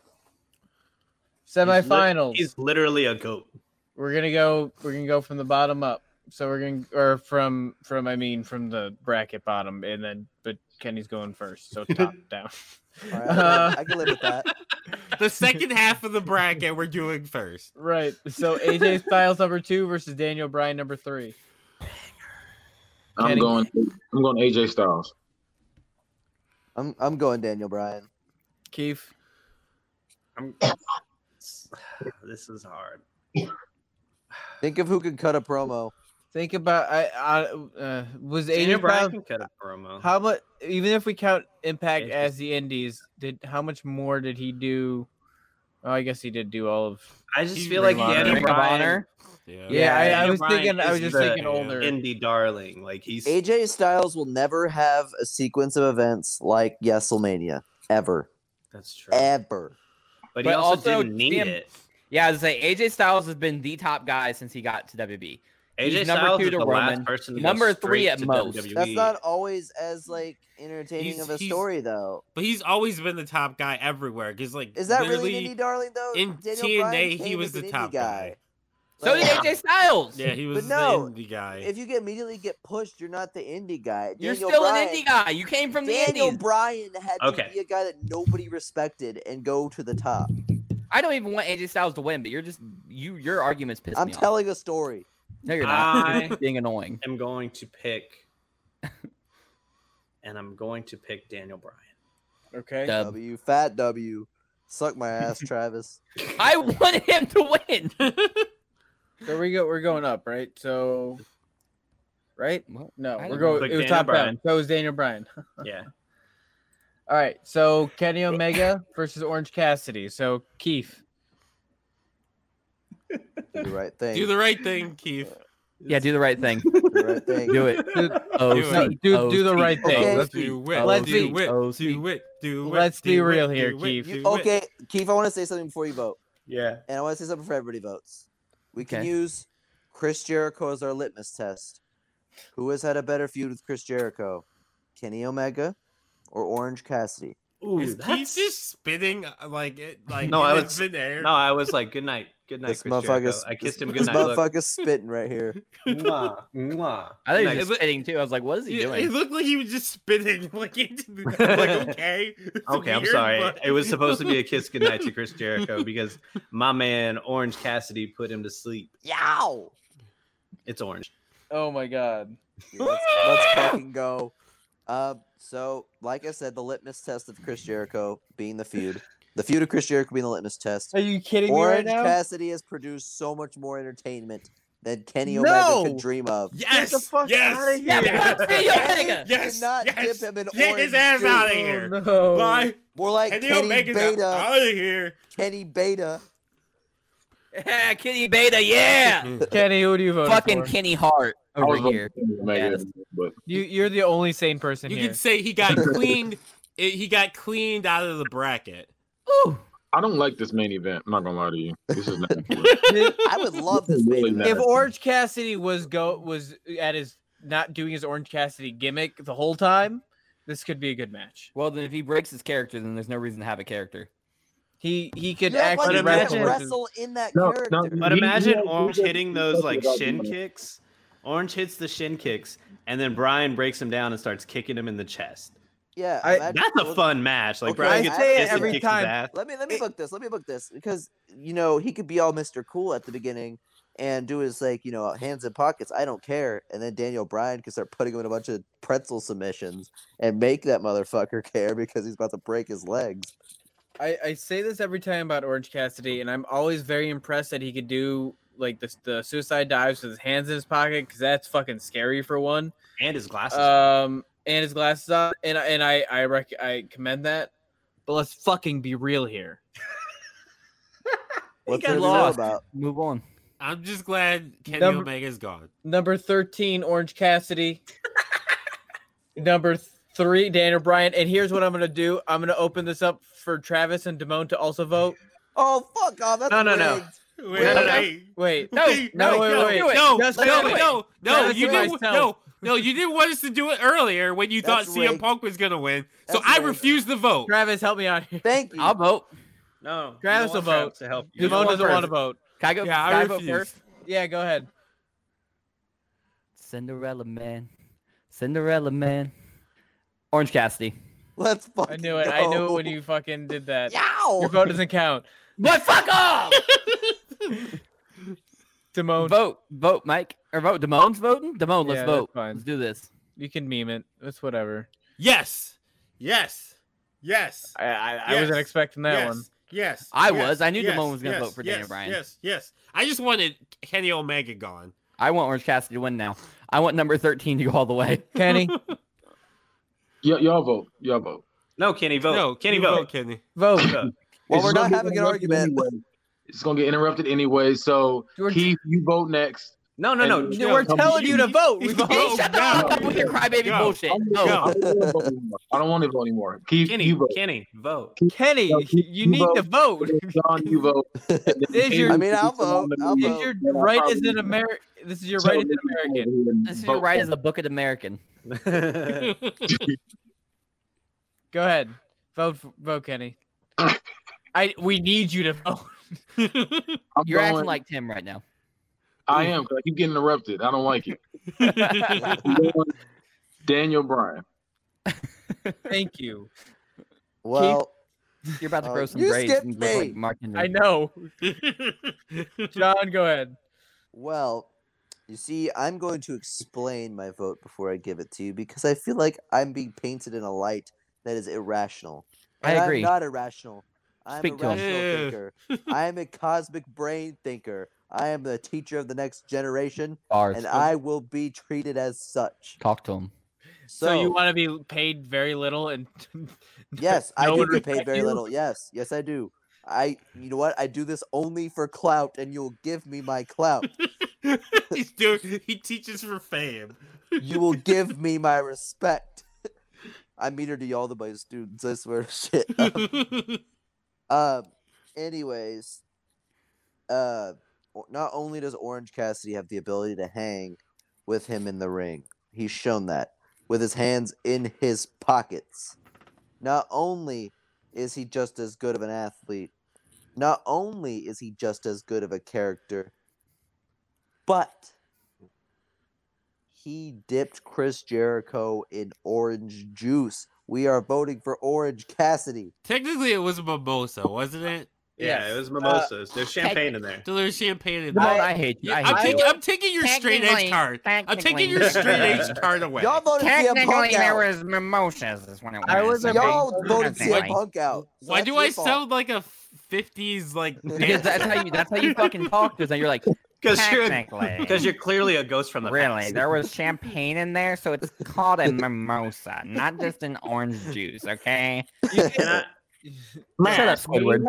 Speaker 1: He's lit-
Speaker 2: Semifinals.
Speaker 1: He's literally a goat.
Speaker 2: We're gonna go. We're gonna go from the bottom up. So we're going or from from I mean from the bracket bottom and then but Kenny's going first. So
Speaker 4: [LAUGHS]
Speaker 2: top down.
Speaker 5: All right,
Speaker 2: Uh,
Speaker 5: I can live with that.
Speaker 3: The second half of the bracket we're doing first.
Speaker 2: Right.
Speaker 1: [LAUGHS]
Speaker 2: So AJ Styles number 2 versus Daniel Bryan number 3.
Speaker 6: I'm
Speaker 2: Kenny?
Speaker 6: going. I'm going AJ Styles.
Speaker 5: I'm I'm going Daniel Bryan.
Speaker 2: Keith.
Speaker 1: I'm, [SIGHS] this is hard.
Speaker 5: Think of who could cut a promo.
Speaker 2: Think about I, I uh, was
Speaker 1: Daniel
Speaker 2: AJ
Speaker 1: Bryan
Speaker 2: Styles
Speaker 1: can cut a promo.
Speaker 2: how much even if we count Impact
Speaker 1: Interesting.
Speaker 2: as the Indies, did how much more did he do? Oh, I guess he did do all of
Speaker 1: I just
Speaker 3: He's
Speaker 1: feel like
Speaker 3: Ring of Honor.
Speaker 1: Daniel
Speaker 4: Ring of
Speaker 1: Bryan,
Speaker 4: Honor.
Speaker 3: Yeah.
Speaker 2: Yeah, I, I
Speaker 1: Daniel
Speaker 2: was
Speaker 1: Bryan
Speaker 2: thinking. I was
Speaker 1: is
Speaker 2: just
Speaker 1: the-
Speaker 2: thinking
Speaker 3: yeah.
Speaker 2: older.
Speaker 1: indie darling. Like he's
Speaker 5: AJ Styles will never have a sequence of events like Yeselmania ever,
Speaker 1: that's true,
Speaker 5: ever.
Speaker 1: but he
Speaker 4: But
Speaker 1: also,
Speaker 4: also,
Speaker 1: didn't need
Speaker 4: damn-
Speaker 1: it.
Speaker 4: Yeah, I was gonna say AJ Styles has been the top guy since he got to WB.
Speaker 1: AJ
Speaker 4: number
Speaker 1: Styles
Speaker 4: two
Speaker 1: is
Speaker 4: to
Speaker 1: the
Speaker 4: Roman,
Speaker 1: last person, to
Speaker 4: number
Speaker 1: go
Speaker 4: three
Speaker 1: straight
Speaker 4: at
Speaker 1: to E.
Speaker 4: most.
Speaker 1: WWE.
Speaker 5: That's not always as like entertaining
Speaker 3: He's-
Speaker 5: of a
Speaker 3: he's-
Speaker 5: story though.
Speaker 3: But he's always been the top guy everywhere. Because like
Speaker 5: Is that
Speaker 3: literally,
Speaker 5: really an indie darling though?
Speaker 3: in
Speaker 5: Daniel Bryan
Speaker 3: TNA, he
Speaker 5: came
Speaker 3: was
Speaker 5: as
Speaker 3: the
Speaker 5: an indie
Speaker 3: top guy.
Speaker 4: So did
Speaker 5: Like,
Speaker 4: AJ Styles.
Speaker 3: Yeah, he was
Speaker 5: no,
Speaker 3: the indie guy.
Speaker 5: If you get immediately get pushed, you're not the indie guy.
Speaker 4: You're
Speaker 5: Daniel
Speaker 4: still
Speaker 5: Bryan,
Speaker 4: an indie guy. You came from the
Speaker 5: Daniel
Speaker 4: indies.
Speaker 5: Bryan had
Speaker 1: Okay.
Speaker 5: to be a guy that nobody respected and go to the top.
Speaker 4: I don't even want AJ Styles to win, but you're just you. Your arguments piss
Speaker 5: I'm
Speaker 4: me off.
Speaker 5: telling a story.
Speaker 4: No, you're not.
Speaker 1: I-
Speaker 4: You're just
Speaker 2: [LAUGHS]
Speaker 4: being annoying.
Speaker 1: I'm going to pick, [LAUGHS] and I'm going to pick Daniel Bryan.
Speaker 2: Okay.
Speaker 4: Dub.
Speaker 5: W fat W, suck my ass, Travis.
Speaker 4: I wanted him to win.
Speaker 2: So we go. We're going up, right? So, right?
Speaker 4: What?
Speaker 2: No,
Speaker 4: I
Speaker 2: we're
Speaker 4: don't
Speaker 2: going.
Speaker 1: know. Click
Speaker 2: It was
Speaker 1: Daniel
Speaker 2: top
Speaker 1: Bryan.
Speaker 2: down. So it was Daniel Bryan.
Speaker 1: Yeah,
Speaker 2: All right. So
Speaker 1: [LAUGHS]
Speaker 2: Kenny Omega versus Orange Cassidy. So Keith.
Speaker 5: Do the right thing.
Speaker 3: Do the right thing, Keith.
Speaker 4: Yeah, do the right thing.
Speaker 5: Do the right thing.
Speaker 4: Do it.
Speaker 2: [LAUGHS] Do,
Speaker 4: Oh,
Speaker 3: Do it.
Speaker 2: no,
Speaker 4: see.
Speaker 2: do,
Speaker 4: Oh,
Speaker 2: do the
Speaker 4: see.
Speaker 2: right thing.
Speaker 5: Okay.
Speaker 3: Let's do it.
Speaker 2: Let's
Speaker 3: do
Speaker 2: be-
Speaker 3: it.
Speaker 4: oh,
Speaker 3: Do it. Do it.
Speaker 2: Let's be
Speaker 3: do it,
Speaker 2: real here,
Speaker 3: do it,
Speaker 2: Keith.
Speaker 3: do it.
Speaker 5: [LAUGHS] Okay, Keith, I want to say something before you vote,
Speaker 1: yeah.
Speaker 5: and I want to say something before everybody votes. We can
Speaker 4: Okay.
Speaker 5: use Chris Jericho as our litmus test. Who has had a better feud with Chris Jericho, Kenny Omega, or Orange Cassidy?
Speaker 1: [LAUGHS] Ooh,
Speaker 3: Is Keith
Speaker 1: that's-
Speaker 3: just spinning uh, like it like
Speaker 1: No,
Speaker 3: in
Speaker 1: I
Speaker 3: the
Speaker 1: was-
Speaker 3: thin air?
Speaker 1: [LAUGHS] No, I was like, good night, good night,
Speaker 5: This
Speaker 1: Chris Jericho.
Speaker 5: motherfucker's
Speaker 1: I kissed him
Speaker 5: this
Speaker 1: good night. Look,
Speaker 5: motherfucker's spitting right here.
Speaker 1: [LAUGHS] mwah, mwah.
Speaker 4: I
Speaker 1: Good
Speaker 4: think
Speaker 1: night.
Speaker 4: he was spitting too. I was like, what is he
Speaker 3: Yeah, it
Speaker 4: doing?
Speaker 3: looked like he was just spitting [LAUGHS] like into the, like okay. it's
Speaker 1: Okay, I'm
Speaker 3: weird,
Speaker 1: sorry.
Speaker 3: but-
Speaker 1: It was supposed to [LAUGHS] be a kiss goodnight to Chris Jericho because my man Orange Cassidy put him to sleep.
Speaker 5: [LAUGHS]
Speaker 4: [LAUGHS]
Speaker 5: Yow!
Speaker 1: It's orange.
Speaker 2: Oh my God.
Speaker 5: Dude, let's, let's fucking go. Uh, so, like I said, the litmus test of Chris Jericho being the feud, the feud of Chris Jericho being the litmus test.
Speaker 2: Are you kidding
Speaker 5: Orange
Speaker 2: me right now?
Speaker 5: Cassidy has produced so much more entertainment than Kenny Omega
Speaker 2: No!
Speaker 5: could dream of.
Speaker 3: [LAUGHS]
Speaker 2: Get
Speaker 3: Yes.
Speaker 2: the fuck
Speaker 3: yes.
Speaker 2: outta here.
Speaker 4: Yeah,
Speaker 3: Yes.
Speaker 4: [LAUGHS] but see, Omega.
Speaker 3: Yes.
Speaker 5: Did not
Speaker 3: yes.
Speaker 5: give him an
Speaker 3: Get his
Speaker 5: orange
Speaker 3: ass
Speaker 5: juice.
Speaker 3: out of
Speaker 5: Oh,
Speaker 3: here.
Speaker 2: no.
Speaker 3: Bye.
Speaker 5: More like
Speaker 3: Kenny
Speaker 5: Kenny
Speaker 3: Omega's
Speaker 5: Beta.
Speaker 3: out of here.
Speaker 5: Kenny Beta.
Speaker 4: Yeah, Kenny Beta,
Speaker 2: Mm,
Speaker 4: yeah.
Speaker 2: Kenny, who do you vote
Speaker 4: Fucking
Speaker 2: for?
Speaker 4: Kenny Hart
Speaker 6: I was
Speaker 4: over
Speaker 6: voting
Speaker 4: here.
Speaker 6: for Kenny Omega,
Speaker 4: Yes.
Speaker 6: but
Speaker 2: You, you're the only sane person
Speaker 3: You
Speaker 2: here.
Speaker 3: could say
Speaker 2: [LAUGHS]
Speaker 3: he got cleaned. it, he got cleaned out of the bracket.
Speaker 4: Ooh.
Speaker 6: I don't like this main event. I'm not gonna lie to you. This is not.
Speaker 2: [LAUGHS]
Speaker 5: I would love this
Speaker 6: Really
Speaker 5: baby.
Speaker 6: nice.
Speaker 2: if Orange Cassidy was go was at his not doing his Orange Cassidy gimmick the whole time, this could be a good match.
Speaker 4: Well, then if he breaks his character, then there's no reason to have a character.
Speaker 2: He he could
Speaker 5: You act like
Speaker 2: actually
Speaker 5: you can't
Speaker 2: wrestle.
Speaker 1: imagine-
Speaker 2: with his-
Speaker 5: wrestle in that
Speaker 6: No,
Speaker 5: character.
Speaker 6: no,
Speaker 1: But
Speaker 6: He-
Speaker 1: imagine
Speaker 6: he- he
Speaker 1: Orange
Speaker 6: does-
Speaker 1: hitting
Speaker 6: he
Speaker 1: those
Speaker 6: does
Speaker 1: like
Speaker 6: without
Speaker 1: shin
Speaker 6: doing it.
Speaker 1: kicks. Orange hits the shin kicks, and then Brian breaks him down and starts kicking him in the chest.
Speaker 5: yeah,
Speaker 2: I-
Speaker 5: imagine-
Speaker 1: That's a
Speaker 5: well,
Speaker 1: fun match. Like
Speaker 5: Okay,
Speaker 1: Brian
Speaker 5: I
Speaker 1: gets
Speaker 5: say it
Speaker 1: pissed and
Speaker 5: every
Speaker 1: kicks
Speaker 2: time.
Speaker 1: his ass.
Speaker 5: Let me let me
Speaker 2: It-
Speaker 5: book this. Let me book this because you know he could be all Mr. Cool at the beginning and do his like you know hands in pockets. I don't care. And then Daniel Bryan could start putting him in a bunch of pretzel submissions and make that motherfucker [LAUGHS] care because he's about to break his legs.
Speaker 2: I, I say this every time about Orange Cassidy, and I'm always very impressed that he could do like the, the suicide dives with his hands in his pocket because that's fucking scary for one.
Speaker 1: And his glasses.
Speaker 2: Um, and his glasses on, and I- and I I rec- I commend that. But let's fucking be real here.
Speaker 5: What's
Speaker 4: got
Speaker 5: there to know
Speaker 4: lost.
Speaker 5: about?
Speaker 4: Move on.
Speaker 3: I'm just glad Kenny
Speaker 2: Number-
Speaker 3: Omega's gone.
Speaker 2: Number thirteen, Orange Cassidy. Number three, Daniel Bryan. And here's what I'm gonna do. I'm gonna open this up for Travis and Damone to also vote.
Speaker 5: Oh fuck off! That's
Speaker 1: No, no, no.
Speaker 5: rigged.
Speaker 3: Wait,
Speaker 1: no, no.
Speaker 2: Wait,
Speaker 4: No,
Speaker 3: Wait,
Speaker 4: no,
Speaker 2: no, wait,
Speaker 4: no,
Speaker 2: wait.
Speaker 4: do
Speaker 3: [LAUGHS]
Speaker 4: it.
Speaker 3: No,
Speaker 2: Just
Speaker 3: no,
Speaker 4: do it.
Speaker 3: no, no,
Speaker 2: Just
Speaker 3: you
Speaker 2: do
Speaker 3: didn't,
Speaker 2: it.
Speaker 3: no, no, you didn't want us to do it earlier when you thought
Speaker 5: That's
Speaker 3: CM
Speaker 5: rigged.
Speaker 3: Punk was gonna win. So
Speaker 5: That's
Speaker 3: I
Speaker 5: rigged.
Speaker 3: refuse to vote.
Speaker 2: Travis, help me out here.
Speaker 5: Thank you.
Speaker 4: I'll vote.
Speaker 1: no, you
Speaker 2: Travis
Speaker 1: don't want
Speaker 2: will vote.
Speaker 1: Travis to help you.
Speaker 2: Damone doesn't want to
Speaker 1: to
Speaker 2: vote.
Speaker 4: Can I go?
Speaker 3: Yeah,
Speaker 4: can
Speaker 3: I
Speaker 4: I vote
Speaker 3: refuse.
Speaker 4: first?
Speaker 2: Yeah, go ahead.
Speaker 4: Cinderella man. Cinderella man. Orange Cassidy.
Speaker 5: Let's fucking
Speaker 2: I knew it. I knew
Speaker 5: [LAUGHS]
Speaker 2: it when
Speaker 5: go.
Speaker 2: you fucking did that. Your
Speaker 5: Yow!
Speaker 2: vote doesn't count.
Speaker 4: But fuck off!
Speaker 2: Simone,
Speaker 4: [LAUGHS] vote. Vote, Mike. Or vote. Damone's voting? Damone,
Speaker 2: Yeah,
Speaker 4: let's
Speaker 2: that's
Speaker 4: vote.
Speaker 2: fine.
Speaker 4: Let's do this.
Speaker 2: you can meme it. It's whatever.
Speaker 3: Yes. Yes. Yes.
Speaker 2: I I, I wasn't
Speaker 3: Yes.
Speaker 2: expecting that
Speaker 3: yes.
Speaker 2: one.
Speaker 3: Yes.
Speaker 4: I
Speaker 3: yes,
Speaker 4: was. I knew
Speaker 3: yes,
Speaker 4: Damone was gonna
Speaker 3: yes,
Speaker 4: vote for Daniel
Speaker 3: yes,
Speaker 4: Bryan.
Speaker 3: Yes. Yes. I just wanted Kenny Omega gone.
Speaker 4: I want Orange Cassidy to win now. I want number 13 to go all the way. [LAUGHS]
Speaker 2: Kenny,
Speaker 6: Y- y'all vote. Y'all vote.
Speaker 1: No, Kenny vote.
Speaker 3: no,
Speaker 1: Kenny
Speaker 3: you
Speaker 1: vote.
Speaker 3: Kenny.
Speaker 2: vote.
Speaker 1: Vote.
Speaker 5: Well,
Speaker 6: It's
Speaker 5: we're not
Speaker 6: gonna be
Speaker 5: having an
Speaker 6: interrupted
Speaker 5: argument.
Speaker 6: anyway. It's gonna get interrupted anyway. So
Speaker 2: George-
Speaker 6: Keith, you vote next.
Speaker 1: No, no, no.
Speaker 6: And-
Speaker 1: Joe,
Speaker 2: We're
Speaker 6: come
Speaker 2: telling
Speaker 6: on.
Speaker 2: you to vote. We
Speaker 3: Hey,
Speaker 2: vote.
Speaker 4: Hey, shut the
Speaker 3: no.
Speaker 4: fuck up with your crybaby
Speaker 3: Yo.
Speaker 4: bullshit. No.
Speaker 3: Yo.
Speaker 6: I don't wanna vote anymore. I don't want to vote anymore. Keith,
Speaker 1: Kenny,
Speaker 6: you vote.
Speaker 1: Kenny, [LAUGHS] vote.
Speaker 2: Kenny,
Speaker 6: No, you-
Speaker 2: you
Speaker 6: you
Speaker 2: need to
Speaker 6: vote.
Speaker 2: vote.
Speaker 6: John,
Speaker 5: [LAUGHS]
Speaker 6: you vote. And then
Speaker 2: There's
Speaker 6: Keith,
Speaker 2: your-
Speaker 5: I mean, I'll
Speaker 6: come
Speaker 5: vote.
Speaker 6: on and
Speaker 5: I'll
Speaker 6: vote.
Speaker 5: vote.
Speaker 2: Is your
Speaker 6: Yeah, I'll
Speaker 2: right as
Speaker 6: probably
Speaker 2: an
Speaker 6: vote.
Speaker 2: American? This is your
Speaker 6: So
Speaker 2: right as an
Speaker 6: you can come
Speaker 2: American.
Speaker 6: over here and
Speaker 4: This is
Speaker 6: vote.
Speaker 4: right as the Book of the American.
Speaker 2: Go ahead, vote, for, vote, Kenny. I we need you to [LAUGHS] vote.
Speaker 6: I'm
Speaker 4: You're acting
Speaker 6: going-
Speaker 4: like Tim right now.
Speaker 6: I am. 'cause I keep getting interrupted. I don't like
Speaker 2: [LAUGHS]
Speaker 6: it. I'm going Daniel Bryan.
Speaker 2: Thank you.
Speaker 5: Well,
Speaker 4: You're about to
Speaker 5: Oh,
Speaker 4: grow some
Speaker 5: you
Speaker 4: braids.
Speaker 5: skipped
Speaker 4: and look like
Speaker 5: me.
Speaker 4: Mark Henry.
Speaker 8: [LAUGHS]
Speaker 2: I know, John. Go ahead.
Speaker 5: well, you see, I'm going to explain my vote before I give it to you because I feel like I'm being painted in a light that is irrational.
Speaker 4: I
Speaker 5: And
Speaker 4: agree.
Speaker 5: I'm not irrational. I'm
Speaker 4: Speak
Speaker 5: a
Speaker 4: to 'em.
Speaker 5: rational
Speaker 3: Yeah.
Speaker 5: thinker. I am a cosmic brain thinker. I am the teacher of the next generation,
Speaker 4: Bars.
Speaker 5: and I will be treated as such.
Speaker 4: Talk to him.
Speaker 5: So,
Speaker 2: So, you want to be paid very little and [LAUGHS]
Speaker 5: Yes, I
Speaker 2: no
Speaker 5: do
Speaker 2: one
Speaker 5: get paid
Speaker 2: respect
Speaker 5: very
Speaker 2: you?
Speaker 5: little. Yes, yes, I do. I, you know what? I do this only for clout, and you'll give me my clout.
Speaker 3: He's doing, he teaches for fame.
Speaker 5: you [LAUGHS] will give me my respect. [LAUGHS] I'm meaner to y'all than my students. I swear to shit. Um, um, anyways, uh, o- not only does Orange Cassidy have the ability to hang with him in the ring, he's shown that with his hands in his pockets. Not only is he just as good of an athlete, not only is he just as good of a character, but he dipped Chris Jericho in orange juice. We are voting for Orange Cassidy.
Speaker 8: Technically, it was a mimosa, wasn't it?
Speaker 1: Yeah, it was mimosas. There's champagne in there.
Speaker 8: There was champagne in
Speaker 4: Come on,
Speaker 8: there.
Speaker 4: I hate you.
Speaker 8: Yeah,
Speaker 4: I
Speaker 8: I'm,
Speaker 4: hate you.
Speaker 8: taking, I'm taking your straight edge
Speaker 9: Technically-
Speaker 8: card. I'm taking your
Speaker 9: technically-
Speaker 1: [LAUGHS]
Speaker 8: straight edge card away.
Speaker 5: Y'all voted CM Punk
Speaker 9: Technically, there
Speaker 5: out.
Speaker 9: was mimosas. Is what it was.
Speaker 2: I was a
Speaker 5: Y'all
Speaker 2: Punk.
Speaker 5: voted
Speaker 9: Okay.
Speaker 5: CM Punk out. so
Speaker 8: Why
Speaker 5: that's
Speaker 8: do
Speaker 5: your
Speaker 8: I
Speaker 5: fault.
Speaker 8: sound like a 50s
Speaker 5: [LAUGHS]
Speaker 8: like
Speaker 4: Because that's how you. That's how you fucking talk. Because then you're like,
Speaker 1: Because you're
Speaker 9: Technically,
Speaker 1: because you're clearly a ghost from the
Speaker 9: really
Speaker 1: past.
Speaker 9: there
Speaker 1: [LAUGHS]
Speaker 9: was champagne in there, so it's called a mimosa, not just an orange juice. Okay.
Speaker 1: And I,
Speaker 4: shut up, Squidward.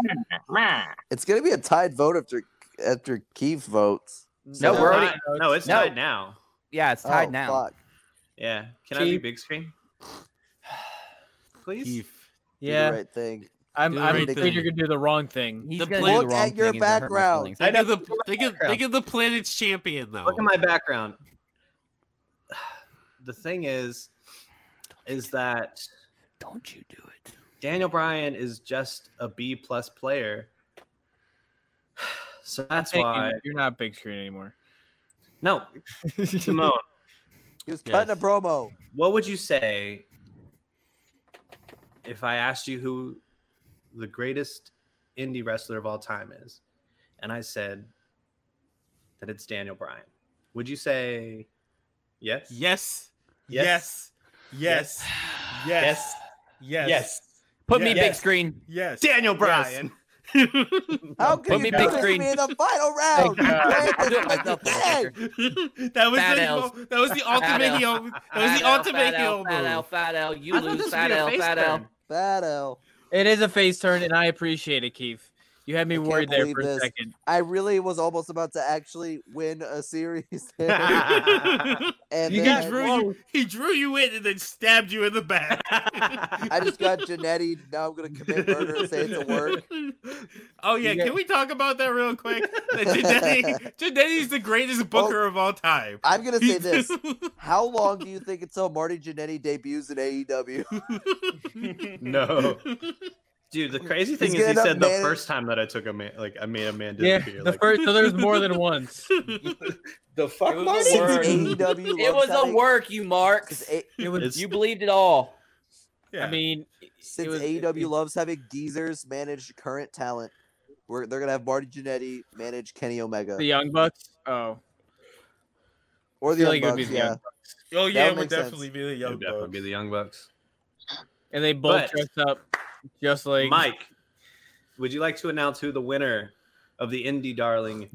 Speaker 5: It's gonna be a tied vote after after Keith votes.
Speaker 4: [LAUGHS] No,
Speaker 1: no,
Speaker 4: we're
Speaker 1: it's
Speaker 4: already-
Speaker 1: not- no, it's
Speaker 4: No.
Speaker 1: tied now.
Speaker 4: Yeah, it's tied
Speaker 5: Oh,
Speaker 4: now.
Speaker 5: fuck.
Speaker 1: Yeah. Can I be
Speaker 2: Keith.
Speaker 1: big screen? Please.
Speaker 8: Keith.
Speaker 5: Do
Speaker 2: Yeah,
Speaker 5: the right thing.
Speaker 2: I'm.
Speaker 8: Do the
Speaker 2: I'm
Speaker 8: right
Speaker 2: afraid you're
Speaker 8: thing.
Speaker 2: gonna do the wrong thing.
Speaker 4: He's
Speaker 8: The
Speaker 4: gonna do
Speaker 8: plan-
Speaker 4: the
Speaker 5: Look
Speaker 4: wrong
Speaker 5: at your
Speaker 4: thing and hurt my
Speaker 5: background.
Speaker 4: feelings.
Speaker 8: Think of the think of, think of the planet's champion though.
Speaker 1: Look at my background. The thing is, is that
Speaker 4: Don't you do it.
Speaker 1: Daniel Bryan is just a B plus player. [SIGHS] So that's
Speaker 2: Hey,
Speaker 1: why.
Speaker 2: You're not big screen anymore.
Speaker 4: [LAUGHS]
Speaker 1: No, Simone,
Speaker 5: He was cutting a promo.
Speaker 1: what would you say if I asked you who the greatest indie wrestler of all time is? And I said that it's Daniel Bryan. Would you say yes?
Speaker 8: Yes.
Speaker 3: Yes. Yes. Yes. Yes. Yes. Yes.
Speaker 4: Put me
Speaker 3: Yes.
Speaker 4: big screen.
Speaker 1: Daniel Bryan.
Speaker 3: [LAUGHS]
Speaker 5: How can
Speaker 4: Put
Speaker 5: you
Speaker 4: me
Speaker 5: do
Speaker 4: big
Speaker 5: this to
Speaker 4: screen.
Speaker 5: me in the
Speaker 8: [LAUGHS]
Speaker 5: final
Speaker 2: Thank
Speaker 5: round? You
Speaker 2: God.
Speaker 5: played
Speaker 4: I'll do
Speaker 5: this
Speaker 4: it myself.
Speaker 5: fucking game.
Speaker 3: [LAUGHS] That was
Speaker 4: [LAUGHS] Fat
Speaker 3: the
Speaker 4: L's.
Speaker 3: mo- that was the ultimate
Speaker 4: L.
Speaker 3: heel. That was the ultimate heel
Speaker 4: Fat L,
Speaker 3: move.
Speaker 4: fat L, you
Speaker 1: I thought this would
Speaker 4: lose. Fat
Speaker 1: be a
Speaker 4: L,
Speaker 1: face
Speaker 4: fat L.
Speaker 1: turn.
Speaker 5: Battle.
Speaker 2: It is a face turn, and I appreciate it, Keith. You had me
Speaker 5: I can't
Speaker 2: worried there
Speaker 5: believe
Speaker 2: for a
Speaker 5: this.
Speaker 2: second.
Speaker 5: I really was almost about to actually win a series.
Speaker 8: [LAUGHS]
Speaker 5: there, [LAUGHS]
Speaker 1: I
Speaker 5: and
Speaker 2: You
Speaker 5: then
Speaker 2: got
Speaker 5: I-
Speaker 3: [LAUGHS] He drew you, he drew you in and then stabbed you in the back.
Speaker 5: [LAUGHS] I just got Janetti. Now I'm gonna commit murder and say it's a word.
Speaker 3: [LAUGHS] Oh yeah,
Speaker 2: You
Speaker 3: can we talk about that real
Speaker 5: [LAUGHS]
Speaker 3: quick? That Janetti, Janetti's the greatest booker of all time.
Speaker 5: I'm gonna
Speaker 3: [LAUGHS]
Speaker 5: say
Speaker 3: He's-
Speaker 5: this. How long do you E think until Marty Jannetty debuts in AEW?
Speaker 1: [LAUGHS] no. Dude, the crazy thing
Speaker 5: He's
Speaker 1: is, he
Speaker 5: getting up,
Speaker 1: said the
Speaker 5: man.
Speaker 1: first time that I took a man, like I made a man
Speaker 2: Yeah,
Speaker 1: disappear.
Speaker 2: the
Speaker 1: like,
Speaker 2: first. So there's more
Speaker 8: [LAUGHS]
Speaker 2: than once.
Speaker 1: the fuck,
Speaker 4: was
Speaker 1: Marty?
Speaker 4: the word. [LAUGHS]
Speaker 5: AEW
Speaker 4: It was a work, you marks.
Speaker 5: [LAUGHS] Since, a-
Speaker 2: It was.
Speaker 1: It's-
Speaker 4: You believed it all.
Speaker 2: I mean, it
Speaker 5: since
Speaker 2: was-
Speaker 5: AEW loves having geezers manage current talent, we're, they're gonna have Marty Jannetty manage Kenny Omega
Speaker 2: the Young Bucks. Oh,
Speaker 5: or the
Speaker 2: feel
Speaker 5: Young
Speaker 2: like it would be
Speaker 5: Bucks,
Speaker 2: the
Speaker 5: yeah.
Speaker 2: Young
Speaker 3: Oh yeah, it
Speaker 5: would
Speaker 3: would
Speaker 5: make sense.
Speaker 3: definitely be the
Speaker 1: It
Speaker 3: young
Speaker 1: would definitely
Speaker 3: buck.
Speaker 1: be the Young Bucks.
Speaker 2: and they both
Speaker 1: But-
Speaker 2: dress up just like
Speaker 1: Mike, would you like to announce who the winner of the Indie Darling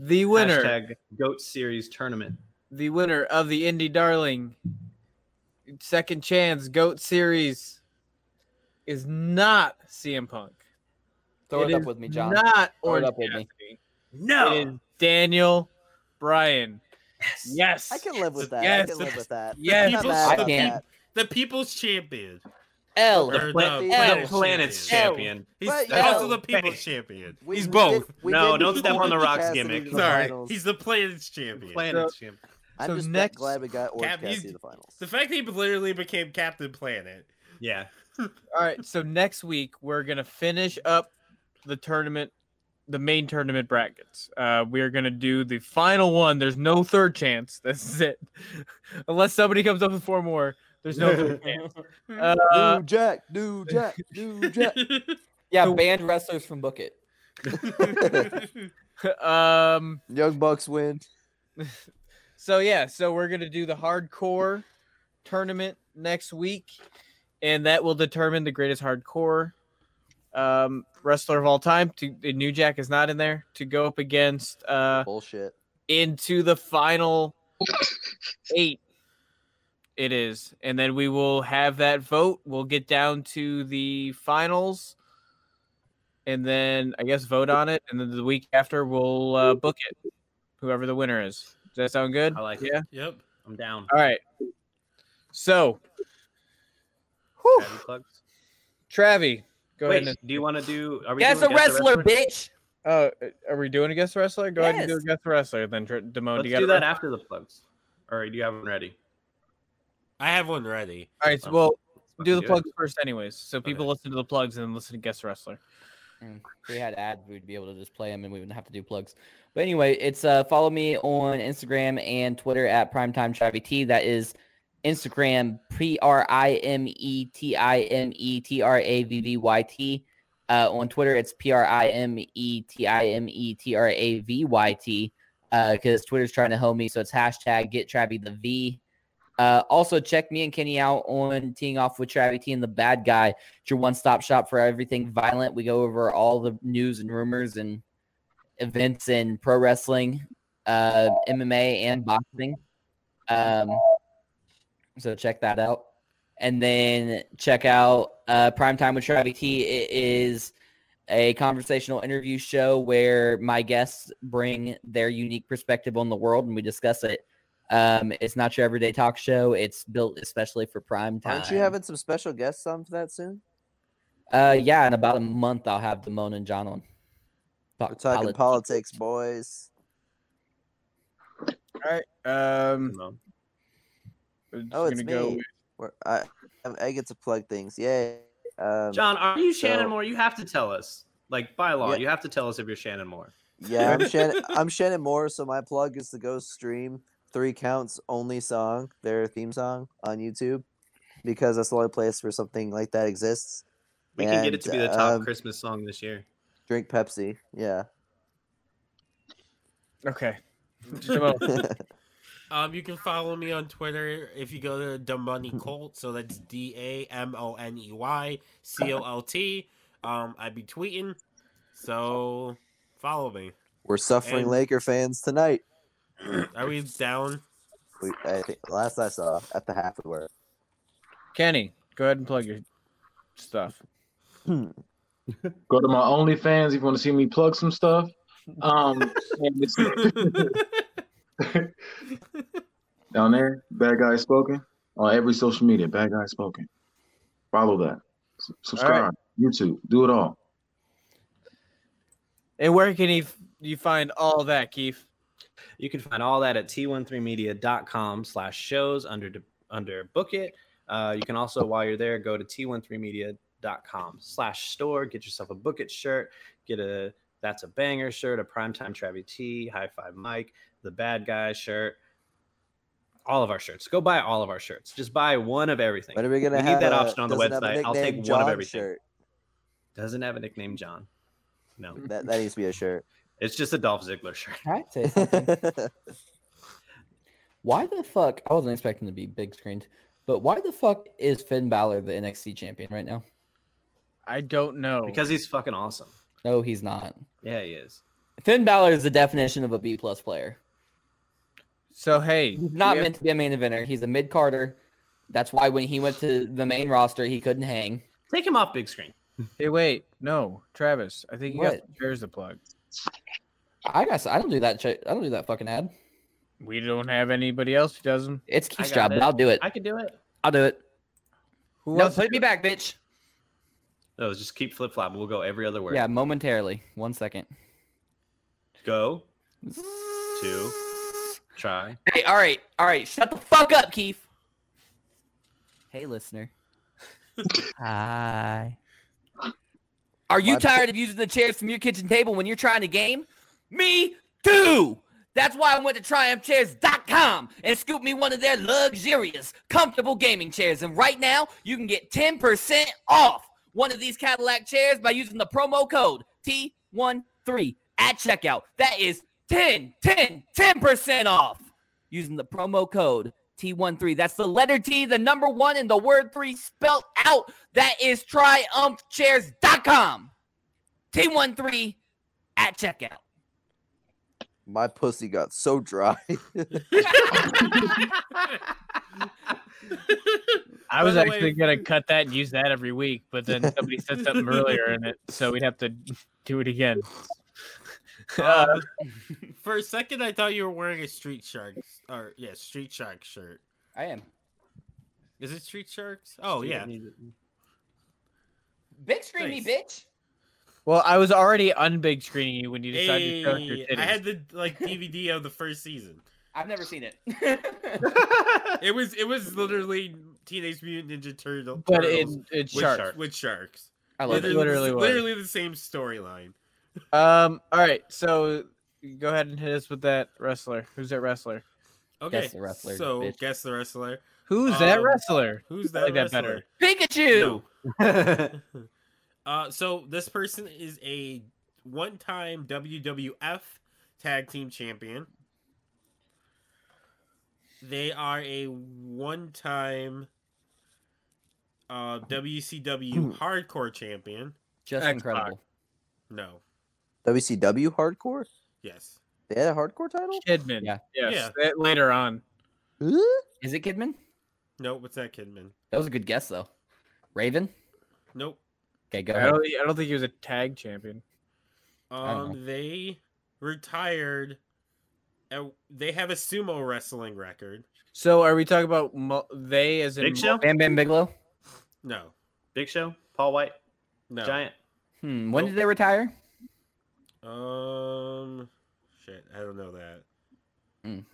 Speaker 2: The winner,
Speaker 1: hashtag Goat Series tournament?
Speaker 2: the winner of the Indie Darling Second Chance Goat Series, is not CM Punk.
Speaker 4: Throw it, up
Speaker 2: is
Speaker 4: with me, John.
Speaker 2: Not
Speaker 4: Throw it
Speaker 2: Orange
Speaker 4: up with me.
Speaker 2: Cassidy.
Speaker 1: No,
Speaker 2: It is Daniel Bryan. Yes.
Speaker 5: I can live with that.
Speaker 2: Yes.
Speaker 5: I can live
Speaker 2: [LAUGHS]
Speaker 5: with that.
Speaker 2: Yes.
Speaker 5: I'm not
Speaker 3: People
Speaker 5: mad
Speaker 4: suck.
Speaker 5: at that.
Speaker 3: The people's champion.
Speaker 4: L.
Speaker 3: Or
Speaker 1: pla-
Speaker 3: the
Speaker 5: the
Speaker 1: the
Speaker 3: planet's
Speaker 1: planet's champion.
Speaker 3: champion. He's
Speaker 5: But,
Speaker 3: that's
Speaker 5: yo.
Speaker 3: also the people's champion.
Speaker 5: We-
Speaker 8: He's
Speaker 5: we
Speaker 8: both.
Speaker 5: did- we
Speaker 1: No,
Speaker 5: did
Speaker 1: don't
Speaker 5: beat
Speaker 1: step on the
Speaker 5: Orange
Speaker 1: Rocks
Speaker 5: Cassidy
Speaker 1: gimmick.
Speaker 5: to the
Speaker 3: Sorry,
Speaker 5: finals.
Speaker 3: he's the planet's champion.
Speaker 1: Planet's champion.
Speaker 5: I'm
Speaker 2: So
Speaker 5: just
Speaker 2: next-
Speaker 5: glad we got Orange
Speaker 3: Cap, you-
Speaker 5: Cassidy to the finals.
Speaker 3: The fact that he literally became Captain Planet.
Speaker 1: Yeah,
Speaker 2: All right. So next week we're gonna finish up the tournament, the main tournament brackets. Uh, we are gonna do the final one. There's no third chance. [LAUGHS] This is it, unless somebody comes up with four more. There's no third chance. Uh,
Speaker 5: New Jack, New Jack, New Jack.
Speaker 4: Yeah,
Speaker 2: So-
Speaker 4: banned wrestlers from Book It.
Speaker 2: um.
Speaker 5: [LAUGHS] Young Bucks win.
Speaker 2: So yeah, so we're gonna do the hardcore tournament next week, and that will determine the greatest hardcore um, wrestler of all time. To and New Jack is not in there to go up against uh,
Speaker 5: Bullshit.
Speaker 2: into the final eight. It is, and then we will have that vote. We'll get down to the finals, and then I guess vote on it, and then the week after we'll uh, book it. Whoever the winner is. Does that sound good?
Speaker 1: I like it.
Speaker 2: Yeah.
Speaker 3: yep.
Speaker 1: I'm down.
Speaker 2: All right. So,
Speaker 1: Have you plugs?
Speaker 2: Travi, go
Speaker 1: Wait,
Speaker 2: ahead.
Speaker 1: do you want to do? Are we
Speaker 4: Guess a
Speaker 1: doing Guess the
Speaker 4: wrestler, bitch.
Speaker 2: And, uh, are we doing a guest wrestler? Go ahead and do a
Speaker 4: Yes.
Speaker 2: guest wrestler. Then, Dr-
Speaker 1: Let's
Speaker 2: Damone, do
Speaker 1: do that
Speaker 2: you got a wrestler?
Speaker 1: after the plugs. Or do you have one ready?
Speaker 3: I have one ready.
Speaker 2: All right. So, well,
Speaker 1: Let's
Speaker 2: do the
Speaker 1: fucking it.
Speaker 2: plugs first, anyways. So people listen to the plugs and listen to guest wrestler.
Speaker 4: If we had ads, we'd be able to just play them and we wouldn't have to do plugs. But anyway, it's uh follow me on Instagram and Twitter at primetime Travi T. That is Instagram P R I M E T I M E T R A V V Y T. Uh, on Twitter, it's P R I M E T I M E T R A V Y T. Because Twitter's trying to help me, so it's hashtag get Travi the V. Uh, also, check me and Kenny out on teeing off with Travi T and the bad guy. It's your one stop shop for everything violent. We go over all the news and rumors and events in pro wrestling, uh, MMA, and boxing. Um, so check that out. And then check out uh, Primetime with Travis T. It is a conversational interview show where my guests bring their unique perspective on the world and we discuss it. Um, it's not your everyday talk show. It's built especially for prime time.
Speaker 5: Aren't you having some special guests on for that soon?
Speaker 4: Uh, yeah, in about a month I'll have Damone and John on. Talk
Speaker 5: We're talking
Speaker 4: polit-
Speaker 5: politics, boys.
Speaker 2: Um,
Speaker 1: No.
Speaker 2: we're just
Speaker 5: Oh, it's
Speaker 2: gonna go
Speaker 5: me.
Speaker 2: with-
Speaker 5: We're, I, I get to plug things. Yay. Um,
Speaker 1: John, are you Shannon
Speaker 5: So-
Speaker 1: Moore? You have to tell us. Like by law,
Speaker 5: Yeah.
Speaker 1: you have to tell us if you're Shannon Moore.
Speaker 5: Yeah,
Speaker 1: [LAUGHS]
Speaker 5: I'm Shannon. I'm Shannon Moore. So my plug is the Ghost Stream Three Counts Only song, their theme song on YouTube, because that's the only place where something like that exists.
Speaker 1: We can get it to be the top
Speaker 5: um,
Speaker 1: Christmas song this year.
Speaker 5: Drink Pepsi. Yeah. [LAUGHS]
Speaker 2: Okay. Damone,
Speaker 3: Um, you can follow me on Twitter if you go to the Money Colt. So that's D A M O N E Y C O L T. Um, I be tweeting, so follow me.
Speaker 5: We're suffering
Speaker 3: And-
Speaker 5: Laker fans tonight.
Speaker 3: Are we down?
Speaker 5: We, I think, last I saw, at the half we were.
Speaker 2: Kenny, go ahead and plug your stuff.
Speaker 6: Go to my OnlyFans if you want to see me plug some stuff. Um, and it's- down there, bad guy spoken on every social media. Bad guy spoken. Follow that. S- subscribe. YouTube. Do it all.
Speaker 2: And where can he f- you find all that, Keith?
Speaker 1: You can find all that at t13media.com slash shows under under book it. Uh, you can also, while you're there, go to t13media.com com slash store. Get yourself a book it shirt. Get a that's a banger shirt, a primetime Travie T, high five Mike, the bad guy shirt. All of our shirts. Go buy all of our shirts. Just buy one of everything.
Speaker 5: But are we gonna
Speaker 1: We
Speaker 5: have
Speaker 1: need that
Speaker 5: a-
Speaker 1: option on the
Speaker 5: doesn't have a
Speaker 1: website. I'll
Speaker 5: nickname
Speaker 1: take one of
Speaker 5: John
Speaker 1: everything.
Speaker 5: Shirt.
Speaker 1: Doesn't have a nickname John. No, [LAUGHS]
Speaker 5: That that needs to be a shirt.
Speaker 1: it's just a Dolph Ziggler shirt.
Speaker 9: Can I say something? why the fuck? I wasn't expecting to be big screened, but why the fuck is Finn Balor the NXT champion right now?
Speaker 2: I don't know.
Speaker 1: Because he's fucking awesome.
Speaker 9: No, he's not.
Speaker 1: Yeah, he is.
Speaker 9: Finn Balor is the definition of a B plus player.
Speaker 2: so hey,
Speaker 9: He's not
Speaker 2: we have-
Speaker 9: meant to be a main eventer. He's a mid carder. That's why when he went to the main roster, he couldn't hang.
Speaker 1: Take him off big screen.
Speaker 2: Hey, wait, no, Travis. I think you got
Speaker 9: What?
Speaker 2: some chairs to plug.
Speaker 9: I guess I don't do that. shit- I don't do that fucking ad.
Speaker 2: We don't have anybody else who does them.
Speaker 9: It's
Speaker 1: I
Speaker 9: Keith's
Speaker 1: got
Speaker 9: job,
Speaker 1: it.
Speaker 9: but I'll do it.
Speaker 1: I can do it.
Speaker 9: I'll do it.
Speaker 2: Who
Speaker 9: No,
Speaker 2: else?
Speaker 9: put me back, bitch.
Speaker 1: No, just keep flip flopping. We'll go every other word.
Speaker 9: Yeah, momentarily. One second.
Speaker 1: Go. Two. Try.
Speaker 3: Oh,
Speaker 4: Hey, all right, all right. Shut the fuck up, Keith.
Speaker 9: Hey, listener. Hi.
Speaker 4: Are
Speaker 5: My-
Speaker 4: you tired of using the chairs from your kitchen table when you're trying to game? Me too. That's why I went to triumphchairs.com and scooped me one of their luxurious, comfortable gaming chairs. And right now, you can get 10% off one of these Cadillac chairs by using the promo code T13 at checkout. That is 10, 10, 10% off using the promo code T13. That's the letter T, the number one, and the word three spelled out. That is triumphchairs.com. T13 at checkout.
Speaker 5: [LAUGHS] My pussy got so dry. [LAUGHS]
Speaker 2: I was
Speaker 3: By the way-
Speaker 2: actually gonna cut that and use that every week, but then somebody
Speaker 3: [LAUGHS]
Speaker 2: said something earlier in it, so we'd have to do it again. Uh,
Speaker 3: Um, For a second, I thought you were wearing a Street Sharks or yeah, Street Shark shirt.
Speaker 9: I am.
Speaker 3: Is it Street Sharks? Oh yeah.
Speaker 4: Big screen me, bitch.
Speaker 2: [LAUGHS] well, I was already unbig screening you when you decided to show us your
Speaker 3: Hey,
Speaker 2: titties.
Speaker 3: I had the like DVD of the first season.
Speaker 4: I've never seen it. [LAUGHS]
Speaker 3: It was it was literally Teenage Mutant Ninja Turtle,
Speaker 2: but it,
Speaker 3: Turtles
Speaker 2: it's
Speaker 3: with,
Speaker 2: sharp.
Speaker 1: shark.
Speaker 3: with sharks.
Speaker 9: I love
Speaker 2: Literally-
Speaker 9: it.
Speaker 3: Literally,
Speaker 2: was.
Speaker 3: literally the same storyline.
Speaker 2: Um. All right. So go ahead and hit us with that wrestler. Who's that wrestler?
Speaker 3: Okay,
Speaker 9: Guess the wrestler,
Speaker 3: so
Speaker 9: bitch.
Speaker 3: guess the wrestler.
Speaker 2: Who's that
Speaker 3: Um,
Speaker 2: wrestler?
Speaker 3: Who's
Speaker 2: I
Speaker 3: that?
Speaker 2: like that
Speaker 3: wrestler?
Speaker 2: better.
Speaker 4: Pikachu. [LAUGHS]
Speaker 3: No. uh, so this person is a one-time WWF Tag Team Champion. They are a one-time uh, WCW Hardcore Champion.
Speaker 9: Just
Speaker 2: Xbox.
Speaker 9: incredible.
Speaker 3: No.
Speaker 5: WCW hardcore?
Speaker 3: Yes.
Speaker 5: They had a hardcore title?
Speaker 2: Kidman.
Speaker 9: Yeah.
Speaker 2: Yes.
Speaker 3: Yeah.
Speaker 2: that later on.
Speaker 5: Huh?
Speaker 9: Is it Kidman?
Speaker 3: Nope. What's that, Kidman?
Speaker 9: That was a good guess though. Raven.
Speaker 3: Nope.
Speaker 9: Okay, go
Speaker 2: I
Speaker 9: ahead.
Speaker 2: don't. I don't think he was a tag champion.
Speaker 9: don't
Speaker 3: Um, they retired. And they have a sumo wrestling record.
Speaker 2: So are we talking about mo- they as in
Speaker 1: Big
Speaker 2: mo-
Speaker 1: Show.
Speaker 9: Bam Bam Bigelow.
Speaker 3: No.
Speaker 1: Big Show. Paul White.
Speaker 3: No.
Speaker 1: Giant.
Speaker 9: Hmm. When
Speaker 3: Nope.
Speaker 9: did they retire?
Speaker 3: Um, shit, I don't know that.
Speaker 9: Mm.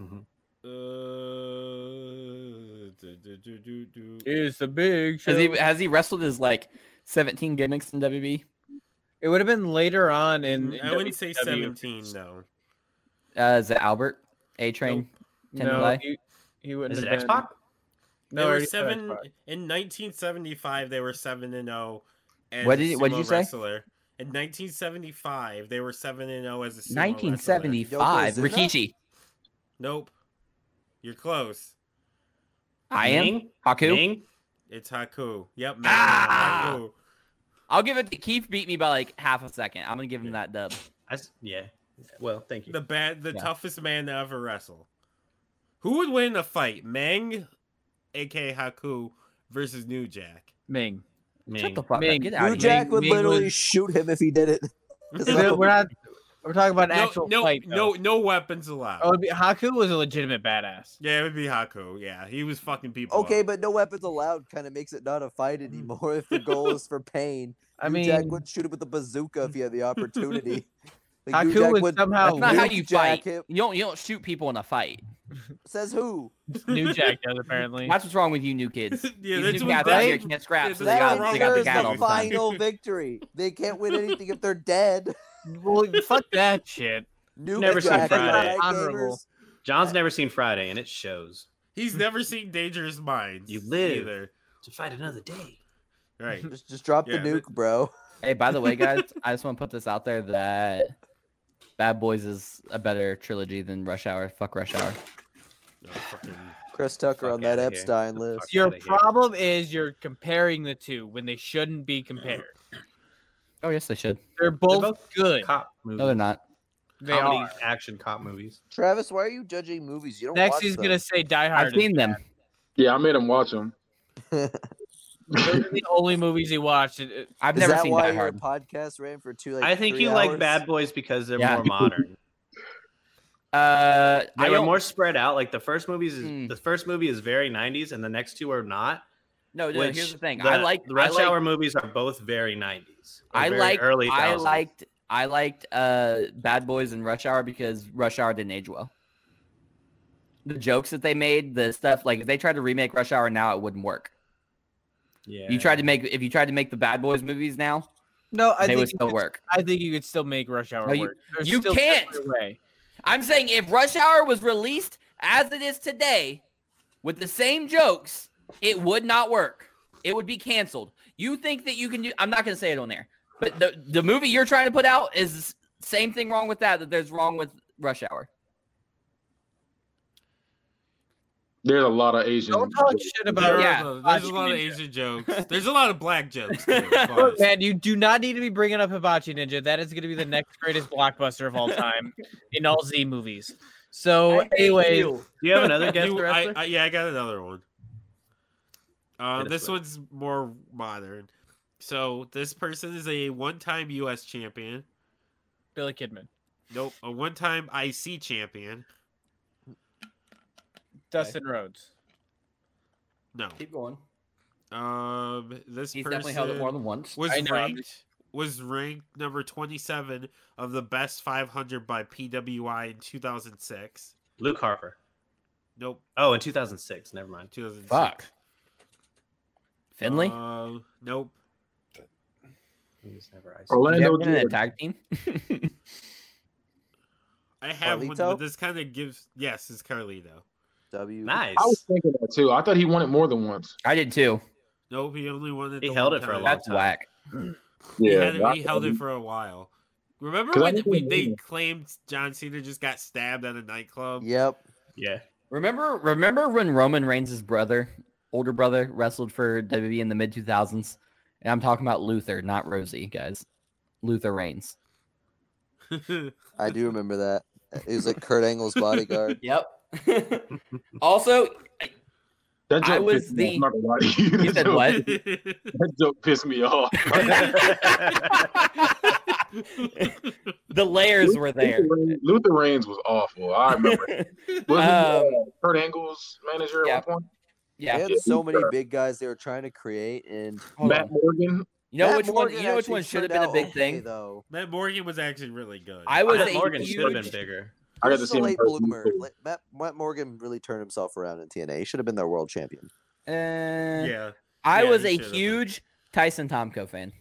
Speaker 1: Mhm.
Speaker 3: Uh, do, do, do, do, do.
Speaker 2: Is the big show?
Speaker 9: Has he has he wrestled his like 17 gimmicks in WB?
Speaker 2: it would have been later on in.
Speaker 3: I Mm-hmm. wouldn't say
Speaker 2: WCW.
Speaker 3: seventeen. No,
Speaker 9: Uh, is it Albert? A Train. Tendai?
Speaker 2: No, he, he wouldn't
Speaker 1: Is it
Speaker 2: have
Speaker 1: X
Speaker 2: been.
Speaker 1: Pac?
Speaker 2: No,
Speaker 3: they
Speaker 2: I
Speaker 3: were
Speaker 2: already said
Speaker 3: seven
Speaker 2: X-Pac.
Speaker 3: in nineteen seventy five. They were seven and zero. as
Speaker 9: What
Speaker 3: a
Speaker 9: did- what did
Speaker 3: sumo
Speaker 9: you say?
Speaker 3: Wrestler. In 1975, they were seven and zero as a sumo wrestler.
Speaker 9: 1975.
Speaker 5: Yokozuna?
Speaker 9: Rikishi.
Speaker 3: Nope, you're close.
Speaker 9: I am
Speaker 1: Ming?
Speaker 9: Haku.
Speaker 1: Ming?
Speaker 3: It's Haku. Yep.
Speaker 4: Ah!
Speaker 3: Haku.
Speaker 4: I'll give it to Keith. Beat me by like half a second. I'm gonna give him that dub.
Speaker 1: I s- yeah. Well, thank you.
Speaker 3: the bad, the
Speaker 9: Yeah.
Speaker 3: toughest man to ever wrestle. Who would win a fight, Meng, aka Haku, versus New Jack?
Speaker 2: Ming.
Speaker 1: Ming.
Speaker 9: Shut the fuck
Speaker 2: Ming.
Speaker 9: up. Get
Speaker 2: New
Speaker 9: out
Speaker 5: Blue
Speaker 9: of here.
Speaker 5: Jack would
Speaker 2: Ming
Speaker 5: literally
Speaker 2: was-
Speaker 5: shoot him if he did it. It's
Speaker 2: We're
Speaker 5: like-
Speaker 2: not. We're talking about an
Speaker 3: no,
Speaker 2: actual
Speaker 3: no,
Speaker 2: fight.
Speaker 3: no,
Speaker 2: though.
Speaker 3: no weapons allowed.
Speaker 2: Oh, it'd be- Haku was a legitimate badass.
Speaker 3: yeah, it would be Haku. Yeah, he was fucking people. [LAUGHS]
Speaker 5: okay,
Speaker 3: up.
Speaker 5: but no weapons allowed kind of makes it not a fight anymore if the goal is for pain.
Speaker 2: Mm. [LAUGHS] I
Speaker 5: New
Speaker 2: mean,
Speaker 5: Jack would shoot him with a bazooka if
Speaker 2: [LAUGHS]
Speaker 5: he had the opportunity. Like, New
Speaker 2: Haku
Speaker 5: Jack
Speaker 2: was somehow-
Speaker 4: That's not how
Speaker 5: New
Speaker 4: you
Speaker 5: Jack
Speaker 4: fight.
Speaker 5: him-
Speaker 4: You don't you don't shoot people in a fight.
Speaker 5: Says who?
Speaker 2: New Jack does [LAUGHS] apparently.
Speaker 9: That's what's wrong with you new kids.
Speaker 3: [LAUGHS] Yeah,
Speaker 9: These
Speaker 3: that's
Speaker 9: new
Speaker 3: what
Speaker 9: guys out
Speaker 5: they-
Speaker 9: here can't scrap,
Speaker 3: yeah,
Speaker 9: so
Speaker 3: that's
Speaker 9: they
Speaker 5: That
Speaker 3: wrong
Speaker 9: got, they got the
Speaker 5: ensures
Speaker 9: gat all
Speaker 5: the
Speaker 9: the time.
Speaker 5: final
Speaker 2: [LAUGHS]
Speaker 5: victory. They can't win anything if they're dead.
Speaker 2: well, fuck that shit.
Speaker 5: New
Speaker 1: Never seen
Speaker 5: Jack,
Speaker 1: Friday.
Speaker 5: Night
Speaker 2: Honorable.
Speaker 5: Gamers.
Speaker 1: John's never seen Friday, and it shows.
Speaker 3: He's never seen Dangerous Minds.
Speaker 1: You live.
Speaker 3: either.
Speaker 1: To fight another day.
Speaker 3: Right.
Speaker 5: Just, just drop
Speaker 3: Yeah,
Speaker 5: the
Speaker 3: but-
Speaker 5: nuke, bro.
Speaker 9: Hey, by the way, guys,
Speaker 5: [LAUGHS]
Speaker 9: I just want to put this out there that Bad Boys is a better trilogy than Rush Hour. Fuck Rush Hour.
Speaker 3: No, fucking-
Speaker 5: Chris Tucker
Speaker 1: Fuck
Speaker 5: on that
Speaker 1: outta here.
Speaker 5: Epstein
Speaker 1: The
Speaker 5: list.
Speaker 2: Your
Speaker 1: outta here.
Speaker 2: problem is you're comparing the two when they shouldn't be compared.
Speaker 9: Oh yes, they should.
Speaker 2: They're both,
Speaker 1: both
Speaker 2: good.
Speaker 1: Cop
Speaker 9: No, they're
Speaker 1: movies.
Speaker 9: not.
Speaker 2: They
Speaker 1: Comedy
Speaker 2: are.
Speaker 1: action cop movies.
Speaker 5: Travis, why are you judging movies? You don't
Speaker 2: Next,
Speaker 5: watch
Speaker 2: he's
Speaker 5: them.
Speaker 2: gonna say Die Hard.
Speaker 9: I've seen them.
Speaker 6: Yeah, I made him watch them.
Speaker 2: Those are the only movies he watched. It- it-
Speaker 9: I've
Speaker 5: Is
Speaker 9: never
Speaker 5: that
Speaker 9: seen
Speaker 5: why
Speaker 9: Die
Speaker 5: your
Speaker 9: Hard.
Speaker 5: podcast ran for two? Like,
Speaker 1: I think
Speaker 5: three
Speaker 1: you
Speaker 5: hours?
Speaker 1: like Bad Boys because they're
Speaker 9: Yeah.
Speaker 1: more modern.
Speaker 9: [LAUGHS] Uh,
Speaker 1: They
Speaker 9: I
Speaker 1: were
Speaker 9: don't.
Speaker 1: more spread out. Like the first movies, is,
Speaker 9: Mm.
Speaker 1: the first movie is very '90s, and the next two are not.
Speaker 9: no, no,
Speaker 1: which
Speaker 9: here's the thing. I like
Speaker 1: the Rush
Speaker 9: I like,
Speaker 1: Hour movies are both very '90s. or
Speaker 9: I
Speaker 1: very
Speaker 9: liked.
Speaker 1: early.
Speaker 9: I
Speaker 1: 2000s.
Speaker 9: liked. I liked uh, Bad Boys and Rush Hour because Rush Hour didn't age well. The jokes that they made, the stuff like if they tried to remake Rush Hour now, it wouldn't work.
Speaker 1: Yeah.
Speaker 9: You tried to make if you tried to make the Bad Boys movies now,
Speaker 2: no, I
Speaker 9: they
Speaker 2: think
Speaker 9: would
Speaker 2: you
Speaker 9: still
Speaker 2: could-
Speaker 9: work.
Speaker 2: I think you could still make Rush Hour
Speaker 9: No, you-
Speaker 2: work. There's
Speaker 9: you
Speaker 2: still
Speaker 9: can't.
Speaker 2: definitely a way.
Speaker 9: I'm saying if Rush Hour was released as it is today with the same jokes, it would not work. It would be canceled. You think that you can do I'm not going to say it on there. But the the movie you're trying to put out is same thing wrong with that that there's wrong with Rush Hour.
Speaker 6: There's a lot of Asian.
Speaker 2: Don't talk shit [LAUGHS] about
Speaker 9: Yeah.
Speaker 3: There's a lot of Asian jokes. There's a lot of black
Speaker 9: [LAUGHS]
Speaker 3: jokes. Too, of
Speaker 2: [LAUGHS] Look,
Speaker 3: course.
Speaker 2: man, you do not need to be bringing up Hibachi Ninja. That is going to be the next greatest blockbuster of all time in all Z movies. So, anyway,
Speaker 1: Do you have
Speaker 3: [LAUGHS]
Speaker 1: another guest
Speaker 3: You- I,
Speaker 1: wrestler?
Speaker 3: I, yeah, I got another one. Uh,
Speaker 1: Hit us
Speaker 3: this
Speaker 1: with
Speaker 3: one's more modern. So this person is a one-time U.S. champion.
Speaker 2: Billy Kidman,
Speaker 3: Nope, a one-time IC champion.
Speaker 2: Dustin Rhodes.
Speaker 3: No.
Speaker 9: Keep going.
Speaker 3: Um, this
Speaker 9: He's
Speaker 3: person
Speaker 9: definitely held it more than once.
Speaker 3: was
Speaker 2: I know, I'm
Speaker 3: ranked was ranked number twenty-seven of the best five hundred by PWI in two thousand six.
Speaker 1: Luke Harper.
Speaker 3: Nope,
Speaker 1: Oh, in 2006. Never mind.
Speaker 3: two thousand six.
Speaker 9: Fuck. Finley?
Speaker 3: Um, nope.
Speaker 1: He was never ice.
Speaker 6: Orlando
Speaker 9: Jackson in a
Speaker 6: Jordan.
Speaker 9: tag team?
Speaker 3: I have one,
Speaker 5: Carlito?
Speaker 3: but this kind of gives. Yes, it's Carlito.
Speaker 5: W.
Speaker 1: Nice.
Speaker 6: I was thinking that too. I thought he won it more than once.
Speaker 9: I did too.
Speaker 3: Nope, he only won it.
Speaker 1: He
Speaker 3: the
Speaker 1: held
Speaker 3: one
Speaker 1: it for a
Speaker 3: time.
Speaker 1: long
Speaker 9: That's
Speaker 1: time.
Speaker 9: whack.
Speaker 3: He,
Speaker 6: Yeah,
Speaker 3: had it-
Speaker 6: I-
Speaker 3: he held it for a while. Remember
Speaker 6: 'Cause I
Speaker 3: when
Speaker 6: remember
Speaker 3: we,
Speaker 6: him
Speaker 3: they
Speaker 6: winning.
Speaker 3: claimed John Cena just got stabbed at a nightclub?
Speaker 5: Yep.
Speaker 1: Yeah.
Speaker 9: Remember, remember when Roman Reigns' brother, older brother, wrestled for WWE in the mid 2000s? And I'm talking about Luther, not Rosie, guys. Luther Reigns.
Speaker 5: I do remember that. It was like Kurt Angle's bodyguard.
Speaker 9: Yep. also,
Speaker 6: That
Speaker 9: I
Speaker 6: joke
Speaker 9: was
Speaker 6: pissed me
Speaker 9: the-
Speaker 6: off, not gonna lie to
Speaker 3: [LAUGHS]
Speaker 6: you.
Speaker 9: he
Speaker 6: That
Speaker 9: said
Speaker 6: joke-
Speaker 9: what?
Speaker 6: That joke pissed me off.
Speaker 3: [LAUGHS]
Speaker 9: the layers were there.
Speaker 6: Luther Reigns- Luther Reigns was awful. I remember. Wasn't he, uh,
Speaker 9: Um,
Speaker 6: Kurt Angle's manager
Speaker 9: yeah.
Speaker 6: at one point?
Speaker 5: They
Speaker 9: [LAUGHS] yeah.
Speaker 5: had so many big guys they were trying to create, and
Speaker 9: Hold
Speaker 6: Matt
Speaker 9: on.
Speaker 6: Morgan.
Speaker 9: You know
Speaker 5: Matt
Speaker 9: which
Speaker 5: Morgan
Speaker 9: one? You know which
Speaker 5: actually
Speaker 9: one should have been
Speaker 5: turned
Speaker 9: a
Speaker 5: out
Speaker 9: big
Speaker 5: okay,
Speaker 9: thing.
Speaker 5: though.
Speaker 3: [LAUGHS] Matt Morgan was actually really good.
Speaker 9: I was
Speaker 1: Matt
Speaker 9: a
Speaker 1: Morgan should have been
Speaker 9: huge-
Speaker 1: bigger.
Speaker 6: I got
Speaker 5: He's just
Speaker 6: to see
Speaker 5: a
Speaker 6: him. in
Speaker 5: late
Speaker 6: person.
Speaker 5: bloomer. Let- Matt, Matt Morgan really turned himself around in TNA. He should have been their world champion.
Speaker 9: Uh,
Speaker 3: yeah.
Speaker 9: I
Speaker 3: Yeah,
Speaker 9: was
Speaker 3: he
Speaker 9: a
Speaker 3: should have been.
Speaker 9: huge Tyson Tomko fan.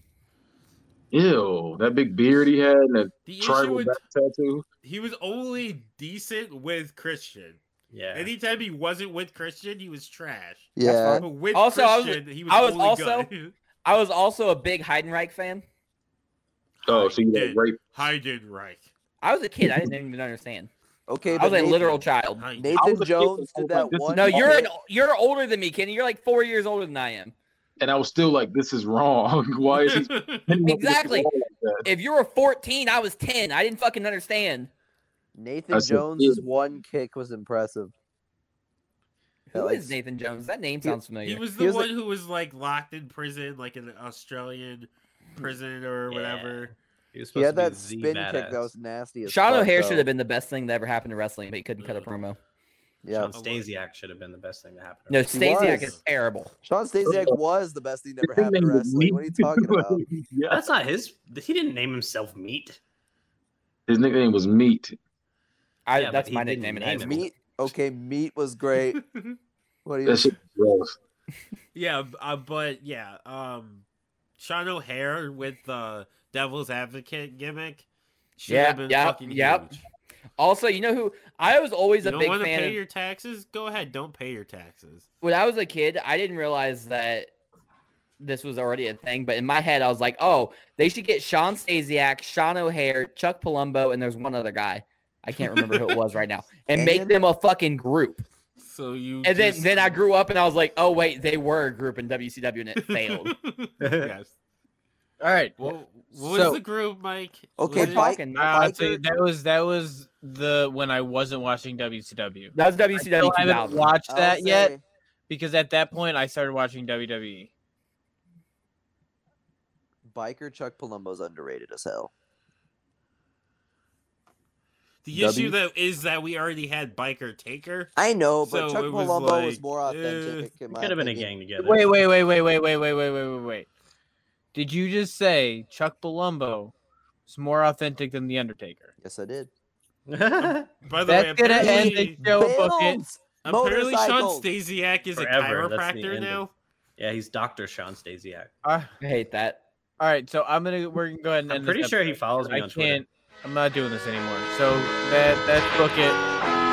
Speaker 6: Ew, that big beard he had and that
Speaker 3: The issue
Speaker 6: tribal
Speaker 3: with,
Speaker 6: back tattoo.
Speaker 3: he was only decent with Christian.
Speaker 1: Yeah.
Speaker 3: Anytime he wasn't with Christian, he was trash.
Speaker 5: Yeah.
Speaker 3: But with
Speaker 9: Also, I was-
Speaker 3: Christian, he was
Speaker 9: I was
Speaker 3: only
Speaker 9: also-
Speaker 3: good. [LAUGHS]
Speaker 9: I was also a big Heidenreich fan.
Speaker 6: Oh, so you
Speaker 3: Did.
Speaker 6: got raped.
Speaker 3: Heidenreich.
Speaker 9: I was a kid.
Speaker 5: [LAUGHS]
Speaker 9: I didn't even understand.
Speaker 5: Okay.
Speaker 9: I
Speaker 5: but
Speaker 9: was a
Speaker 5: Nathan-
Speaker 9: literal child.
Speaker 3: Heiden-
Speaker 6: I was
Speaker 5: Nathan
Speaker 6: a kid,
Speaker 5: Jones
Speaker 6: I was
Speaker 5: did
Speaker 6: like,
Speaker 5: that
Speaker 6: this is
Speaker 5: one.
Speaker 9: No, you're
Speaker 5: hit.
Speaker 9: an you're older than me, Kenny. You're like four years older than I am.
Speaker 6: And I was still like, this is wrong. [LAUGHS] Why is he
Speaker 3: [LAUGHS]
Speaker 9: [LAUGHS] Exactly. If you were 14, I was 10. I didn't fucking understand.
Speaker 5: Nathan
Speaker 6: That's a
Speaker 5: Jones'
Speaker 6: kid.
Speaker 5: one kick was impressive.
Speaker 9: Who is
Speaker 5: Like,
Speaker 9: Nathan Jones? That name sounds
Speaker 3: He
Speaker 9: familiar.
Speaker 3: was
Speaker 5: He
Speaker 3: the
Speaker 5: was a-
Speaker 3: one who was like locked in prison, like in an Australian prison or
Speaker 9: Yeah.
Speaker 3: whatever.
Speaker 1: He was
Speaker 5: He
Speaker 1: supposed
Speaker 5: had
Speaker 1: to be
Speaker 5: that
Speaker 1: Z
Speaker 5: spin kick
Speaker 1: badass.
Speaker 5: that was nasty. As
Speaker 9: Sean
Speaker 5: fuck,
Speaker 9: O'Hare
Speaker 5: though.
Speaker 9: should have been the best thing that ever happened to wrestling, but he couldn't cut a promo.
Speaker 5: Yeah.
Speaker 1: John Stasiak should have been the best thing that happened.
Speaker 9: No,
Speaker 5: He
Speaker 9: Stasiak
Speaker 5: was.
Speaker 9: is terrible.
Speaker 5: Sean Stasiak was the best thing that ever happened to wrestling. What are you
Speaker 3: [LAUGHS]
Speaker 5: talking about?
Speaker 6: [LAUGHS] yeah.
Speaker 1: That's not his. He didn't name himself Meat.
Speaker 6: His nickname was Meat.
Speaker 9: I,
Speaker 1: Yeah, but
Speaker 9: that's
Speaker 1: he
Speaker 9: my
Speaker 1: didn't
Speaker 9: nickname in
Speaker 1: name
Speaker 9: high
Speaker 1: him.
Speaker 9: school.
Speaker 5: Meat Okay, meat was great.
Speaker 3: [LAUGHS]
Speaker 5: What do you?
Speaker 6: That shit is gross.
Speaker 3: Yeah, b- uh, but yeah, um, Sean O'Hare with the Devil's Advocate gimmick. Should
Speaker 9: Yeah,
Speaker 3: have been
Speaker 9: yep,
Speaker 3: fucking
Speaker 9: yep.
Speaker 3: huge.
Speaker 9: Also, you know who I was always
Speaker 3: You
Speaker 9: a
Speaker 3: don't
Speaker 9: big
Speaker 3: want to
Speaker 9: fan
Speaker 3: pay
Speaker 9: of.
Speaker 3: your taxes? Go ahead, don't pay your taxes.
Speaker 9: when I was a kid, I didn't realize that this was already a thing, but in my head, I was like, oh, they should get Sean Stasiak, Sean O'Hare, Chuck Palumbo, and there's one other guy. I can't remember who it
Speaker 3: [LAUGHS]
Speaker 9: was right now, and make
Speaker 5: And-
Speaker 9: them a fucking group.
Speaker 3: So you
Speaker 9: And then,
Speaker 3: just- [LAUGHS]
Speaker 9: then I grew up and I was like, oh wait, they were a group in WCW and it failed.
Speaker 3: yes.
Speaker 2: All right.
Speaker 3: What, what was
Speaker 2: So-
Speaker 3: the group, Mike?
Speaker 5: Okay,
Speaker 3: Was it-
Speaker 5: Mike-
Speaker 9: Fucking-
Speaker 5: Mike-
Speaker 2: Uh, so that was that was the when I wasn't watching WCW.
Speaker 9: that was
Speaker 2: I still
Speaker 9: WCW
Speaker 2: haven't
Speaker 9: 2000.
Speaker 2: watched
Speaker 5: I'll
Speaker 2: that yet
Speaker 5: say-
Speaker 2: because at that point I started watching E. WWE.
Speaker 5: Biker Chuck Palumbo's underrated as hell.
Speaker 3: The issue though is that we already had Biker Taker.
Speaker 5: I know, but
Speaker 3: So
Speaker 5: Chuck
Speaker 3: it was
Speaker 5: Palumbo was
Speaker 3: like,
Speaker 5: more
Speaker 3: eh,
Speaker 5: authentic. in my
Speaker 1: Could have been a gang
Speaker 5: opinion.
Speaker 1: together.
Speaker 2: Wait, wait, wait, wait, wait, wait, wait, wait, wait, wait, wait. Did you just say Chuck Palumbo is more authentic than The Undertaker?
Speaker 5: Yes, I did.
Speaker 3: By the way,
Speaker 2: That's gonna end
Speaker 3: apparently,
Speaker 2: the show. Book it.
Speaker 5: Bills!
Speaker 3: apparently Sean
Speaker 5: Motorcycles.
Speaker 3: Stasiak is
Speaker 1: Forever,
Speaker 3: a
Speaker 1: that's the
Speaker 3: chiropractor
Speaker 1: end
Speaker 3: now.
Speaker 1: of- [LAUGHS] yeah, he's Doctor Sean Stasiak.
Speaker 2: Uh,
Speaker 9: I hate that.
Speaker 2: all right, so I'm gonna we're gonna go ahead and.
Speaker 1: I'm
Speaker 2: end
Speaker 1: pretty
Speaker 2: this
Speaker 1: sure he
Speaker 2: episode.
Speaker 1: follows me
Speaker 2: I
Speaker 1: on
Speaker 2: can't.
Speaker 1: Twitter.
Speaker 2: I'm not doing this anymore. So that that's book it.